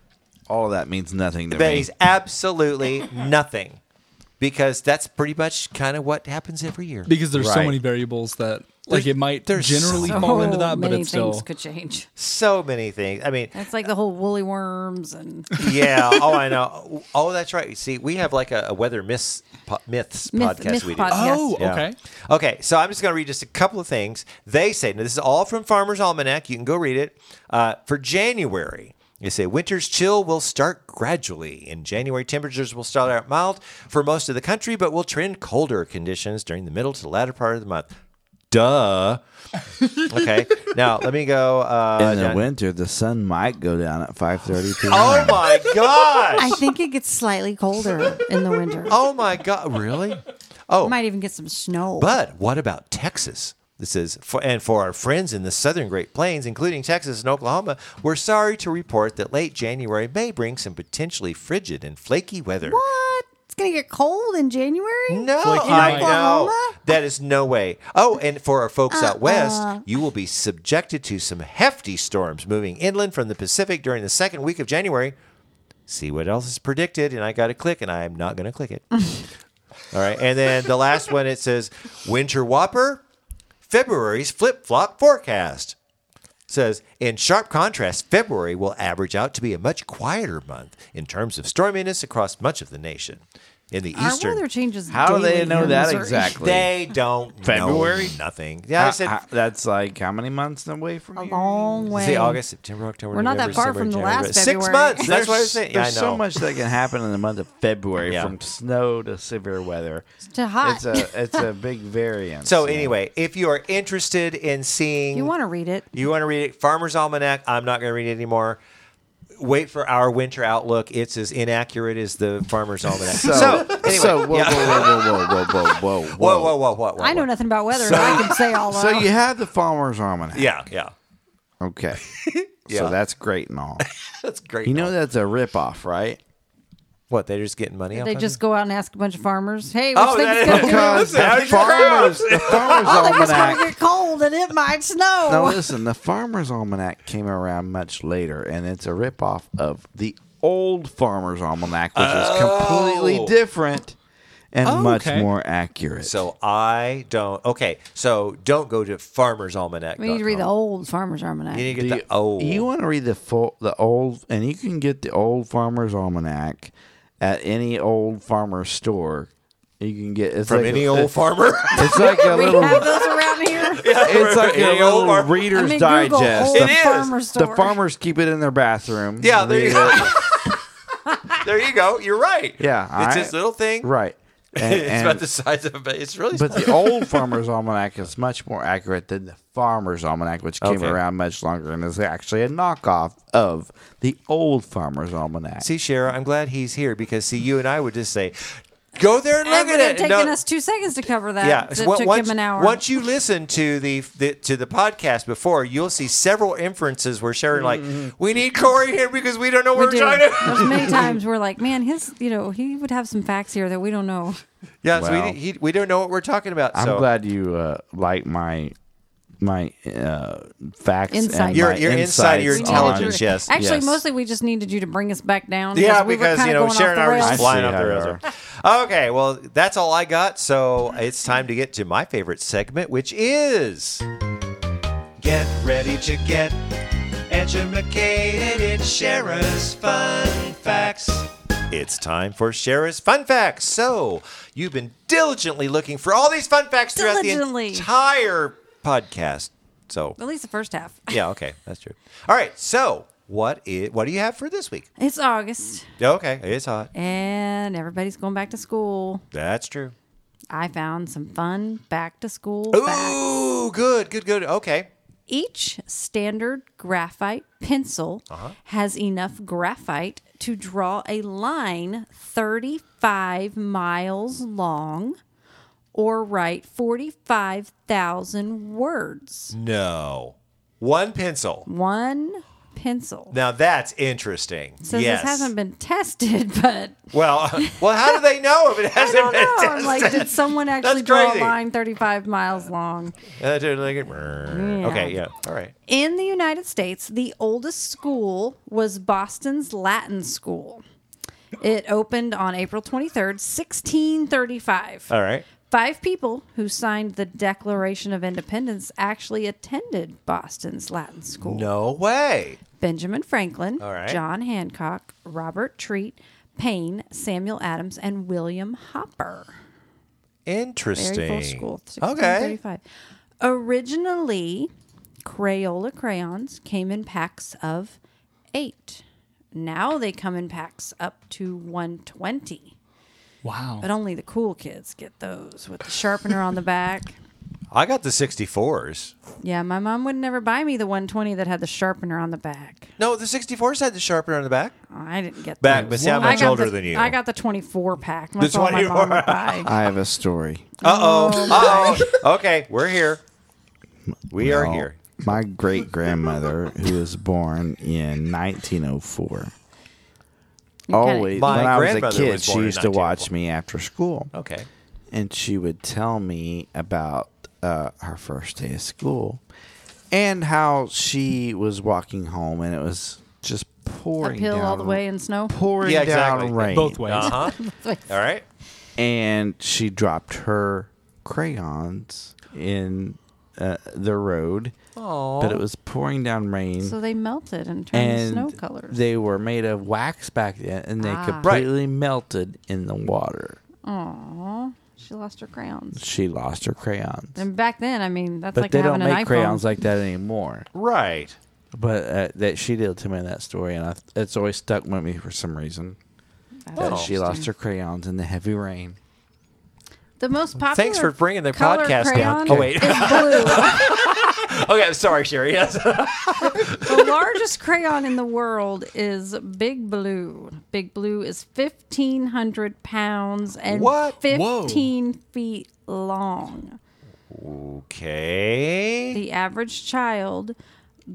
Speaker 2: All of that means nothing to
Speaker 1: That
Speaker 2: me.
Speaker 1: is absolutely nothing because that's pretty much kind of what happens every year.
Speaker 4: because there's so
Speaker 2: Right.
Speaker 4: many variables that like
Speaker 1: There's-
Speaker 4: it might
Speaker 1: there's
Speaker 4: generally
Speaker 1: so
Speaker 4: fall into that, but
Speaker 3: many
Speaker 4: it's still
Speaker 3: things could change.
Speaker 1: So many things. I mean,
Speaker 3: That's like the whole woolly worms and
Speaker 1: yeah. Oh, I know. Oh, that's right. See, we have like a, a weather myths, po- myths
Speaker 3: myth,
Speaker 1: podcast
Speaker 3: myth
Speaker 1: we do.
Speaker 3: podcast.
Speaker 4: Oh,
Speaker 1: Yeah.
Speaker 4: okay.
Speaker 1: Okay, so I'm just going to read just a couple of things. They say, now this is all from Farmer's Almanac. You can go read it. Uh, for January, they say winter's chill will start gradually. In January, temperatures will start out mild for most of the country, but will trend colder conditions during the middle to the latter part of the month. Duh. okay, now let me go. Uh,
Speaker 2: In the
Speaker 1: down-
Speaker 2: winter, the sun might go down at five thirty p.m.
Speaker 1: Oh my gosh.
Speaker 6: I think it gets slightly colder in the winter.
Speaker 1: Oh my God. Really?
Speaker 3: We might even get some snow.
Speaker 1: But what about Texas? This is for, and for our friends in the southern Great Plains, including Texas and Oklahoma, we're sorry to report that late January may bring some potentially frigid and flaky weather.
Speaker 6: What? It's gonna get cold in January?
Speaker 1: No,
Speaker 4: Flaky
Speaker 1: I
Speaker 4: night.
Speaker 1: know
Speaker 6: Oklahoma?
Speaker 1: that is no way. Oh, and for our folks out west, you will be subjected to some hefty storms moving inland from the Pacific during the second week of January. See what else is predicted, and I got to click, and I am not going to click it. All right. And then the last one it says Winter Whopper, February's flip flop forecast. Says, in sharp contrast, February will average out to be a much quieter month in terms of storminess across much of the nation. in the
Speaker 3: Our
Speaker 1: eastern.
Speaker 3: weather changes.
Speaker 2: How do they
Speaker 3: daily
Speaker 2: know
Speaker 3: in
Speaker 2: that
Speaker 3: Missouri.
Speaker 2: exactly?
Speaker 1: They don't know
Speaker 2: February?
Speaker 1: nothing. Yeah, I
Speaker 2: How-
Speaker 1: said
Speaker 2: how- that's like how many months away from
Speaker 3: A
Speaker 2: here?
Speaker 3: long way.
Speaker 1: See, August, September, October.
Speaker 3: We're not that
Speaker 1: November,
Speaker 3: far
Speaker 1: December,
Speaker 3: from the
Speaker 1: January.
Speaker 3: last
Speaker 1: Six
Speaker 3: February.
Speaker 1: months. That's what I
Speaker 2: There's-
Speaker 1: said. Yeah, I know.
Speaker 2: There's so much that can happen in the month of February,
Speaker 1: Yeah.
Speaker 2: from snow to severe weather.
Speaker 3: To hot.
Speaker 2: It's a it's a big variance.
Speaker 1: So
Speaker 2: yeah.
Speaker 1: anyway, if you are interested in seeing,
Speaker 3: You want to read it?
Speaker 1: you want to read it, Farmer's Almanac. I'm not going to read it anymore. Wait for our winter outlook. It's as inaccurate as the Farmer's Almanac.
Speaker 2: So,
Speaker 1: So,
Speaker 2: so,
Speaker 1: anyway,
Speaker 2: whoa,
Speaker 1: yeah.
Speaker 2: whoa, whoa, whoa, whoa, whoa, whoa, whoa,
Speaker 1: whoa, whoa, whoa, whoa, whoa.
Speaker 3: I know
Speaker 1: whoa.
Speaker 3: nothing about weather, so I can say all that.
Speaker 2: So you have the farmer's almanac.
Speaker 1: Yeah, yeah,
Speaker 2: Okay.
Speaker 1: Yeah.
Speaker 2: So that's great and all.
Speaker 1: that's great.
Speaker 2: You know that's a ripoff, right?
Speaker 1: what? They're just getting money. off
Speaker 3: they
Speaker 1: of
Speaker 3: just
Speaker 1: it?
Speaker 3: go out and ask a bunch of farmers, "Hey, which
Speaker 1: Oh,
Speaker 3: thing's
Speaker 1: that-
Speaker 3: going to
Speaker 2: Because
Speaker 1: Listen,
Speaker 2: the
Speaker 1: how's your
Speaker 2: farmer's, the farmer's
Speaker 3: Oh,
Speaker 2: almanac.
Speaker 3: get cold and it might snow?"
Speaker 2: Now listen, the Farmer's Almanac came around much later, and it's a ripoff of the old Farmer's Almanac, which
Speaker 1: Oh.
Speaker 2: is completely different and
Speaker 4: Oh,
Speaker 2: much
Speaker 4: okay.
Speaker 2: more accurate.
Speaker 1: So I don't. Okay, so don't go to Farmer's Almanac.
Speaker 3: We need to read the old Farmer's Almanac.
Speaker 1: You need to
Speaker 2: Do
Speaker 1: get Oh,
Speaker 2: you-
Speaker 1: the old.
Speaker 2: You want to read the full, the old, and you can get the old Farmer's Almanac at any old farmer's store. You can get it's
Speaker 1: from
Speaker 2: like
Speaker 1: any
Speaker 2: a,
Speaker 1: old farmer?
Speaker 2: It's like a
Speaker 3: we
Speaker 2: little.
Speaker 3: have those around here.
Speaker 2: It's like a
Speaker 1: Any old
Speaker 2: little
Speaker 1: farm-
Speaker 2: Reader's
Speaker 3: I mean, Google
Speaker 2: Digest.
Speaker 3: old
Speaker 1: It is.
Speaker 3: farmer store.
Speaker 2: The farmers keep it in their bathroom. uh,
Speaker 1: Yeah, there you
Speaker 2: Read
Speaker 1: go.
Speaker 2: it.
Speaker 1: there you go. You're right.
Speaker 2: Yeah,
Speaker 1: it's
Speaker 2: I-
Speaker 1: this little thing.
Speaker 2: Right. And,
Speaker 1: it's
Speaker 2: and-
Speaker 1: about the size of a. It's really.
Speaker 2: but the old Farmer's Almanac is much more accurate than the Farmer's Almanac, which came
Speaker 1: Okay.
Speaker 2: around much longer and is actually a knockoff of the old Farmer's Almanac.
Speaker 1: See, Shara, I'm glad he's here because see, you and I would just say, "Go there and look
Speaker 3: It
Speaker 1: at
Speaker 3: would have
Speaker 1: it."
Speaker 3: taken
Speaker 1: No-
Speaker 3: us two seconds to cover that.
Speaker 1: yeah,
Speaker 3: it
Speaker 1: so on-
Speaker 3: took
Speaker 1: once,
Speaker 3: him an hour.
Speaker 1: once you listen to the, the to the podcast before, you'll see several inferences where Sharon
Speaker 2: Mm-hmm.
Speaker 1: like, "We need Corey here because we don't know
Speaker 3: we
Speaker 1: what
Speaker 3: do.
Speaker 1: we are trying to."
Speaker 3: There's many times we're like, man, his, you know, he would have some facts here that we don't know.
Speaker 1: Yeah, so we,
Speaker 2: Wow.
Speaker 1: di- he, we don't know what we're talking about.
Speaker 2: I'm
Speaker 1: so
Speaker 2: glad you uh, like my my uh, facts
Speaker 3: Insight.
Speaker 2: and
Speaker 1: Your-
Speaker 2: my
Speaker 1: your insight,
Speaker 2: insights
Speaker 1: your
Speaker 3: We needed
Speaker 1: intelligence,
Speaker 3: you to-
Speaker 2: on-
Speaker 1: yes,
Speaker 3: Actually,
Speaker 1: yes.
Speaker 3: mostly we just needed you to bring us back down.
Speaker 1: Yeah,
Speaker 3: we were
Speaker 1: because
Speaker 3: kinda
Speaker 1: you know
Speaker 3: going off
Speaker 1: Sharon and
Speaker 3: the
Speaker 1: I were just
Speaker 2: rails.
Speaker 1: flying off
Speaker 2: I
Speaker 1: the
Speaker 2: see
Speaker 1: rails.
Speaker 2: how
Speaker 1: there. Okay, well that's all I got. So it's time to get to my favorite segment, which is get ready to get educated in Shara's fun facts. It's time for Shara's fun facts. So you've been diligently looking for all these fun facts throughout the
Speaker 3: Diligently.
Speaker 1: entire podcast. So
Speaker 3: At least the first half.
Speaker 1: yeah, okay, that's true. All right, so what is what do you have for this week?
Speaker 3: It's August,
Speaker 1: Okay, it's hot.
Speaker 3: and everybody's going back to school.
Speaker 1: That's true.
Speaker 3: I found some fun back to school facts.
Speaker 1: Ooh, good, good, good. Okay.
Speaker 3: Each standard graphite pencil
Speaker 1: Uh-huh.
Speaker 3: has enough graphite to draw a line 35 miles long or write 45,000 words.
Speaker 1: No. One pencil.
Speaker 3: One pencil.
Speaker 1: Now that's interesting.
Speaker 3: So
Speaker 1: yes.
Speaker 3: this hasn't been tested, but
Speaker 1: well, well, how do they know if it
Speaker 3: I
Speaker 1: hasn't
Speaker 3: don't know. I'm like, did someone actually draw a
Speaker 1: crazy.
Speaker 3: line 35 miles long?
Speaker 1: been tested? Uh, like it- Okay, yeah. All right.
Speaker 3: In the United States, the oldest school was Boston's Latin School. It opened on April 23rd, 1635.
Speaker 1: All right.
Speaker 3: Five people who signed the Declaration of Independence actually attended Boston's Latin School
Speaker 1: No way.
Speaker 3: Benjamin Franklin,
Speaker 1: All right.
Speaker 3: John Hancock, Robert Treat, Payne, Samuel Adams, and William Hopper. Very
Speaker 1: Interesting.
Speaker 3: full school.
Speaker 1: Okay.
Speaker 3: 1635. Originally, Crayola crayons came in packs of eight. Now they come in packs up to 120.
Speaker 4: Wow.
Speaker 3: But only the cool kids get those with the sharpener on the back.
Speaker 1: I got the 64s.
Speaker 3: Yeah, my mom would never buy me the 120 that had the sharpener on the back.
Speaker 1: No, the 64s had the sharpener on the back.
Speaker 3: I didn't get
Speaker 1: Back,
Speaker 3: those.
Speaker 1: but see, I'm
Speaker 3: I
Speaker 1: much
Speaker 3: got
Speaker 1: older
Speaker 3: the-
Speaker 1: than you.
Speaker 3: I got the 24 pack. That's all my mom
Speaker 1: 24.
Speaker 3: would buy.
Speaker 2: I have a story.
Speaker 1: Uh oh. Uh oh. Okay, we're here. We are
Speaker 2: Well,
Speaker 1: here.
Speaker 2: Oh, My great grandmother, who was born in 1904, always
Speaker 1: My
Speaker 2: when I was a
Speaker 1: grandmother
Speaker 2: kid,
Speaker 1: was born
Speaker 2: she
Speaker 1: in
Speaker 2: used to watch
Speaker 1: 1904.
Speaker 2: me after school,
Speaker 1: Okay.
Speaker 2: and she would tell me about uh, her first day of school and how she was walking home, and it was just pouring
Speaker 3: Uphill
Speaker 2: down,
Speaker 3: all the way in snow.
Speaker 2: pouring
Speaker 1: Yeah, exactly.
Speaker 2: down rain
Speaker 4: Both ways.
Speaker 1: Uh huh. All right.
Speaker 2: and she dropped her crayons in uh, the road but it was pouring down rain.
Speaker 3: So they melted and turned to
Speaker 2: and
Speaker 3: snow colors.
Speaker 2: they were made of wax back then, and they
Speaker 3: Ah.
Speaker 2: completely melted in the water.
Speaker 3: Aw, she lost her crayons.
Speaker 2: She lost her crayons,
Speaker 3: And back then, I mean, that's
Speaker 2: but
Speaker 3: like
Speaker 2: they
Speaker 3: having
Speaker 2: don't make
Speaker 3: an iPhone.
Speaker 2: crayons like that anymore.
Speaker 1: Right.
Speaker 2: But uh, that she did tell me that story, and I, it's always stuck with me for some reason.
Speaker 3: That's
Speaker 2: That she lost
Speaker 3: interesting.
Speaker 2: her crayons in the heavy rain.
Speaker 3: The most popular.
Speaker 1: Thanks for bringing the
Speaker 3: color
Speaker 1: podcast down.
Speaker 3: crayon
Speaker 1: Oh, wait.
Speaker 3: is
Speaker 1: Okay, I'm sorry, Sherry. Yes.
Speaker 3: blue. the largest crayon in the world is Big Blue. Big Blue is fifteen hundred pounds and
Speaker 1: What?
Speaker 3: fifteen feet long.
Speaker 1: Okay.
Speaker 3: The average child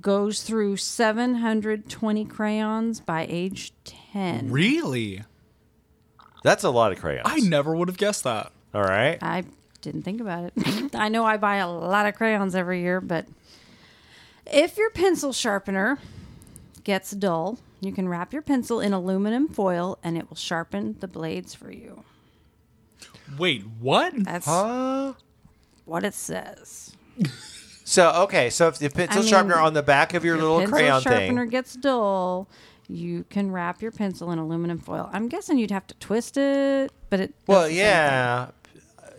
Speaker 3: goes through seven hundred twenty crayons by age ten.
Speaker 4: Really?
Speaker 1: That's a lot of crayons.
Speaker 4: I never would have guessed that.
Speaker 1: All right.
Speaker 3: I didn't think about it. I know I buy a lot of crayons every year, but if your pencil sharpener gets dull, you can wrap your pencil in aluminum foil and it will sharpen the blades for you.
Speaker 4: Wait, what?
Speaker 3: That's
Speaker 1: Huh?
Speaker 3: Uh, what it says.
Speaker 1: So, okay. So if the pencil
Speaker 3: mean,
Speaker 1: sharpener on the back of your,
Speaker 3: Your
Speaker 1: little
Speaker 3: pencil
Speaker 1: crayon
Speaker 3: sharpener
Speaker 1: thing.
Speaker 3: gets dull, you can wrap your pencil in aluminum foil. I'm guessing you'd have to twist it, but it
Speaker 1: Well,
Speaker 3: it's the same
Speaker 1: yeah.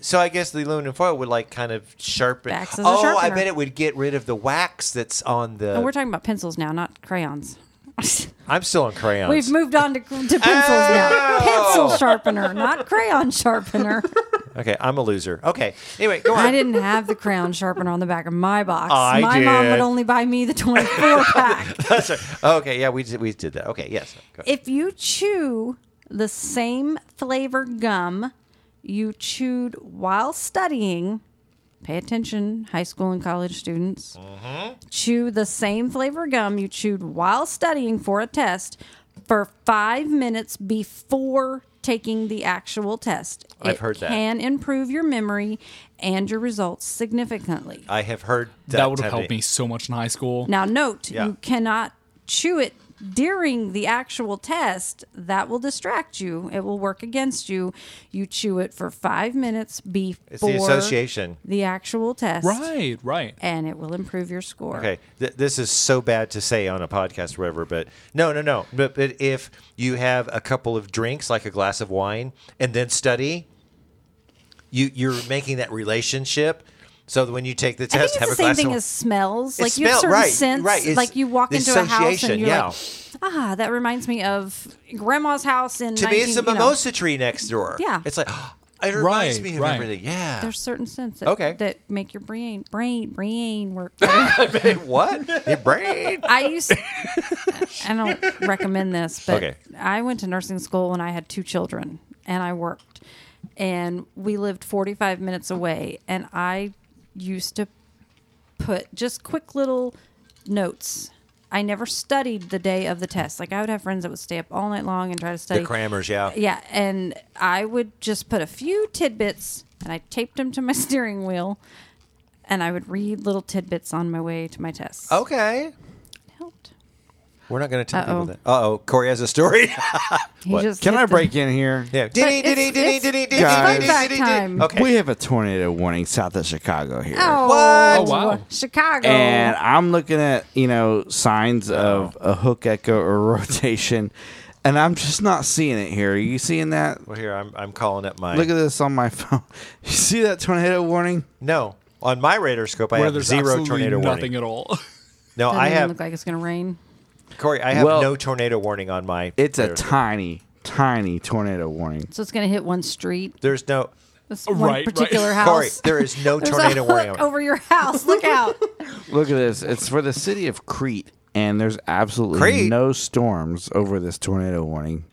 Speaker 1: So I guess the aluminum foil would like kind of sharpen.
Speaker 3: Acts as a
Speaker 1: oh, I
Speaker 3: sharpener.
Speaker 1: bet it would get rid of the wax that's on the.
Speaker 3: thing. And we're talking about pencils now, not crayons.
Speaker 1: I'm still on crayons.
Speaker 3: We've moved on to, to pencils now.
Speaker 1: Oh.
Speaker 3: Pencil sharpener, not crayon sharpener.
Speaker 1: okay, I'm a loser. Okay. Anyway, go on.
Speaker 3: I didn't have the crayon sharpener on the back of my box.
Speaker 1: I
Speaker 3: my mom
Speaker 1: did.
Speaker 3: would only buy me the 24 pack.
Speaker 1: okay, yeah, we did, we did that. Okay, yes. Go.
Speaker 3: if you chew the same flavor gum you chewed while studying, pay attention, high school and college students.
Speaker 1: Mm-hmm.
Speaker 3: Chew the same flavor gum you chewed while studying for a test for five minutes before taking the actual test.
Speaker 1: I've
Speaker 3: It
Speaker 1: heard that.
Speaker 3: Can improve your memory and your results significantly.
Speaker 1: I have heard that.
Speaker 4: That, would have
Speaker 1: type of-
Speaker 4: helped me so much in high school.
Speaker 3: Now, note
Speaker 1: Yeah.
Speaker 3: you cannot chew it during the actual test. That will distract you. It will work against you. You chew it for five minutes before
Speaker 1: It's the association.
Speaker 3: the actual test,
Speaker 4: Right, right.
Speaker 3: And it will improve your score.
Speaker 1: Okay, th- this is so bad to say on a podcast, or whatever. But no, no, no. But, but if you have a couple of drinks, like a glass of wine, and then study, you you're making that relationship. So that when you take the
Speaker 3: I think
Speaker 1: test,
Speaker 3: it's
Speaker 1: have a
Speaker 3: the
Speaker 1: glass
Speaker 3: same thing
Speaker 1: of
Speaker 3: as smells.
Speaker 1: It's
Speaker 3: like you have
Speaker 1: smell,
Speaker 3: certain
Speaker 1: right,
Speaker 3: scents.
Speaker 1: right, it's
Speaker 3: Like you walk
Speaker 1: the
Speaker 3: into a house
Speaker 1: association,
Speaker 3: and you're
Speaker 1: yeah.
Speaker 3: like, ah, that reminds me of grandma's house in.
Speaker 1: to me, it's
Speaker 3: 19
Speaker 1: the
Speaker 3: you know.
Speaker 1: mimosa tree next door.
Speaker 3: Yeah.
Speaker 1: it's like it reminds
Speaker 4: Right,
Speaker 1: me of
Speaker 4: right.
Speaker 1: everything. Yeah,
Speaker 3: There's certain scents that,
Speaker 1: Okay.
Speaker 3: that make your brain brain brain work.
Speaker 1: Hey, what your brain?
Speaker 3: I used. I don't recommend this, but
Speaker 1: Okay.
Speaker 3: I went to nursing school and I had two children, and I worked, and we lived 45 minutes away, and I used to put just quick little notes. I never studied the day of the test. Like I would have friends that would stay up all night long and try to
Speaker 1: The
Speaker 3: study.
Speaker 1: crammers, yeah.
Speaker 3: Yeah, and I would just put a few tidbits and I taped them to my steering wheel and I would read little tidbits on my way to my tests.
Speaker 1: Okay,
Speaker 3: Helped.
Speaker 1: we're not going to tell
Speaker 3: Uh-oh.
Speaker 1: people that. Uh oh, Corey has a story.
Speaker 3: He just
Speaker 2: Can
Speaker 3: hit
Speaker 2: I
Speaker 3: the-
Speaker 2: break in here?
Speaker 1: Yeah.
Speaker 3: But
Speaker 1: Diddy, diddy,
Speaker 3: it's-
Speaker 1: diddy,
Speaker 3: it's-
Speaker 1: diddy,
Speaker 3: it's
Speaker 1: diddy,
Speaker 2: fun
Speaker 1: diddy,
Speaker 3: fact
Speaker 1: diddy,
Speaker 3: time.
Speaker 1: diddy. Okay.
Speaker 2: We have a tornado warning south of Chicago here.
Speaker 3: Oh,
Speaker 1: What?
Speaker 4: Oh, wow.
Speaker 3: Chicago.
Speaker 2: And I'm looking at, you know, signs of a hook echo or rotation, and I'm just not seeing it here. Are you seeing that?
Speaker 1: Well, here I'm. I'm calling up my.
Speaker 2: Look at this on my phone. You see that tornado warning?
Speaker 1: no, on my radar scope, I
Speaker 4: Where
Speaker 1: have
Speaker 4: there's
Speaker 1: zero
Speaker 4: absolutely
Speaker 1: tornado
Speaker 4: nothing
Speaker 1: warning.
Speaker 4: at all.
Speaker 1: No,
Speaker 3: Doesn't
Speaker 1: I
Speaker 3: even
Speaker 1: have
Speaker 3: look like it's gonna rain.
Speaker 1: Corey. I have
Speaker 2: Well,
Speaker 1: no tornado warning on my.
Speaker 2: It's a
Speaker 1: radar scope.
Speaker 2: tiny, tiny tornado warning.
Speaker 3: So it's gonna hit one street,
Speaker 1: There's no
Speaker 3: this one
Speaker 4: Right, right.
Speaker 3: particular house.
Speaker 1: Corey. There is no
Speaker 3: There's a
Speaker 1: tornado warning.
Speaker 3: hook
Speaker 1: on-
Speaker 3: over your house. Look out!
Speaker 2: Look at this. It's for the city of Crete, and there's absolutely
Speaker 1: Crete?
Speaker 2: no storms over this tornado warning.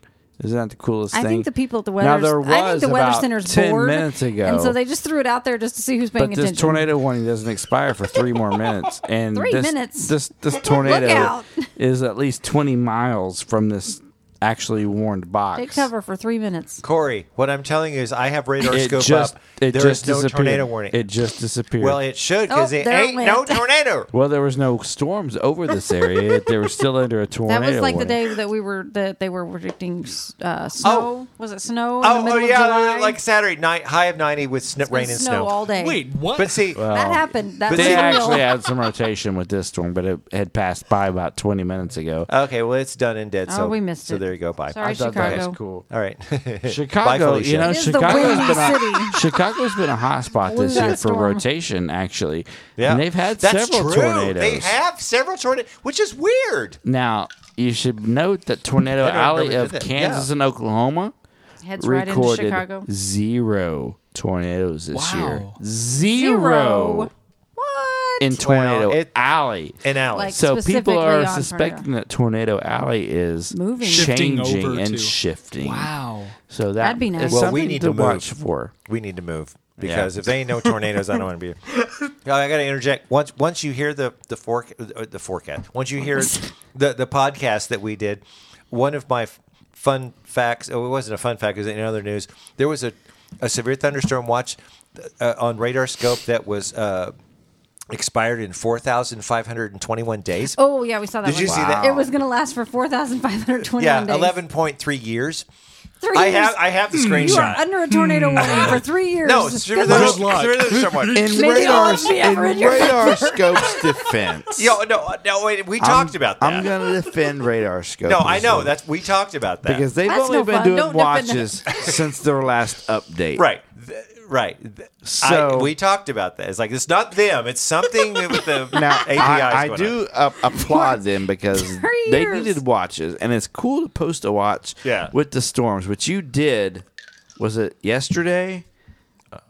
Speaker 2: Isn't that the coolest
Speaker 3: I
Speaker 2: thing?
Speaker 3: think the people at the
Speaker 2: Now,
Speaker 3: weather.
Speaker 2: there
Speaker 3: I think
Speaker 2: was
Speaker 3: the weather
Speaker 2: about
Speaker 3: center's
Speaker 2: 10
Speaker 3: bored,
Speaker 2: minutes ago.
Speaker 3: and so they just threw it out there just to see who's paying
Speaker 2: But this
Speaker 3: attention.
Speaker 2: tornado warning doesn't expire for three more minutes, and
Speaker 3: Three
Speaker 2: this,
Speaker 3: minutes?
Speaker 2: This this tornado
Speaker 3: out.
Speaker 2: is at least twenty miles from this actually warned box.
Speaker 3: Take cover for three minutes.
Speaker 1: Corey, what I'm telling you is I have radar
Speaker 2: It
Speaker 1: scope
Speaker 2: just,
Speaker 1: up. There
Speaker 2: it
Speaker 1: is
Speaker 2: just
Speaker 1: no
Speaker 2: disappeared.
Speaker 1: tornado warning.
Speaker 2: It just disappeared.
Speaker 1: well, it should because
Speaker 3: Oh,
Speaker 1: it
Speaker 3: there it
Speaker 1: ain't no
Speaker 3: went.
Speaker 1: tornado.
Speaker 2: Well, there was no storms over this area. they were still under a tornado. Oh.
Speaker 3: That was like the
Speaker 2: warning.
Speaker 3: day that we were that they were predicting uh, snow. Was it snow? In the
Speaker 1: Oh,
Speaker 3: middle
Speaker 1: oh
Speaker 3: of
Speaker 1: yeah,
Speaker 3: July?
Speaker 1: like Saturday night, high of 90 with sn-
Speaker 3: Been
Speaker 1: rain and
Speaker 3: snow
Speaker 1: snow.
Speaker 3: all day.
Speaker 4: Wait, what?
Speaker 1: But see,
Speaker 3: that happened. That
Speaker 1: But
Speaker 3: was
Speaker 2: Oh. They
Speaker 1: It's
Speaker 3: real.
Speaker 2: actually had some rotation with this storm, but it had passed by about 20 minutes ago.
Speaker 1: okay, well, it's done and dead.
Speaker 3: Oh,
Speaker 1: so
Speaker 3: we missed
Speaker 1: So
Speaker 3: it.
Speaker 1: there you go. Bye.
Speaker 3: Sorry,
Speaker 2: I thought that
Speaker 3: Chicago.
Speaker 2: was cool.
Speaker 1: All right. Bye,
Speaker 2: Chicago,
Speaker 1: Felicia.
Speaker 2: you know,
Speaker 3: It is the
Speaker 2: Chicago's
Speaker 3: windy
Speaker 2: been a,
Speaker 3: city.
Speaker 2: Chicago's been a hot spot
Speaker 3: Blew
Speaker 2: this
Speaker 3: that
Speaker 2: year for
Speaker 3: storm.
Speaker 2: rotation, actually.
Speaker 1: yeah,
Speaker 2: and they've had
Speaker 1: That's
Speaker 2: several
Speaker 1: true.
Speaker 2: tornadoes.
Speaker 1: They have several tornadoes, which is weird.
Speaker 2: Now you should note that tornado
Speaker 1: I don't remember
Speaker 2: alley
Speaker 1: they
Speaker 2: of
Speaker 1: did that.
Speaker 2: Kansas
Speaker 1: Yeah.
Speaker 2: and Oklahoma
Speaker 3: Heads right into
Speaker 2: recorded
Speaker 3: Chicago.
Speaker 2: zero tornadoes this
Speaker 4: Wow.
Speaker 2: year. Zero,
Speaker 3: What?
Speaker 2: in tornado
Speaker 1: Wow, it-
Speaker 2: alley.
Speaker 1: And Alex,
Speaker 3: Like-
Speaker 2: so people
Speaker 3: specifically
Speaker 2: are
Speaker 3: on tornado.
Speaker 2: suspecting that tornado alley is
Speaker 3: Moving.
Speaker 4: Shifting
Speaker 2: changing
Speaker 4: over
Speaker 2: and
Speaker 4: to-
Speaker 2: shifting.
Speaker 4: Wow.
Speaker 2: So that
Speaker 3: That'd be nice.
Speaker 2: is
Speaker 1: Well, we
Speaker 2: something
Speaker 1: need
Speaker 2: to,
Speaker 1: to move.
Speaker 2: watch for.
Speaker 1: we need to move because if they ain't no tornadoes, I don't want to be. here. Now, I got to interject. Once once you hear the the fork uh, the forecast. Once you hear the the podcast that we did, one of my f- fun facts. Oh, it wasn't a fun fact. It was in other news. There was a a severe thunderstorm watch uh, on radar scope that was. Uh, Expired in 4,521 days.
Speaker 3: Oh yeah, we saw that.
Speaker 1: Did
Speaker 3: one.
Speaker 1: you see that?
Speaker 3: It was going to last for four thousand five hundred
Speaker 1: yeah,
Speaker 3: twenty-one days.
Speaker 1: 11.3 years.
Speaker 3: Three
Speaker 1: I
Speaker 3: years. Hmm.
Speaker 1: have I have the screenshot.
Speaker 3: You are under a tornado warning for three years.
Speaker 1: no, sooner
Speaker 3: Good
Speaker 1: than,
Speaker 3: luck.
Speaker 4: luck.
Speaker 1: sooner than someone.
Speaker 2: In
Speaker 3: all radar- of me in ever in your- radar
Speaker 2: scope's defense.
Speaker 1: Yo, no, uh, no, wait, we talked about that.
Speaker 2: I'm gonna defend radar scope.
Speaker 1: no, I know that's we talked about that
Speaker 2: because they've
Speaker 3: That's
Speaker 2: only
Speaker 3: no
Speaker 2: been
Speaker 3: fun.
Speaker 2: doing
Speaker 3: Don't defend it.
Speaker 2: watches since their last update.
Speaker 1: right, Th- right. Th-
Speaker 2: So-
Speaker 1: I, we talked about that. It's like it's not them; it's something with the
Speaker 2: Now
Speaker 1: APIs.
Speaker 2: I, I
Speaker 1: going on.
Speaker 2: do uh, applaud them because
Speaker 3: Three
Speaker 2: they
Speaker 3: years.
Speaker 2: needed watches, and it's cool to post a watch.
Speaker 1: Yeah.
Speaker 2: with the storms, which you did. Was it yesterday?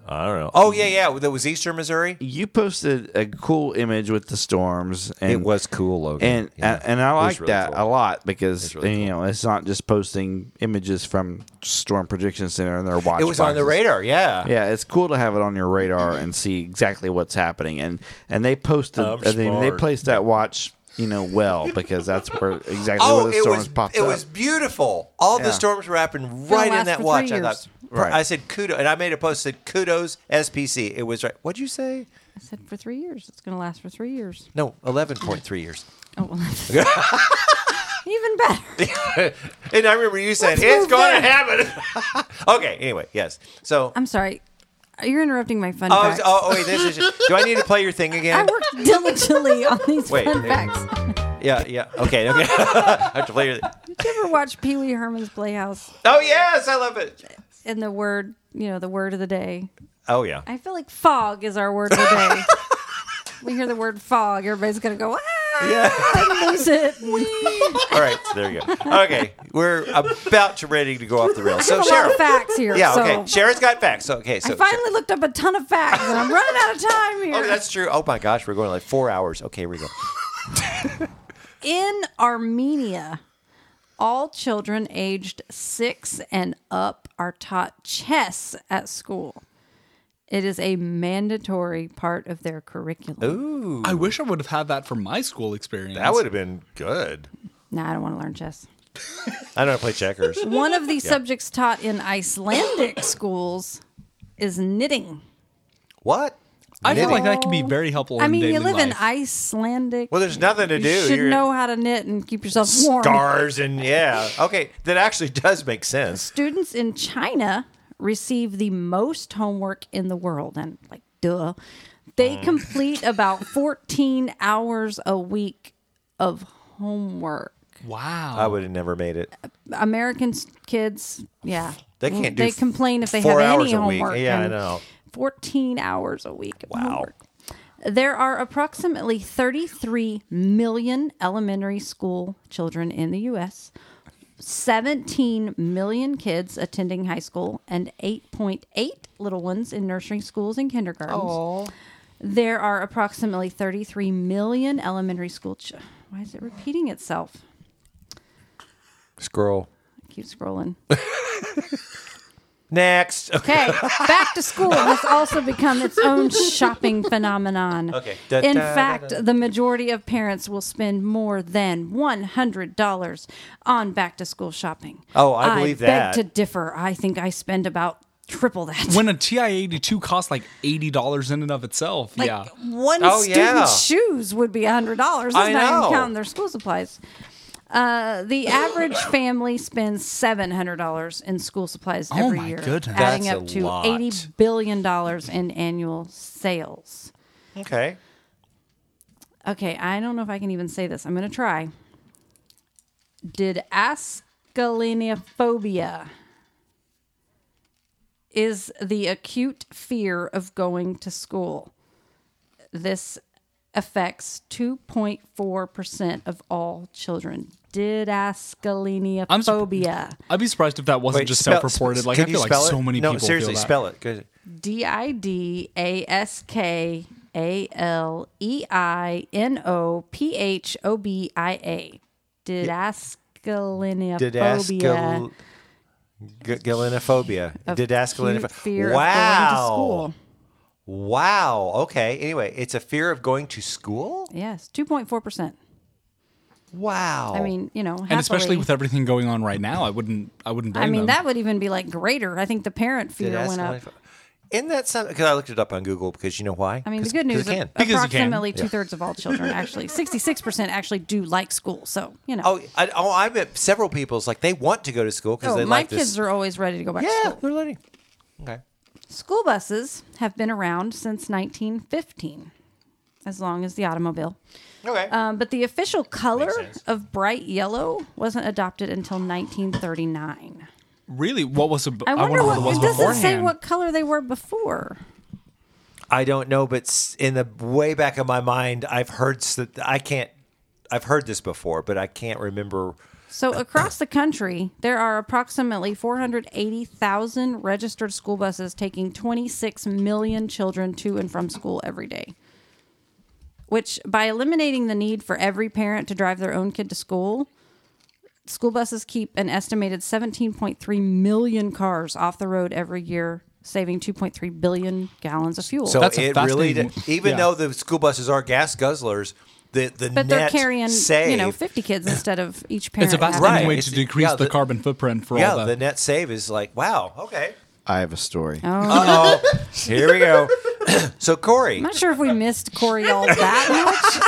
Speaker 1: I don't know. Oh yeah, yeah. That was Eastern Missouri.
Speaker 2: You posted a cool image with the storms. And
Speaker 1: It was cool, Logan.
Speaker 2: and
Speaker 1: Yeah.
Speaker 2: and, and I
Speaker 1: was
Speaker 2: like
Speaker 1: really
Speaker 2: that
Speaker 1: cool.
Speaker 2: a lot because
Speaker 1: really
Speaker 2: you know it's not just posting images from Storm Prediction Center and their watch.
Speaker 1: It was on the
Speaker 2: boxes.
Speaker 1: radar. Yeah.
Speaker 2: Yeah, it's cool to have it on your radar and see exactly what's happening. And and they posted,
Speaker 1: I'm
Speaker 2: and they, they
Speaker 1: smart.
Speaker 2: placed that watch, you know, well because that's where exactly
Speaker 1: Oh,
Speaker 2: where the
Speaker 1: it
Speaker 2: storms
Speaker 1: was
Speaker 2: popped
Speaker 1: it
Speaker 2: up.
Speaker 1: was beautiful. All
Speaker 2: Yeah.
Speaker 1: the storms were happening right in
Speaker 3: last
Speaker 1: that
Speaker 3: for
Speaker 1: watch.
Speaker 3: three
Speaker 1: I thought.
Speaker 2: Right.
Speaker 1: I said kudos, and I made a post that said kudos SPC. It was right. What'd you say?
Speaker 3: I said for three years. It's going to last for three years.
Speaker 1: No, eleven point three years.
Speaker 3: Oh well. Even better.
Speaker 1: And I remember you saying
Speaker 3: Let's
Speaker 1: it's
Speaker 3: move
Speaker 1: going
Speaker 3: back."
Speaker 1: to happen. okay. Anyway, yes. So.
Speaker 3: I'm sorry. You're interrupting my fun
Speaker 1: Oh,
Speaker 3: facts.
Speaker 1: oh, oh, wait. This is. Do I need to play your thing
Speaker 3: I
Speaker 1: again?
Speaker 3: worked diligently on these
Speaker 1: Wait,
Speaker 3: fun
Speaker 1: there-
Speaker 3: facts.
Speaker 1: Yeah, yeah. Okay, okay. I have to play your.
Speaker 3: Did you ever watch Pee Wee Herman's Playhouse
Speaker 1: Oh yes, I love it.
Speaker 3: and the word, you know, the word of the day?
Speaker 1: Oh yeah.
Speaker 3: I feel like fog is our word of the day. we hear the word fog, everybody's going to go, ah, and lose it.
Speaker 1: All right, there you go. Okay, we're about to ready to go off the rails. So
Speaker 3: There's a lot of
Speaker 1: Cheryl.
Speaker 3: facts here.
Speaker 1: Yeah.
Speaker 3: so
Speaker 1: Okay. Cheryl's got facts. So, okay. So.
Speaker 3: I finally looked up a ton of facts and I'm running out of time here.
Speaker 1: Oh, that's true. Oh my gosh, we're going like four hours. Okay, here we go.
Speaker 3: in Armenia, all children aged six and up are taught chess at school. It is a mandatory part of their curriculum.
Speaker 4: I wish I would have had that from my school experience.
Speaker 1: have been good.
Speaker 3: No, I don't want to learn chess.
Speaker 1: I don't know how to play checkers.
Speaker 3: One of the subjects taught in Icelandic schools is knitting.
Speaker 1: What?
Speaker 4: I feel like that could be very helpful.
Speaker 3: I
Speaker 4: in
Speaker 3: mean,
Speaker 4: daily
Speaker 3: you live in
Speaker 4: life.
Speaker 3: Icelandic.
Speaker 1: Well, there's nothing to
Speaker 3: you
Speaker 1: do.
Speaker 3: should
Speaker 1: You're-
Speaker 3: know how to knit and keep yourself warm.
Speaker 1: Stars and yeah. Okay, that actually does make sense.
Speaker 3: students in China receive the most homework in the world, and like, duh, they
Speaker 1: Mm.
Speaker 3: complete about 14 hours a week of homework.
Speaker 4: Wow.
Speaker 1: I would have never made it.
Speaker 3: American s- kids, yeah,
Speaker 1: They can't do
Speaker 3: They
Speaker 1: f-
Speaker 3: complain if they
Speaker 1: four
Speaker 3: have
Speaker 1: hours
Speaker 3: any
Speaker 1: a week.
Speaker 3: homework.
Speaker 1: Yeah, I
Speaker 3: and
Speaker 1: know.
Speaker 3: 14 hours a week. Of
Speaker 1: Wow.
Speaker 3: Homework. There are approximately 33 million elementary school children in the U.S. 17 million kids attending high school and 8.8 little ones in nursery schools and kindergartens. There are approximately 33 million elementary school. Ch- Why is it repeating itself?
Speaker 1: Scroll.
Speaker 3: Keep scrolling.
Speaker 1: Next.
Speaker 3: Okay, back to school has also become its own shopping phenomenon.
Speaker 1: Okay. Da-
Speaker 3: In
Speaker 1: da- da-
Speaker 3: fact,
Speaker 1: da.
Speaker 3: the majority of parents will spend more than one hundred dollars on back to school shopping.
Speaker 1: Oh, I believe
Speaker 3: beg
Speaker 1: that.
Speaker 3: to differ. I think I spend about triple that.
Speaker 4: When a TI 82 costs like $80 in and of itself.
Speaker 3: like
Speaker 4: yeah.
Speaker 3: one
Speaker 1: Oh,
Speaker 3: student's
Speaker 1: yeah.
Speaker 3: shoes would be hundred dollars.
Speaker 1: I
Speaker 3: That's not
Speaker 1: know.
Speaker 3: even counting their school supplies. Uh, the average family spends seven hundred dollars in school supplies every
Speaker 4: my
Speaker 3: year,
Speaker 4: goodness.
Speaker 3: adding
Speaker 1: Oh That's
Speaker 3: up
Speaker 1: a
Speaker 3: to
Speaker 1: lot.
Speaker 3: eighty billion dollars in annual sales.
Speaker 1: Okay.
Speaker 3: Okay, I don't know if I can even say this. I'm going to try. Did ascalinophobia is the acute fear of going to school. This affects 2.4% of all children. Did
Speaker 4: I'm sur-
Speaker 3: ascalinophobia.
Speaker 4: I'd be surprised if that wasn't just
Speaker 1: spell-
Speaker 4: self-reported. Like
Speaker 1: can
Speaker 4: I
Speaker 1: you
Speaker 4: feel like
Speaker 1: spell
Speaker 4: so
Speaker 1: it?
Speaker 4: many
Speaker 1: no,
Speaker 4: people
Speaker 1: seriously,
Speaker 4: feel that.
Speaker 1: spell it. 'cause-
Speaker 3: D I D A S K A L E I N O P H O B I A. Didascalinophobia.
Speaker 1: Didascal. G- galenophobia.
Speaker 3: of
Speaker 1: Didascalinopho-
Speaker 3: acute Fear
Speaker 1: Wow.
Speaker 3: Of going to school.
Speaker 1: Wow. Okay. Anyway, it's a fear of going to school?
Speaker 3: Yes, 2.4%.
Speaker 1: Wow.
Speaker 3: I mean, you know, happily,
Speaker 4: And especially with everything going on right now, I wouldn't I wouldn't blame
Speaker 3: I mean,
Speaker 4: them.
Speaker 3: that would even be like greater. I think the parent fear went up.
Speaker 1: Didascalinopho- Isn't that something? Because I looked it up on Google because you know why?
Speaker 3: I mean, the
Speaker 1: 'Cause-
Speaker 3: good
Speaker 1: 'cause
Speaker 3: news
Speaker 1: it
Speaker 3: is
Speaker 1: can.
Speaker 4: Because you can.
Speaker 3: approximately two thirds of all children actually, 66% actually do like school. So, you know.
Speaker 1: Oh, I, oh, I met several people's like they want to go to school because
Speaker 3: Oh,
Speaker 1: they
Speaker 3: my
Speaker 1: like this.
Speaker 3: kids are always ready to go back to
Speaker 1: yeah,
Speaker 3: school.
Speaker 1: they're learning. Okay.
Speaker 3: School buses have been around since 1915, as long as the automobile.
Speaker 1: Okay.
Speaker 3: Um, but the official color
Speaker 1: sense.
Speaker 3: of bright yellow wasn't adopted until 1939.
Speaker 4: really, what was ab-
Speaker 3: I wonder,
Speaker 4: what,
Speaker 3: what,
Speaker 4: was
Speaker 3: it doesn't
Speaker 4: beforehand.
Speaker 3: say what color they were before.
Speaker 1: I don't know, but s- in the way back of my mind, I've heard s- that I can't. I've heard this before, but I can't remember.
Speaker 3: So across the country, there are approximately 480,000 registered school buses taking 26 million children to and from school every day. Which, by eliminating the need for every parent to drive their own kid to school, school buses keep an estimated 17.3 million cars off the road every year, saving 2.3 billion gallons of fuel.
Speaker 1: So
Speaker 4: That's a
Speaker 1: it really,
Speaker 4: fascinating-
Speaker 1: did, even
Speaker 4: yeah.
Speaker 1: though the school buses are gas guzzlers, the the
Speaker 3: but they're
Speaker 1: net
Speaker 3: carrying,
Speaker 1: save,
Speaker 3: you know, 50 kids instead of each parent.
Speaker 4: It's a fascinating
Speaker 3: having-
Speaker 1: Right.
Speaker 4: way
Speaker 1: It's-
Speaker 4: to decrease
Speaker 1: yeah,
Speaker 4: the,
Speaker 1: the-
Speaker 4: carbon footprint for
Speaker 1: yeah,
Speaker 4: all
Speaker 1: the
Speaker 4: the.
Speaker 1: net save is like wow. Okay,
Speaker 2: I have a story.
Speaker 1: oh, here we go. so Corey,
Speaker 3: I'm not sure if we missed Corey all that much.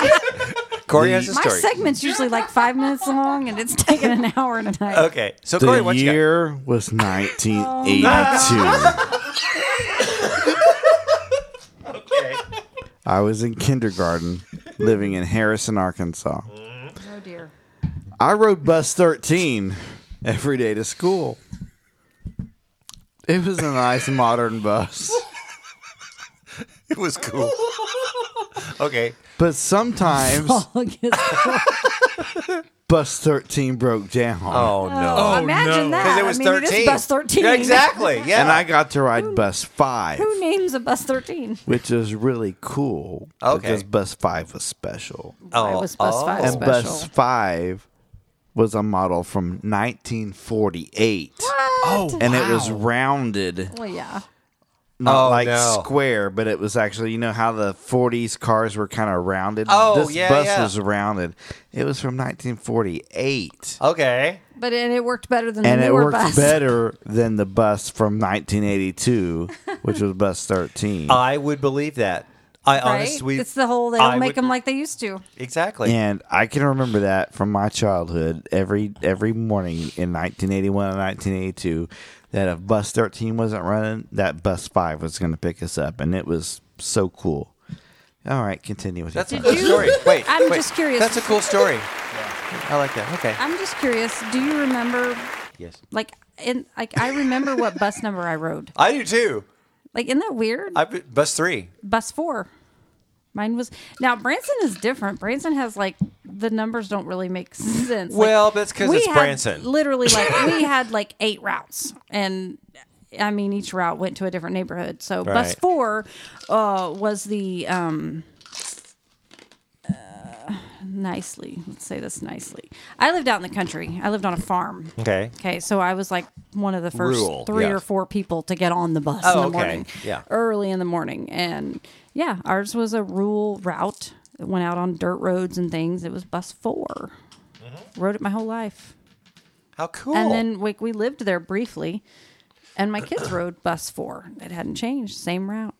Speaker 1: Corey has a
Speaker 3: My
Speaker 1: story.
Speaker 3: segment's usually like five minutes long, and it's taking an hour tonight.
Speaker 1: okay, so
Speaker 2: The
Speaker 1: Corey, what you got? Oh.
Speaker 2: year was 1982. I was in kindergarten, living in Harrison, Arkansas.
Speaker 3: Oh dear.
Speaker 2: I rode bus 13 every day to school. It was a nice modern bus.
Speaker 1: It was cool. okay.
Speaker 2: But sometimes bus 13 broke down.
Speaker 1: Oh no.
Speaker 3: Imagine that.
Speaker 1: Because it was
Speaker 3: I mean, It
Speaker 1: thirteen.
Speaker 3: is bus thirteen.
Speaker 1: Yeah, exactly. Yeah.
Speaker 2: And I got to ride bus 5,
Speaker 3: Who names a bus thirteen?
Speaker 2: which is really cool
Speaker 1: Okay.
Speaker 2: because bus 5 was special.
Speaker 1: oh,
Speaker 3: It was bus
Speaker 1: oh.
Speaker 3: five
Speaker 2: and
Speaker 3: special.
Speaker 2: bus 5 was a model from 1948.
Speaker 4: Oh,
Speaker 2: And
Speaker 4: wow.
Speaker 2: it was rounded,
Speaker 3: well, yeah.
Speaker 2: not
Speaker 1: Oh,
Speaker 2: like
Speaker 1: no.
Speaker 2: square, but it was actually, you know how the 40s cars were kind of rounded?
Speaker 1: Oh,
Speaker 2: this
Speaker 1: yeah,
Speaker 2: bus
Speaker 1: yeah.
Speaker 2: was rounded. It was from 1948.
Speaker 1: Okay.
Speaker 3: But and it worked better than
Speaker 2: and
Speaker 3: the
Speaker 2: it
Speaker 3: newer
Speaker 2: worked
Speaker 3: bus.
Speaker 2: better than the bus from 1982, which was bus 13.
Speaker 1: I would believe that. I
Speaker 3: Right?
Speaker 1: honestly,
Speaker 3: it's the whole they
Speaker 1: I
Speaker 3: don't make
Speaker 1: would-
Speaker 3: them like they used to.
Speaker 1: exactly.
Speaker 2: and I can remember that from my childhood. Every every morning in 1981 and 1982, that if bus 13 wasn't running, that bus 5 was going to pick us up, and it was so cool. All right, continue with your
Speaker 1: That's a
Speaker 2: thought.
Speaker 1: good
Speaker 3: you-
Speaker 1: story. Wait,
Speaker 3: I'm
Speaker 1: wait.
Speaker 3: just curious.
Speaker 1: That's a cool story. I like that. Okay.
Speaker 3: I'm just curious. Do you remember?
Speaker 1: yes.
Speaker 3: Like, in like I remember what bus number I rode.
Speaker 1: I do too.
Speaker 3: Like, isn't that weird?
Speaker 1: I bus three.
Speaker 3: bus four. Mine was now Branson is different. Branson has like the numbers don't really make sense. Like,
Speaker 1: Well, that's 'cause
Speaker 3: we
Speaker 1: it's
Speaker 3: had
Speaker 1: Branson.
Speaker 3: Literally, like we had like eight routes, and I mean each route went to a different neighborhood. So bus
Speaker 1: Right.
Speaker 3: four uh, was the um, uh, nicely. Let's say this nicely. I lived out in the country. I lived on a farm.
Speaker 1: Okay.
Speaker 3: Okay, so I was like one of the first
Speaker 1: Rule,
Speaker 3: three
Speaker 1: yeah.
Speaker 3: or four people to get on the bus
Speaker 1: Oh,
Speaker 3: in
Speaker 1: okay.
Speaker 3: the morning,
Speaker 1: Yeah.
Speaker 3: early in the morning, and yeah, ours was a rule route. It went out on dirt roads and things. It was bus 4 Rode it my whole life,
Speaker 1: How cool.
Speaker 3: and then like we lived there briefly, and my kids rode bus four. It hadn't changed, same route.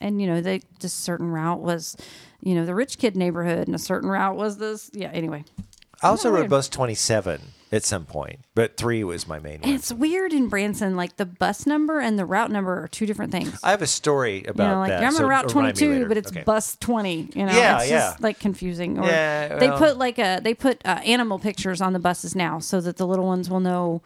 Speaker 3: And you know, they this certain route was, you know, the rich kid neighborhood, and a certain route was this. Yeah. Anyway,
Speaker 1: I also
Speaker 3: No,
Speaker 1: rode
Speaker 3: weird.
Speaker 1: bus 27 at some point, but three was my main
Speaker 3: And
Speaker 1: one.
Speaker 3: it's weird in Branson, like the bus number and the route number are two different things.
Speaker 1: I have a story
Speaker 3: You
Speaker 1: about
Speaker 3: know, like
Speaker 1: that.
Speaker 3: I'm on
Speaker 1: so
Speaker 3: Route
Speaker 1: remind me
Speaker 3: 22,
Speaker 1: later.
Speaker 3: but it's
Speaker 1: Okay.
Speaker 3: bus 20. You know,
Speaker 1: Yeah,
Speaker 3: it's
Speaker 1: yeah.
Speaker 3: just like confusing. Or
Speaker 1: Yeah,
Speaker 3: they
Speaker 1: well-
Speaker 3: put like a they put uh, animal pictures on the buses now, so that the little ones will know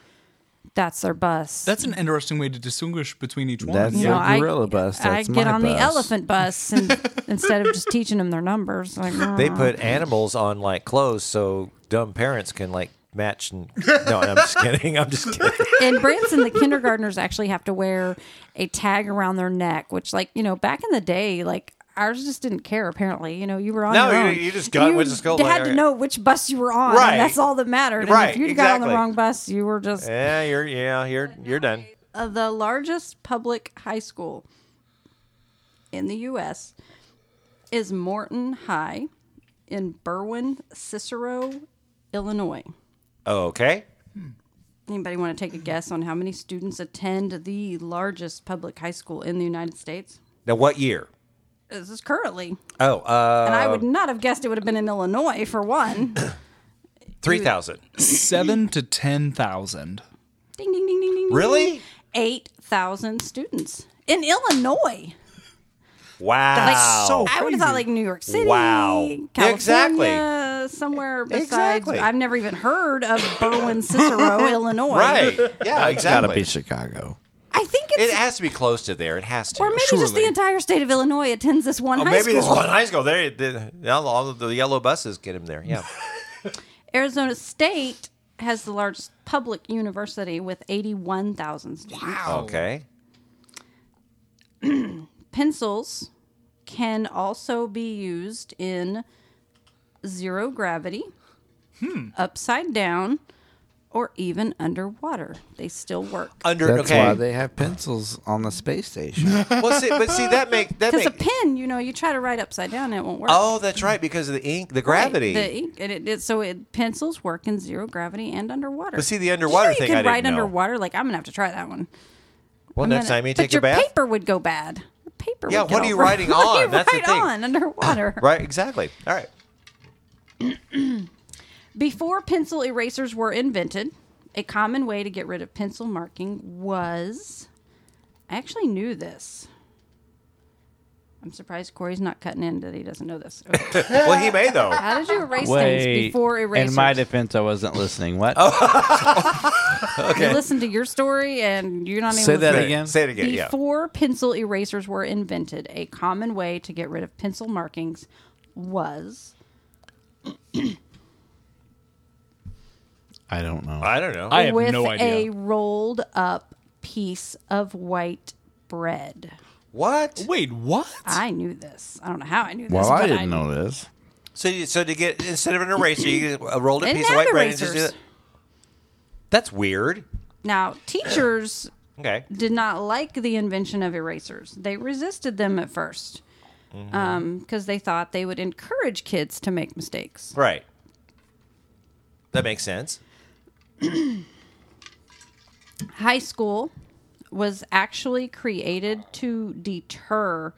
Speaker 3: that's their bus.
Speaker 4: That's an interesting way to distinguish between each one.
Speaker 2: That's-
Speaker 3: you
Speaker 2: the
Speaker 3: know, I-
Speaker 2: gorilla bus, that's
Speaker 3: I get
Speaker 2: my
Speaker 3: on the
Speaker 2: bus.
Speaker 3: elephant bus and, instead of just teaching them their numbers. Like
Speaker 1: They put animals on like clothes so dumb parents can like match and no, I'm just kidding. I'm just kidding.
Speaker 3: in Branson, the kindergartners actually have to wear a tag around their neck, which, like, you know, back in the day, like, ours just didn't care. Apparently, you know, you were on.
Speaker 1: No,
Speaker 3: your
Speaker 1: you-
Speaker 3: own.
Speaker 1: you just got-
Speaker 3: You
Speaker 1: went to school,
Speaker 3: had
Speaker 1: like,
Speaker 3: to
Speaker 1: okay.
Speaker 3: know which bus you were on. and
Speaker 1: Right.
Speaker 3: that's all that mattered. And
Speaker 1: Right,
Speaker 3: if you got on
Speaker 1: exactly.
Speaker 3: the wrong bus, you were just
Speaker 1: Yeah, you're yeah, you're you're done.
Speaker 3: uh, the largest public high school in the U.S. is Morton High in Berwyn, Cicero, Illinois.
Speaker 1: Okay.
Speaker 3: Anybody want to take a guess on how many students attend the largest public high school in the United States?
Speaker 1: Now what year?
Speaker 3: This is currently,
Speaker 1: Oh, uh
Speaker 3: and I would not have guessed it would have been in Illinois for one. ding
Speaker 1: 3000.
Speaker 4: seven to ten thousand.
Speaker 3: ding ding ding ding. ding, ding.
Speaker 1: Really?
Speaker 3: Eight thousand students in Illinois.
Speaker 1: Wow.
Speaker 3: Like,
Speaker 4: so
Speaker 3: I would have thought like New York City,
Speaker 1: Wow.
Speaker 3: California,
Speaker 1: Exactly. E-,
Speaker 3: somewhere besides.
Speaker 1: Exactly.
Speaker 3: I've never even heard of Berwyn, Cicero, Illinois.
Speaker 1: Right. Yeah,
Speaker 2: It's gotta
Speaker 1: exactly.
Speaker 2: be Chicago.
Speaker 3: I think
Speaker 1: It
Speaker 3: it's
Speaker 1: has to be close to there. It has to.
Speaker 3: or maybe just the
Speaker 4: surely.
Speaker 3: entire state of Illinois attends this one
Speaker 1: Oh,
Speaker 3: high
Speaker 1: maybe
Speaker 3: school.
Speaker 1: this one high school. There, the, all, all of the yellow buses get him there. Yeah.
Speaker 3: Arizona State has the largest public university with 81,000 students.
Speaker 1: Okay.
Speaker 3: Pencils can also be used in zero gravity,
Speaker 1: Hmm.
Speaker 3: upside down, or even underwater. They still work.
Speaker 1: Under
Speaker 2: That's
Speaker 1: okay.
Speaker 2: why they have pencils on the space station.
Speaker 1: well, see, but see that make that
Speaker 3: Because
Speaker 1: make.
Speaker 3: a pen, you know, you try to write upside down, it won't work.
Speaker 1: oh, that's right, because of the ink, the
Speaker 3: Right.
Speaker 1: gravity.
Speaker 3: The ink, it, it, it- so it, pencils work in zero gravity and underwater.
Speaker 1: But see, the
Speaker 3: Did you know
Speaker 1: underwater
Speaker 3: you
Speaker 1: thing
Speaker 3: could
Speaker 1: I didn't
Speaker 3: write
Speaker 1: know.
Speaker 3: underwater. Like I'm gonna have to try that one.
Speaker 1: well,
Speaker 3: I'm
Speaker 1: next
Speaker 3: gonna-
Speaker 1: time you
Speaker 3: but
Speaker 1: take
Speaker 3: your
Speaker 1: a bath.
Speaker 3: paper would go bad. The paper.
Speaker 1: Yeah,
Speaker 3: would get
Speaker 1: what are you
Speaker 3: all-
Speaker 1: writing
Speaker 3: what do
Speaker 1: on?
Speaker 3: you
Speaker 1: That's the
Speaker 3: write
Speaker 1: thing.
Speaker 3: on underwater.
Speaker 1: Right. Exactly. All right.
Speaker 3: Before pencil erasers were invented, a common way to get rid of pencil marking was. I actually knew this. I'm surprised Corey's not cutting in that he doesn't know this. Okay.
Speaker 1: Well, he may though.
Speaker 3: How did you erase things
Speaker 2: Wait.
Speaker 3: before erasers?
Speaker 2: In my defense, I wasn't listening. What?
Speaker 1: Oh.
Speaker 3: You listen to your story and you're not even
Speaker 2: Say that
Speaker 3: listening.
Speaker 2: again.
Speaker 1: Say it again. Yeah.
Speaker 3: Before pencil erasers were invented, a common way to get rid of pencil markings was
Speaker 2: I don't know.
Speaker 1: I don't know.
Speaker 4: I have
Speaker 3: with
Speaker 4: no
Speaker 3: a
Speaker 4: idea.
Speaker 3: rolled up piece of white bread.
Speaker 1: what?
Speaker 4: Wait, what?
Speaker 3: I knew this. I don't know how I knew this.
Speaker 2: Well, I
Speaker 3: but
Speaker 2: didn't know this.
Speaker 1: So, you, so to get instead of an eraser, you get a rolled a
Speaker 3: And
Speaker 1: piece of
Speaker 3: now
Speaker 1: white
Speaker 3: the
Speaker 1: bread and just do
Speaker 3: erasers.
Speaker 1: that. That's weird.
Speaker 3: Now, teachers
Speaker 1: Okay.
Speaker 3: did not like the invention of erasers. They resisted them at first
Speaker 4: Mm-hmm.
Speaker 3: because they thought they would encourage kids to make mistakes.
Speaker 1: Right. That makes sense.
Speaker 3: high school was actually created to deter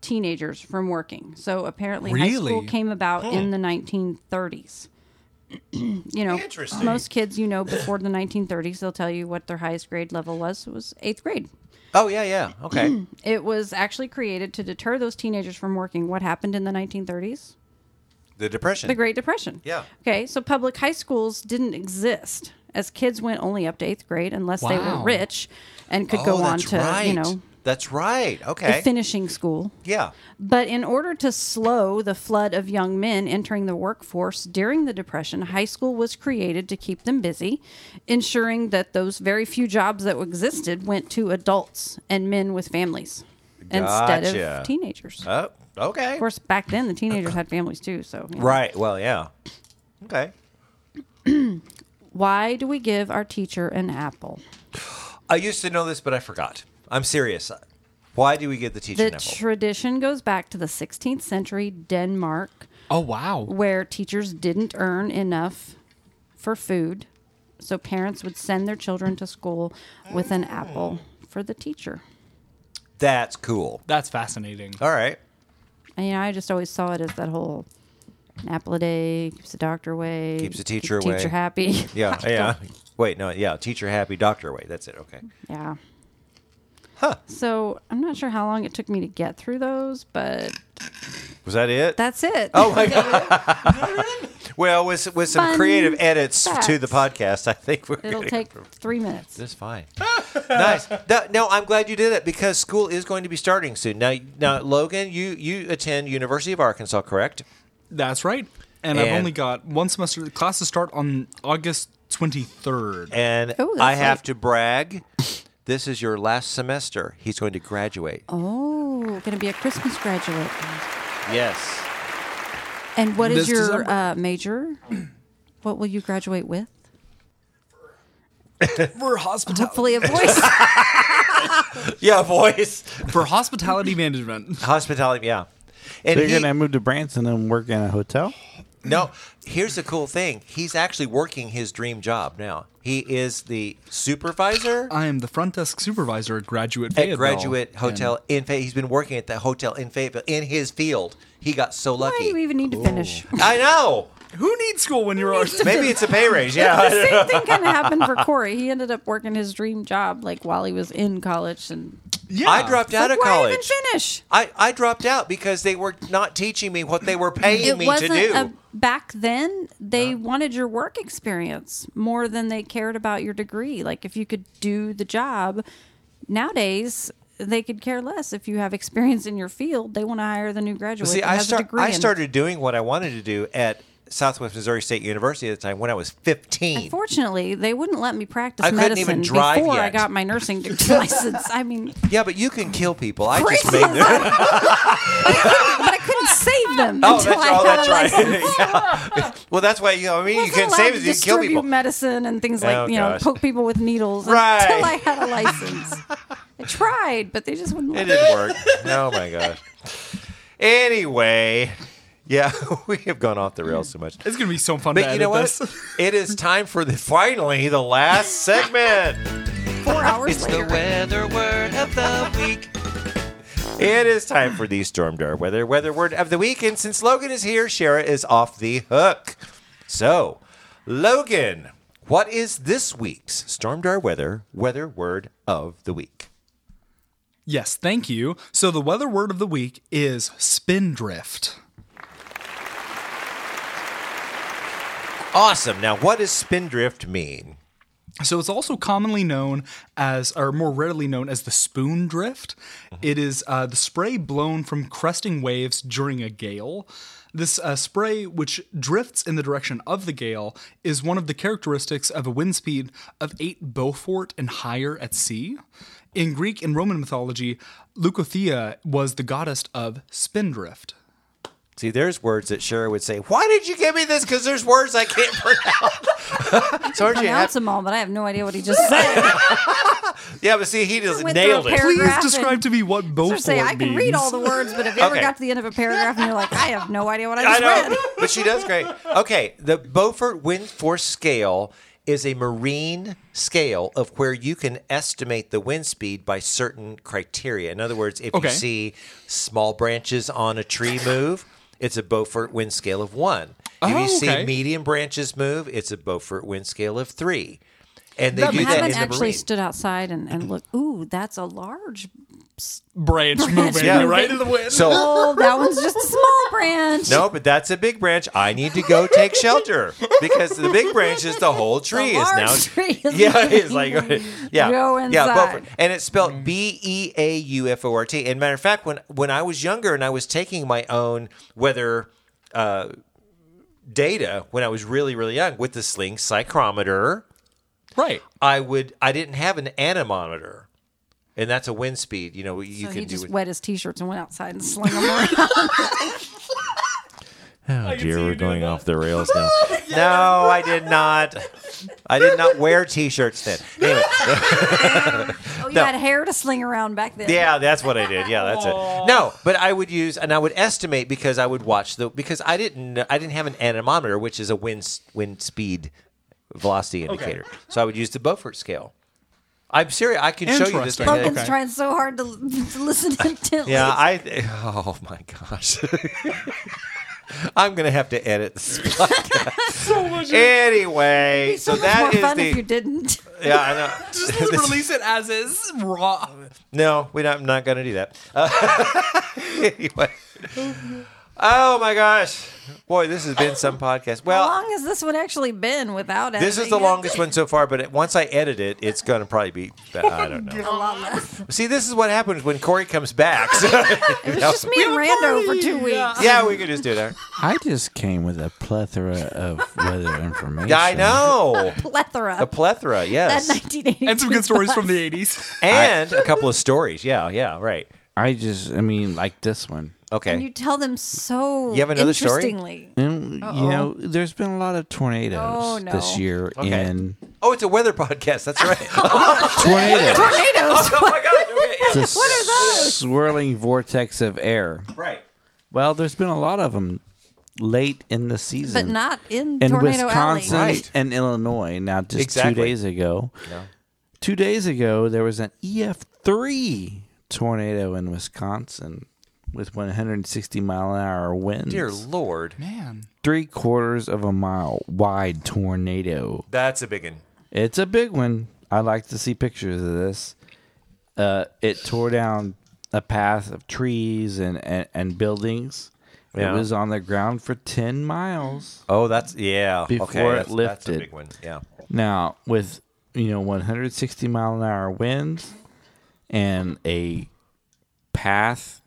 Speaker 3: teenagers from working. So apparently, high school
Speaker 4: Really?
Speaker 3: came about in the 1930s. you know,
Speaker 1: Interesting.
Speaker 3: most kids, you know, before the 1930s, they'll tell you what their highest grade level was. It was eighth grade.
Speaker 1: Oh yeah, yeah. Okay.
Speaker 3: It was actually created to deter those teenagers from working. What happened in the 1930s?
Speaker 1: the depression.
Speaker 3: The Great Depression.
Speaker 1: Yeah.
Speaker 3: Okay, so public high schools didn't exist as kids went only up to eighth grade unless they were
Speaker 4: Wow.
Speaker 3: rich and could
Speaker 1: oh,
Speaker 3: go on
Speaker 1: that's
Speaker 3: to,
Speaker 1: right.
Speaker 3: you know,
Speaker 1: That's right.
Speaker 3: a
Speaker 1: Okay.
Speaker 3: finishing school.
Speaker 1: yeah.
Speaker 3: But in order to slow the flood of young men entering the workforce during the Depression, high school was created to keep them busy, ensuring that those very few jobs that existed went to adults and men with families instead
Speaker 1: Gotcha.
Speaker 3: of teenagers. Of
Speaker 1: Oh, okay.
Speaker 3: course, back then the teenagers had families too, so you know.
Speaker 1: Right. Well, yeah. Okay.
Speaker 3: Why do we give our teacher an apple?
Speaker 1: I used to know this, but I forgot. I'm serious. Why do we get the teacher
Speaker 3: The
Speaker 1: Neville?
Speaker 3: tradition goes back to the 16th century Denmark,
Speaker 4: Oh wow.
Speaker 3: where teachers didn't earn enough for food, so parents would send their children to school with an apple
Speaker 1: Mm.
Speaker 3: for the teacher.
Speaker 1: That's cool.
Speaker 4: That's fascinating.
Speaker 1: All right.
Speaker 3: And, you know, I just always saw it as that whole an apple a day keeps the doctor away,
Speaker 1: Keeps the teacher
Speaker 3: keep
Speaker 1: away.
Speaker 3: teacher happy.
Speaker 1: Yeah. Yeah. Wait, no. Yeah. Teacher happy, doctor away. That's it. Okay.
Speaker 3: Yeah. Huh. So I'm not sure how long it took me to get through those, but
Speaker 1: Was that it?
Speaker 3: that's it.
Speaker 1: Oh my god! well, with with some
Speaker 3: Fun
Speaker 1: creative edits to the
Speaker 3: facts.
Speaker 1: podcast, I think we're
Speaker 3: It'll
Speaker 1: gonna-
Speaker 3: take three minutes.
Speaker 1: That's fine. nice. That- no, I'm glad you did it because school is going to be starting soon. Now, now, Logan, you you attend University of Arkansas, correct?
Speaker 4: That's right. And, I've
Speaker 1: And-
Speaker 4: only got one semester. The classes start on August 23rd.
Speaker 1: And
Speaker 3: Oh, that's
Speaker 1: I have
Speaker 3: right.
Speaker 1: to brag. This is your last semester. He's going to graduate.
Speaker 3: Oh, gonna be a Christmas graduate.
Speaker 1: Yes.
Speaker 3: And what is
Speaker 4: This
Speaker 3: your
Speaker 4: December.
Speaker 3: uh, major? What will you graduate with?
Speaker 4: For hospitality.
Speaker 3: Hopefully, a voice.
Speaker 1: Yeah, voice.
Speaker 4: For hospitality management.
Speaker 1: Hospitality. Yeah. And
Speaker 2: They're
Speaker 1: he-
Speaker 2: gonna move to Branson and work in a hotel.
Speaker 1: No, here's the cool thing. He's actually working his dream job now. He is the supervisor
Speaker 4: I am the front desk supervisor at Graduate
Speaker 1: at
Speaker 4: Fayetteville.
Speaker 1: Graduate Hotel in Fayetteville. He's been working at that hotel in Fayetteville in his field. He got so
Speaker 3: Why do you
Speaker 1: lucky.
Speaker 3: even need to finish?
Speaker 1: I know.
Speaker 4: And Who needs school when you're ours?
Speaker 1: Maybe it's a pay raise. Yeah.
Speaker 3: The same thing kind of happened for Corey. He ended up working his dream job like while he was in college, and
Speaker 4: Yeah.
Speaker 1: I dropped out
Speaker 3: like,
Speaker 1: of
Speaker 3: why even
Speaker 1: college.
Speaker 3: finish?
Speaker 1: I, I dropped out because they were not teaching me what they were paying
Speaker 3: It
Speaker 1: me
Speaker 3: wasn't
Speaker 1: to do.
Speaker 3: a, back then. They wanted your work experience more than they cared about your degree. Like if you could do the job, nowadays they could care less if you have experience in your field. They want to hire the new graduate.
Speaker 1: See,
Speaker 3: that
Speaker 1: I,
Speaker 3: has a
Speaker 1: start,
Speaker 3: degree
Speaker 1: I
Speaker 3: in it.
Speaker 1: started doing what I wanted to do at Southwest Missouri State University at the time when I was 15.
Speaker 3: Unfortunately, they wouldn't let me practice
Speaker 1: I couldn't
Speaker 3: medicine
Speaker 1: even drive
Speaker 3: before I
Speaker 1: yet.
Speaker 3: got my nursing degree license. I mean,
Speaker 1: Yeah, but you can kill people. I just
Speaker 3: Crazy.
Speaker 1: made the
Speaker 3: but I couldn't save them
Speaker 1: Oh,
Speaker 3: until
Speaker 1: that's,
Speaker 3: I
Speaker 1: oh,
Speaker 3: got
Speaker 1: that's
Speaker 3: a license.
Speaker 1: right. Yeah. Well, that's why you know. I mean, you
Speaker 3: wasn't
Speaker 1: can
Speaker 3: allowed
Speaker 1: save it, you
Speaker 3: to
Speaker 1: can kill
Speaker 3: distribute
Speaker 1: people.
Speaker 3: medicine and things like
Speaker 1: Oh,
Speaker 3: you know
Speaker 1: gosh.
Speaker 3: poke people with needles
Speaker 1: Right.
Speaker 3: until I had a license. I tried, but they just wouldn't
Speaker 1: it
Speaker 3: let me.
Speaker 1: didn't work. Oh my gosh. Anyway, yeah, we have gone off the rails so much.
Speaker 4: It's going to be so fun to
Speaker 1: But you know
Speaker 4: edit
Speaker 1: what?
Speaker 4: this.
Speaker 1: It is time for the finally the last segment.
Speaker 3: Four hours
Speaker 1: It's the
Speaker 3: later,
Speaker 1: weather word of the week. It is time for the Storm Door weather weather word of the week, and since Logan is here, Shara is off the hook. So, Logan, what is this week's Storm Door weather weather word of the week?
Speaker 4: Yes, thank you. So the weather word of the week is spindrift.
Speaker 1: Awesome. Now, what does spindrift mean?
Speaker 4: So it's also commonly known as, or more readily known as, the spoon drift. It is uh, the spray blown from cresting waves during a gale. This uh, spray, which drifts in the direction of the gale, is one of the characteristics of a wind speed of 8 Beaufort and higher at sea. In Greek and Roman mythology, Leucothea was the goddess of spindrift.
Speaker 1: See, there's words that Shara would say. Why did you give me this? Because there's words I can't pronounce. so aren't you happy?
Speaker 3: pronounce them all, but I have no idea what he just said.
Speaker 1: Yeah, but see, he just
Speaker 3: Went through a
Speaker 1: nailed it.
Speaker 3: pair-
Speaker 4: Please
Speaker 3: Paragraph
Speaker 4: describe
Speaker 3: and-
Speaker 4: to me what Beaufort
Speaker 3: Or say I can read
Speaker 4: means.
Speaker 3: all the words, but if you ever
Speaker 1: Okay.
Speaker 3: got to the end of a paragraph and you're like, I have no idea what I
Speaker 1: I
Speaker 3: just
Speaker 1: know,
Speaker 3: read.
Speaker 1: but she does great. Okay, the Beaufort Wind Force Scale is a marine scale of where you can estimate the wind speed by certain criteria. In other words, if
Speaker 4: Okay.
Speaker 1: you see small branches on a tree move, it's a Beaufort wind scale of one. If you
Speaker 4: Oh,
Speaker 1: see
Speaker 4: okay.
Speaker 1: medium branches move, it's a Beaufort wind scale of three. And they
Speaker 4: That
Speaker 1: do
Speaker 4: makes
Speaker 1: that
Speaker 3: haven't
Speaker 1: in the
Speaker 3: actually
Speaker 1: marine.
Speaker 3: stood outside and, and looked. Ooh, that's a large.
Speaker 4: branch moving
Speaker 1: Yeah.
Speaker 4: right in the wind.
Speaker 1: so
Speaker 3: Oh, that one's just a small branch.
Speaker 1: no, but that's a big branch. I need to go take shelter because the big branch is the whole
Speaker 3: The
Speaker 1: tree is
Speaker 3: large
Speaker 1: now
Speaker 3: tree is
Speaker 1: Yeah, it's like yeah,
Speaker 3: Go
Speaker 1: yeah,
Speaker 3: inside.
Speaker 1: Beaufort. and it's spelled B E A U F O R T. And matter of fact, when when I was younger and I was taking my own weather uh, data when I was really really young with the sling psychrometer,
Speaker 4: right.
Speaker 1: I would I didn't have an anemometer, and that's a wind speed. You know, you
Speaker 3: So
Speaker 1: can
Speaker 3: he
Speaker 1: do
Speaker 3: just
Speaker 1: it.
Speaker 3: wet his t-shirts and went outside and slung them around.
Speaker 1: Oh dear, we're going off the rails now. No, I did not. I did not wear t-shirts then. Anyway,
Speaker 3: Oh, you
Speaker 1: No.
Speaker 3: had hair to sling around back then.
Speaker 1: yeah, that's what I did. Yeah, that's it. No, but I would use and I would estimate because I would watch the because I didn't I didn't have an anemometer, which is a wind s- wind speed velocity indicator. So I would use the Beaufort scale. I'm serious. I can show you this.
Speaker 4: Interesting.
Speaker 1: thing.
Speaker 3: Logan's
Speaker 4: Okay.
Speaker 3: trying so hard to, to listen intently.
Speaker 1: Yeah, I. Oh my gosh. I'm gonna have to edit this podcast. anyway,
Speaker 3: It'd be so,
Speaker 1: so,
Speaker 3: much
Speaker 1: that
Speaker 3: more
Speaker 1: is
Speaker 3: fun
Speaker 1: the.
Speaker 3: if you didn't.
Speaker 1: Yeah, I know.
Speaker 4: Just release it as is raw.
Speaker 1: No, we're not, I'm not going to do that. Uh, anyway. Oh my gosh. Boy, this has been some podcast.
Speaker 3: How
Speaker 1: Well,
Speaker 3: long has this one actually been without it?
Speaker 1: this is the longest one so far, but it, once I edit it, it's going to probably be, I don't know.
Speaker 3: A lot less.
Speaker 1: See, this is what happens when Corey comes back. So,
Speaker 3: It was just me and Rando for two weeks.
Speaker 1: yeah, we could just do that.
Speaker 2: I just came with a plethora of weather information.
Speaker 1: I know.
Speaker 3: Plethora.
Speaker 1: A plethora,
Speaker 3: that
Speaker 1: yes.
Speaker 3: 1980.
Speaker 4: And some good stories from the 80s.
Speaker 1: And a couple of stories. Yeah, yeah, right.
Speaker 2: I just, I mean, like this one.
Speaker 1: Okay.
Speaker 3: And you tell them so
Speaker 1: You have another story?
Speaker 3: interestingly.
Speaker 2: And, you know, there's been a lot of tornadoes
Speaker 3: Oh, no.
Speaker 2: this year
Speaker 1: Okay.
Speaker 2: in
Speaker 1: oh, it's a weather podcast. That's right. oh
Speaker 2: tornadoes.
Speaker 3: Tornadoes.
Speaker 1: my God.
Speaker 2: the swirling vortex of air.
Speaker 1: Right.
Speaker 2: Well, there's been a lot of them late in the season,
Speaker 3: But not in,
Speaker 2: in
Speaker 3: Tornado
Speaker 2: Wisconsin
Speaker 3: Alley.
Speaker 1: Right.
Speaker 2: and Illinois. Now, just two
Speaker 1: Exactly.
Speaker 2: days ago, two days ago there was an EF three tornado in Wisconsin with 160 mile an hour winds,
Speaker 1: Dear Lord.
Speaker 4: Man.
Speaker 2: three quarters of a mile wide tornado.
Speaker 1: That's a big one.
Speaker 2: It's a big one. I like to see pictures of this. Uh, it tore down a path of trees and, and, and buildings.
Speaker 1: Yeah.
Speaker 2: It was on the ground for 10 miles.
Speaker 1: Oh, that's yeah.
Speaker 2: Before
Speaker 1: okay,
Speaker 2: it
Speaker 1: that's, that's a
Speaker 2: lifted.
Speaker 1: big one. Yeah.
Speaker 2: Now, with, you know, 160 mile an hour winds and a path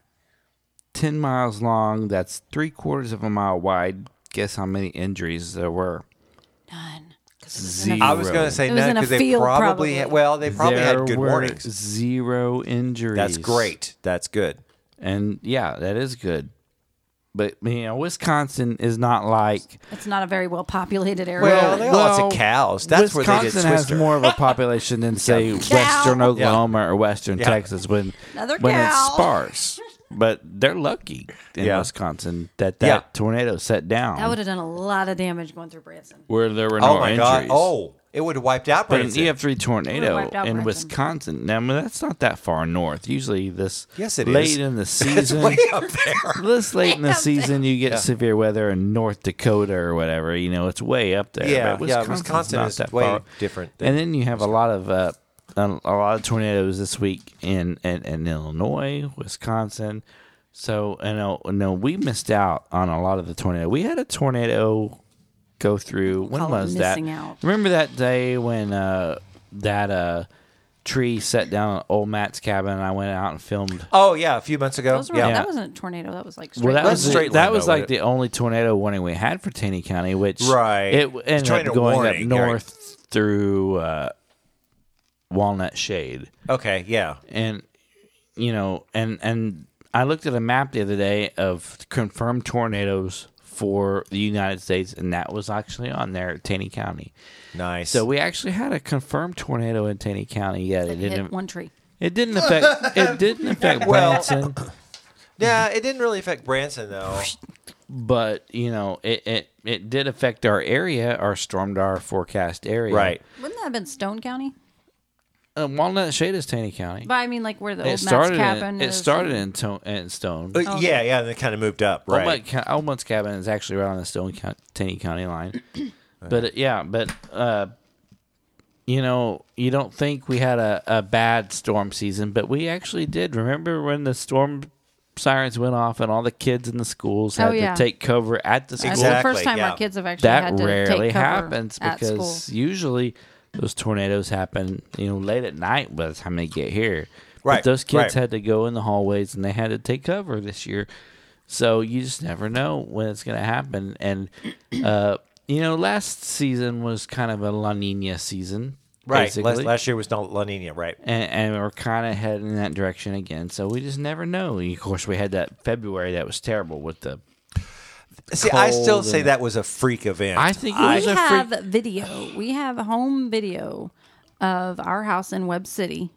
Speaker 2: 10 miles long that's three quarters of a mile wide, guess how many injuries there were?
Speaker 3: None. 'Cause it was in a-
Speaker 2: Zero.
Speaker 1: I was gonna say
Speaker 3: It was
Speaker 1: no
Speaker 3: in a
Speaker 1: because they
Speaker 3: field,
Speaker 1: probably,
Speaker 3: probably.
Speaker 1: Had, well they probably
Speaker 2: There
Speaker 1: had good
Speaker 2: were
Speaker 1: warnings.
Speaker 2: Zero injuries.
Speaker 1: That's great. That's good.
Speaker 2: And yeah, that is good. But you know, Wisconsin is not like
Speaker 3: It's not a very well populated area.
Speaker 1: Well, they got lots of cows. That's where they did
Speaker 2: Wisconsin has
Speaker 1: Twister.
Speaker 2: more of a population than say
Speaker 3: Cow.
Speaker 2: Western Oklahoma or Western
Speaker 1: Yeah.
Speaker 2: Texas when
Speaker 3: Another
Speaker 2: when
Speaker 3: cow.
Speaker 2: it's sparse. But they're lucky in
Speaker 1: Yeah.
Speaker 2: Wisconsin that that
Speaker 1: Yeah.
Speaker 2: tornado set down
Speaker 3: that would have done a lot of damage going through Branson.
Speaker 2: where there were no
Speaker 1: oh my
Speaker 2: injuries.
Speaker 1: god. Oh, it would have wiped out
Speaker 2: But E an
Speaker 1: Branson.
Speaker 2: EF3 tornado
Speaker 3: wiped out
Speaker 2: in
Speaker 3: Branson.
Speaker 2: Wisconsin. Now, I mean, that's not that far north. Usually, this
Speaker 1: Yes, it
Speaker 2: late
Speaker 1: is.
Speaker 2: in the
Speaker 1: it's
Speaker 2: season,
Speaker 1: way up there.
Speaker 2: this late in the season, you get severe weather in North Dakota or whatever. You know, it's way up there.
Speaker 1: Yeah,
Speaker 2: But
Speaker 1: yeah,
Speaker 2: Wisconsin's
Speaker 1: Wisconsin
Speaker 2: not
Speaker 1: is
Speaker 2: that
Speaker 1: way
Speaker 2: far.
Speaker 1: different than
Speaker 2: And then you have a lot of uh, a, a lot of tornadoes this week in, in, in Illinois, Wisconsin. So you know, no, we missed out on a lot of the tornado. We had a tornado go through. When
Speaker 3: Call it
Speaker 2: was that?
Speaker 3: missing out.
Speaker 2: Remember that day when uh, that uh, tree set down at old Matt's cabin, and I went out and filmed
Speaker 1: Oh yeah, a few months ago.
Speaker 3: Those were,
Speaker 1: yeah.
Speaker 2: Yeah.
Speaker 3: That wasn't a tornado. That was like straight
Speaker 2: well, that
Speaker 1: That's
Speaker 2: was the-
Speaker 1: straight
Speaker 2: that
Speaker 1: line,
Speaker 2: was
Speaker 1: though,
Speaker 2: like
Speaker 1: wasn't
Speaker 2: the only tornado warning we had for Taney County, which
Speaker 1: Right.
Speaker 2: it w-
Speaker 1: It's
Speaker 2: ended
Speaker 1: tornado
Speaker 2: up going up
Speaker 1: warning, right.
Speaker 2: north through uh, Walnut Shade,
Speaker 1: Okay. Yeah.
Speaker 2: and you know, and and I looked at a map the other day of confirmed tornadoes for the United States, and that was actually on there, Taney County.
Speaker 1: Nice.
Speaker 2: So we actually had a confirmed tornado in Taney County. Yeah, it
Speaker 3: hit
Speaker 2: didn't.
Speaker 3: one tree.
Speaker 2: It didn't affect. It didn't affect
Speaker 1: Well-
Speaker 2: Branson.
Speaker 1: yeah, it didn't really affect Branson though.
Speaker 2: but you know it, it it did affect our area our stormed our forecast area
Speaker 1: Right.
Speaker 3: Wouldn't that have been Stone County?
Speaker 2: um, walnut shade is taney county
Speaker 3: But I mean, like where the
Speaker 2: it
Speaker 3: old
Speaker 2: started
Speaker 3: Matt's cabin
Speaker 2: in, it
Speaker 3: is.
Speaker 2: started in, to- in stone
Speaker 3: Oh,
Speaker 1: Uh, Yeah, yeah, and it kind of moved up,
Speaker 2: Old
Speaker 1: right?
Speaker 2: Mutt Ca- Old Mutt's cabin is actually right on the Stone County, Taney County line. but uh, yeah, but uh, you know, you don't think we had a, a bad storm season, but we actually did. Remember when the storm sirens went off and all the kids in the schools
Speaker 3: Oh,
Speaker 2: had
Speaker 3: yeah.
Speaker 2: to take cover at the school?
Speaker 3: That's the
Speaker 1: Exactly,
Speaker 3: first time
Speaker 1: yeah.
Speaker 3: our kids have actually
Speaker 2: that
Speaker 3: had to
Speaker 2: rarely
Speaker 3: take cover
Speaker 2: happens
Speaker 3: at school.
Speaker 2: because usually those tornadoes happen, you know, late at night by the time they get here.
Speaker 1: Right,
Speaker 2: But those kids
Speaker 1: right.
Speaker 2: had to go in the hallways and they had to take cover this year. So you just never know when it's going to happen. And, uh, you know, last season was kind of a La Nina season.
Speaker 1: right. Last,
Speaker 2: basically.
Speaker 1: last year was not La Nina, right?
Speaker 2: and, and we're kind of heading in that direction again. So we just never know. Of course, we had that February that was terrible with the
Speaker 1: See, I still
Speaker 2: cold
Speaker 1: say
Speaker 2: and-
Speaker 1: that was a freak event.
Speaker 2: I think it
Speaker 3: We
Speaker 2: was a
Speaker 3: have
Speaker 2: freak.
Speaker 3: video. We have home video of our house in Web City.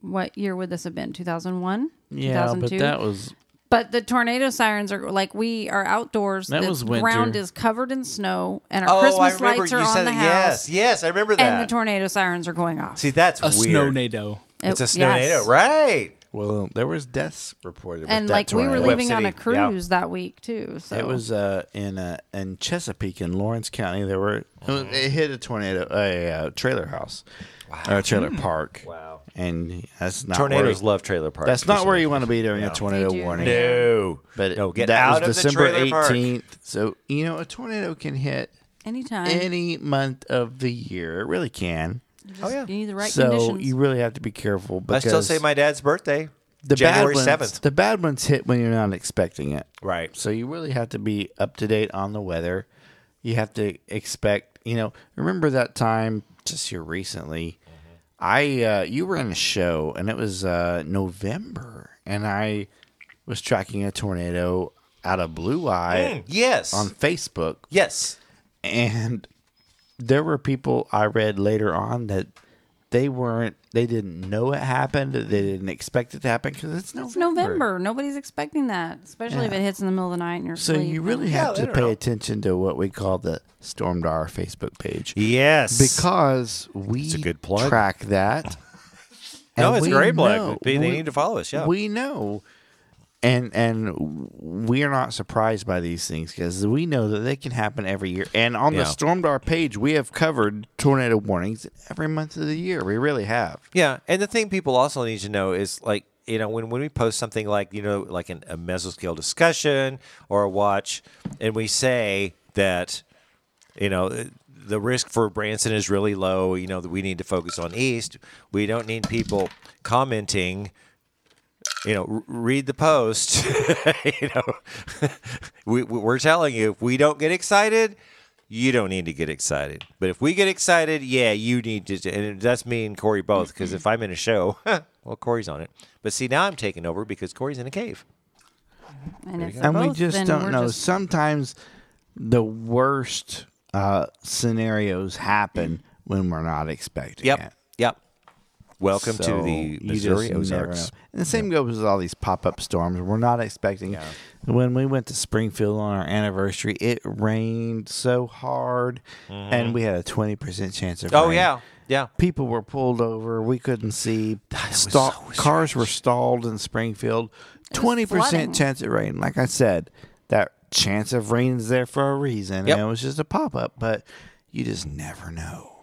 Speaker 3: What year would this have been? 2001?
Speaker 2: Yeah, but
Speaker 3: 2002?
Speaker 2: that was
Speaker 3: But the tornado sirens are like we are outdoors.
Speaker 2: That
Speaker 3: the
Speaker 2: was winter.
Speaker 3: ground is covered in snow, and our
Speaker 1: oh, I
Speaker 3: Christmas
Speaker 1: remember
Speaker 3: lights
Speaker 1: you
Speaker 3: are
Speaker 1: said
Speaker 3: on the
Speaker 1: it.
Speaker 3: house,
Speaker 1: yes, yes, I remember that.
Speaker 3: and the tornado sirens are going off.
Speaker 1: See, that's
Speaker 4: A
Speaker 1: weird.
Speaker 4: snow nado.
Speaker 1: It's
Speaker 3: It-
Speaker 1: a snow
Speaker 3: Oh, yes.
Speaker 1: nato, right?
Speaker 2: well. There was deaths reported, with
Speaker 3: And
Speaker 2: that
Speaker 3: like we were
Speaker 2: tornado.
Speaker 1: Web
Speaker 3: leaving on a
Speaker 1: City, yeah.
Speaker 3: cruise that week too. So
Speaker 2: It was uh, in uh, in Chesapeake in Lawrence County. There were it, was- it hit a tornado, a uh, trailer house, or a trailer park.
Speaker 1: Wow.
Speaker 2: And that's not where,
Speaker 1: Tornadoes love trailer parks.
Speaker 2: That's not
Speaker 1: for
Speaker 2: where
Speaker 1: some
Speaker 2: you want to be during
Speaker 1: Yeah.
Speaker 2: a tornado
Speaker 3: They do,
Speaker 2: warning.
Speaker 3: yeah.
Speaker 1: No,
Speaker 2: But
Speaker 1: no, get
Speaker 2: that
Speaker 1: out
Speaker 2: was
Speaker 1: of
Speaker 2: December
Speaker 1: the trailer park.
Speaker 2: So you know a tornado can hit
Speaker 3: anytime
Speaker 2: any month of the year. It really can.
Speaker 1: Oh yeah,
Speaker 3: you need the right
Speaker 2: so
Speaker 3: conditions.
Speaker 2: you really have to be careful.
Speaker 1: I
Speaker 2: Because
Speaker 1: still say my dad's birthday,
Speaker 2: the
Speaker 1: January
Speaker 2: bad ones,
Speaker 1: seventh.
Speaker 2: The bad ones hit when you're not expecting it.
Speaker 1: Right.
Speaker 2: So you really have to be up to date on the weather. You have to expect, you know, remember that time just here recently. I uh, you were in a show and it was uh, November and I was tracking a tornado out of Blue Eye
Speaker 1: Mm, Yes,
Speaker 2: on Facebook
Speaker 1: yes.
Speaker 2: and there were people I read later on that they weren't they didn't know it happened they didn't expect it to happen because it's November.
Speaker 3: It's November. Nobody's expecting that, especially if it hits in the middle of the night and you're
Speaker 2: So you really
Speaker 1: Yeah,
Speaker 2: have
Speaker 1: they
Speaker 2: to
Speaker 1: don't
Speaker 2: pay
Speaker 1: know.
Speaker 2: attention to what we call the Stormdar Facebook page
Speaker 1: Yes,
Speaker 2: because we
Speaker 1: a good plug.
Speaker 2: track that.
Speaker 1: No,
Speaker 2: And
Speaker 1: it's a
Speaker 2: we
Speaker 1: great plug.
Speaker 2: know-
Speaker 1: They- they
Speaker 2: we-
Speaker 1: need to follow us, yeah.
Speaker 2: we know, and and we are not surprised by these things because we know that they can happen every year. And on
Speaker 1: Yeah.
Speaker 2: the Stormdar page, we have covered tornado warnings every month of the year. We really have.
Speaker 1: Yeah, and the thing people also need to know is like you know when when we post something like you know like an, a mesoscale discussion or a watch, and we say that you know eh, the risk for Branson is really low. You know that we need to focus on East. We don't need people commenting. You know, r- read the post. you know, we, we- we're telling you if we don't get excited, you don't need to get excited. But if we get excited, yeah, you need to. And that's me and Corey both. Because if I'm in a show, well, Corey's on it. But see, now I'm taking over because Corey's in a cave.
Speaker 3: and, it's
Speaker 2: and we
Speaker 3: both,
Speaker 2: just
Speaker 3: then
Speaker 2: don't
Speaker 3: we're
Speaker 2: know.
Speaker 3: just-
Speaker 2: Sometimes the worst uh, scenarios happen when we're not expecting it.
Speaker 1: Yep. Welcome
Speaker 2: So
Speaker 1: to the
Speaker 2: you
Speaker 1: Missouri
Speaker 2: just never know.
Speaker 1: Ozarks.
Speaker 2: And the same goes with all these pop up storms. We're not expecting. When we went to Springfield on our anniversary, it rained so hard, and we had a twenty percent chance of.
Speaker 1: Mm-hmm. Oh
Speaker 2: rain.
Speaker 1: yeah, yeah.
Speaker 2: People were pulled over. We couldn't see. Sta- cars were stalled in Springfield. Twenty
Speaker 3: flooding.
Speaker 2: percent chance of rain. Like I said, that chance of rain is there for a reason.
Speaker 1: Yep.
Speaker 2: And it was just a pop up, but you just never know.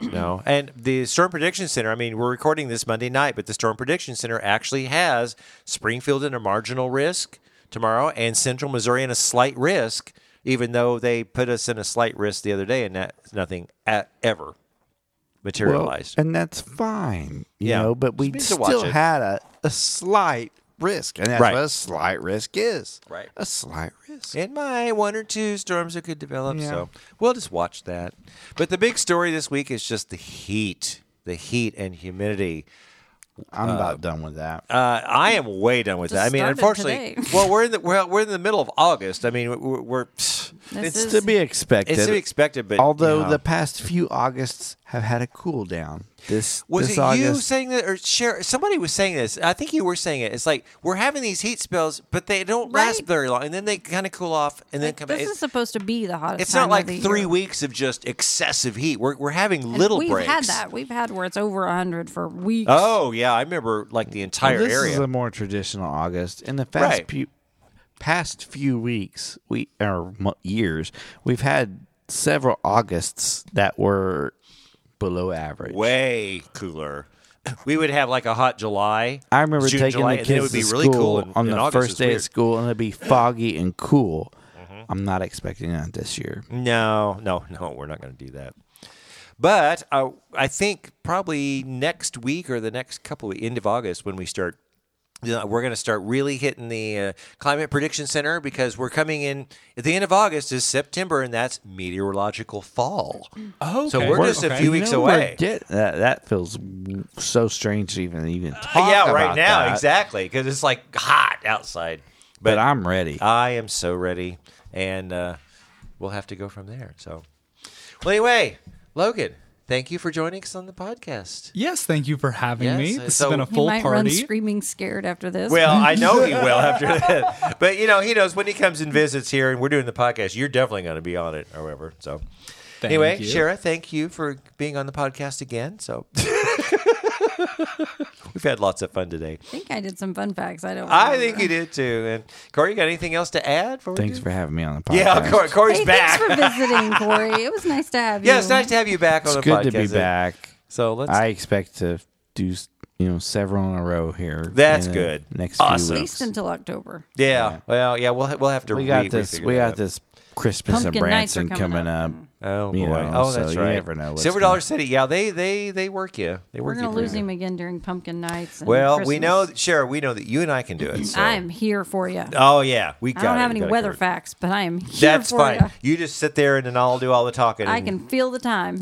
Speaker 1: No. And the Storm Prediction Center, I mean, we're recording this Monday night, but the Storm Prediction Center actually has Springfield in a marginal risk tomorrow and Central Missouri in a slight risk, even though they put us in a slight risk the other day and that nothing at, ever
Speaker 2: Well,
Speaker 1: materialized.
Speaker 2: and that's fine, you
Speaker 1: Yeah.
Speaker 2: know, but we
Speaker 1: Just need to watch
Speaker 2: still
Speaker 1: it.
Speaker 2: had a, a slight risk. And that's
Speaker 1: Right.
Speaker 2: what a slight risk is.
Speaker 1: Right.
Speaker 2: A slight risk.
Speaker 1: and my one or two storms that could develop.
Speaker 2: Yeah.
Speaker 1: So we'll just watch that. But the big story this week is just the heat, the heat and humidity.
Speaker 2: I'm about done with that.
Speaker 1: Uh, I am way done with
Speaker 3: Just
Speaker 1: that. I mean,
Speaker 3: started
Speaker 1: unfortunately,
Speaker 3: today.
Speaker 1: well, we're in the well, we're in the middle of August. I mean, we're, we're pfft,
Speaker 3: This
Speaker 1: it's
Speaker 3: is-
Speaker 2: to be expected.
Speaker 1: it's to be expected, but
Speaker 2: Although
Speaker 1: yeah.
Speaker 2: the past few Augusts have had a cool down. This
Speaker 1: was
Speaker 2: this
Speaker 1: it you
Speaker 2: August,
Speaker 1: saying that or share somebody was saying this? I think you were saying it. It's like we're having these heat spells, but they don't last
Speaker 3: Right.
Speaker 1: very long, and then they kind of cool off, and then come. back.
Speaker 3: this is
Speaker 1: It's,
Speaker 3: supposed to be the hottest.
Speaker 1: it's
Speaker 3: time
Speaker 1: not
Speaker 3: of
Speaker 1: like
Speaker 3: the
Speaker 1: three
Speaker 3: year.
Speaker 1: weeks of just excessive heat. We're we're having
Speaker 3: And
Speaker 1: little
Speaker 3: We've
Speaker 1: breaks.
Speaker 3: had that. We've had where it's over hundred for weeks.
Speaker 1: Oh yeah, I remember like the entire
Speaker 2: this
Speaker 1: area.
Speaker 2: is a more traditional August. In the fast
Speaker 1: Right.
Speaker 2: few, past few weeks, we or mo- years, we've had several Augusts that were below average.
Speaker 1: way cooler. We would have like a hot July.
Speaker 2: I remember
Speaker 1: June,
Speaker 2: taking
Speaker 1: July,
Speaker 2: the
Speaker 1: and
Speaker 2: kids
Speaker 1: then it would
Speaker 2: to
Speaker 1: be
Speaker 2: school
Speaker 1: really cool in-
Speaker 2: on
Speaker 1: in
Speaker 2: the
Speaker 1: August.
Speaker 2: first
Speaker 1: It's
Speaker 2: day
Speaker 1: weird. Mm-hmm.
Speaker 2: of school, and it'd be foggy and cool. I'm not expecting that this year.
Speaker 1: No, no, no, we're not going to do that. But uh, I think probably next week or the next couple of end of August when we start, you know, we're going to start really hitting the uh, climate prediction center because we're coming in at the end of August is September and that's meteorological fall.
Speaker 4: Oh,
Speaker 1: So we're just a few
Speaker 2: You
Speaker 1: weeks
Speaker 2: know, we're
Speaker 1: away.
Speaker 2: get- that, that feels so strange to even even talk
Speaker 1: Uh, yeah, right
Speaker 2: about
Speaker 1: now
Speaker 2: that,
Speaker 1: exactly because it's like hot outside.
Speaker 2: But I'm ready.
Speaker 1: I am so ready. and uh, we'll have to go from there. So, well, anyway, Logan, thank you for joining us on the podcast.
Speaker 4: Yes, thank you for having
Speaker 1: Yes,
Speaker 4: me.
Speaker 1: uh,
Speaker 4: This
Speaker 1: so-
Speaker 4: has been a
Speaker 3: He
Speaker 4: full
Speaker 3: might run
Speaker 4: party.
Speaker 3: screaming scared after this.
Speaker 1: Well, I know he will after that. But you know, he knows when he comes and visits here, and we're doing the podcast. You're definitely going to be on it, however. So,
Speaker 4: Thank
Speaker 1: anyway,
Speaker 4: you.
Speaker 1: Shara, thank you for being on the podcast again. So, we've had lots of fun today.
Speaker 3: I think I did some fun facts. I don't.
Speaker 1: I
Speaker 3: remember.
Speaker 1: think you did too. And Corey, you got anything else to add? For
Speaker 2: Thanks for having me on the podcast.
Speaker 1: yeah, Corey, Corey's
Speaker 3: Hey,
Speaker 1: back.
Speaker 3: thanks for visiting, Corey. It was nice to have you.
Speaker 1: yeah, it's nice to have you back on
Speaker 2: It's
Speaker 1: the
Speaker 2: good
Speaker 1: podcast.
Speaker 2: to be back.
Speaker 1: So let's.
Speaker 2: I expect to do you know several in a row here.
Speaker 1: That's
Speaker 2: in the
Speaker 1: good.
Speaker 2: Next
Speaker 1: Awesome.
Speaker 2: few
Speaker 3: At
Speaker 2: weeks.
Speaker 3: least until October.
Speaker 1: yeah, Well. Yeah. We'll ha- we'll have to.
Speaker 2: we got
Speaker 1: re-
Speaker 2: this.
Speaker 1: refigure
Speaker 2: We
Speaker 1: that
Speaker 2: got
Speaker 1: out.
Speaker 2: this Christmas
Speaker 3: Pumpkin
Speaker 2: and
Speaker 3: nights are
Speaker 2: Branson
Speaker 3: coming
Speaker 2: coming up.
Speaker 3: up.
Speaker 1: Oh boy.
Speaker 2: you know,
Speaker 1: oh,
Speaker 2: so
Speaker 1: that's
Speaker 2: you
Speaker 1: right.
Speaker 2: never know what's
Speaker 1: Silver
Speaker 2: gonna-
Speaker 1: Dollar City. Yeah, they they they work you. They
Speaker 3: We're
Speaker 1: work
Speaker 3: gonna
Speaker 1: you.
Speaker 3: lose
Speaker 1: pretty
Speaker 3: him again during pumpkin nights.
Speaker 1: good.
Speaker 3: and
Speaker 1: Well, we know,
Speaker 3: Christmas.
Speaker 1: Sarah. We know that you and I can do it. So.
Speaker 3: I'm here for you.
Speaker 1: Oh yeah, we got.
Speaker 3: I don't
Speaker 1: it.
Speaker 3: have
Speaker 1: We
Speaker 3: any
Speaker 1: got it
Speaker 3: weather
Speaker 1: covered.
Speaker 3: facts, but I am here
Speaker 1: That's
Speaker 3: for
Speaker 1: fine.
Speaker 3: ya.
Speaker 1: You just sit there and then I'll do all the talking.
Speaker 3: I
Speaker 1: and-
Speaker 3: can feel the time.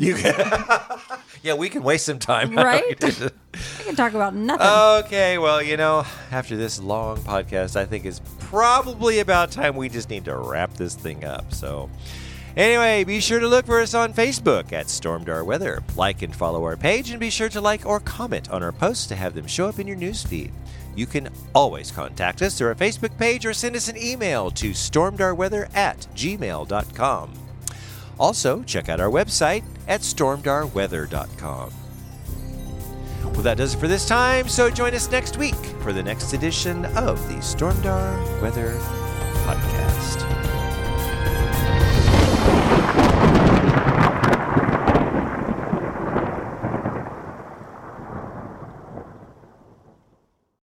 Speaker 1: Yeah, we can waste some time.
Speaker 3: Right? I can talk about nothing.
Speaker 1: Oh, okay. Well, you know, after this long podcast, I think it's probably about time we just need to wrap this thing up. So. Anyway, be sure to look for us on Facebook at Stormdar Weather. Like and follow our page, and be sure to like or comment on our posts to have them show up in your newsfeed. You can always contact us through our Facebook page or send us an email to stormdarweather at gmail.com. Also, check out our website at stormdarweather.com. Well, that does it for this time, so join us next week for the next edition of the Stormdar Weather Podcast.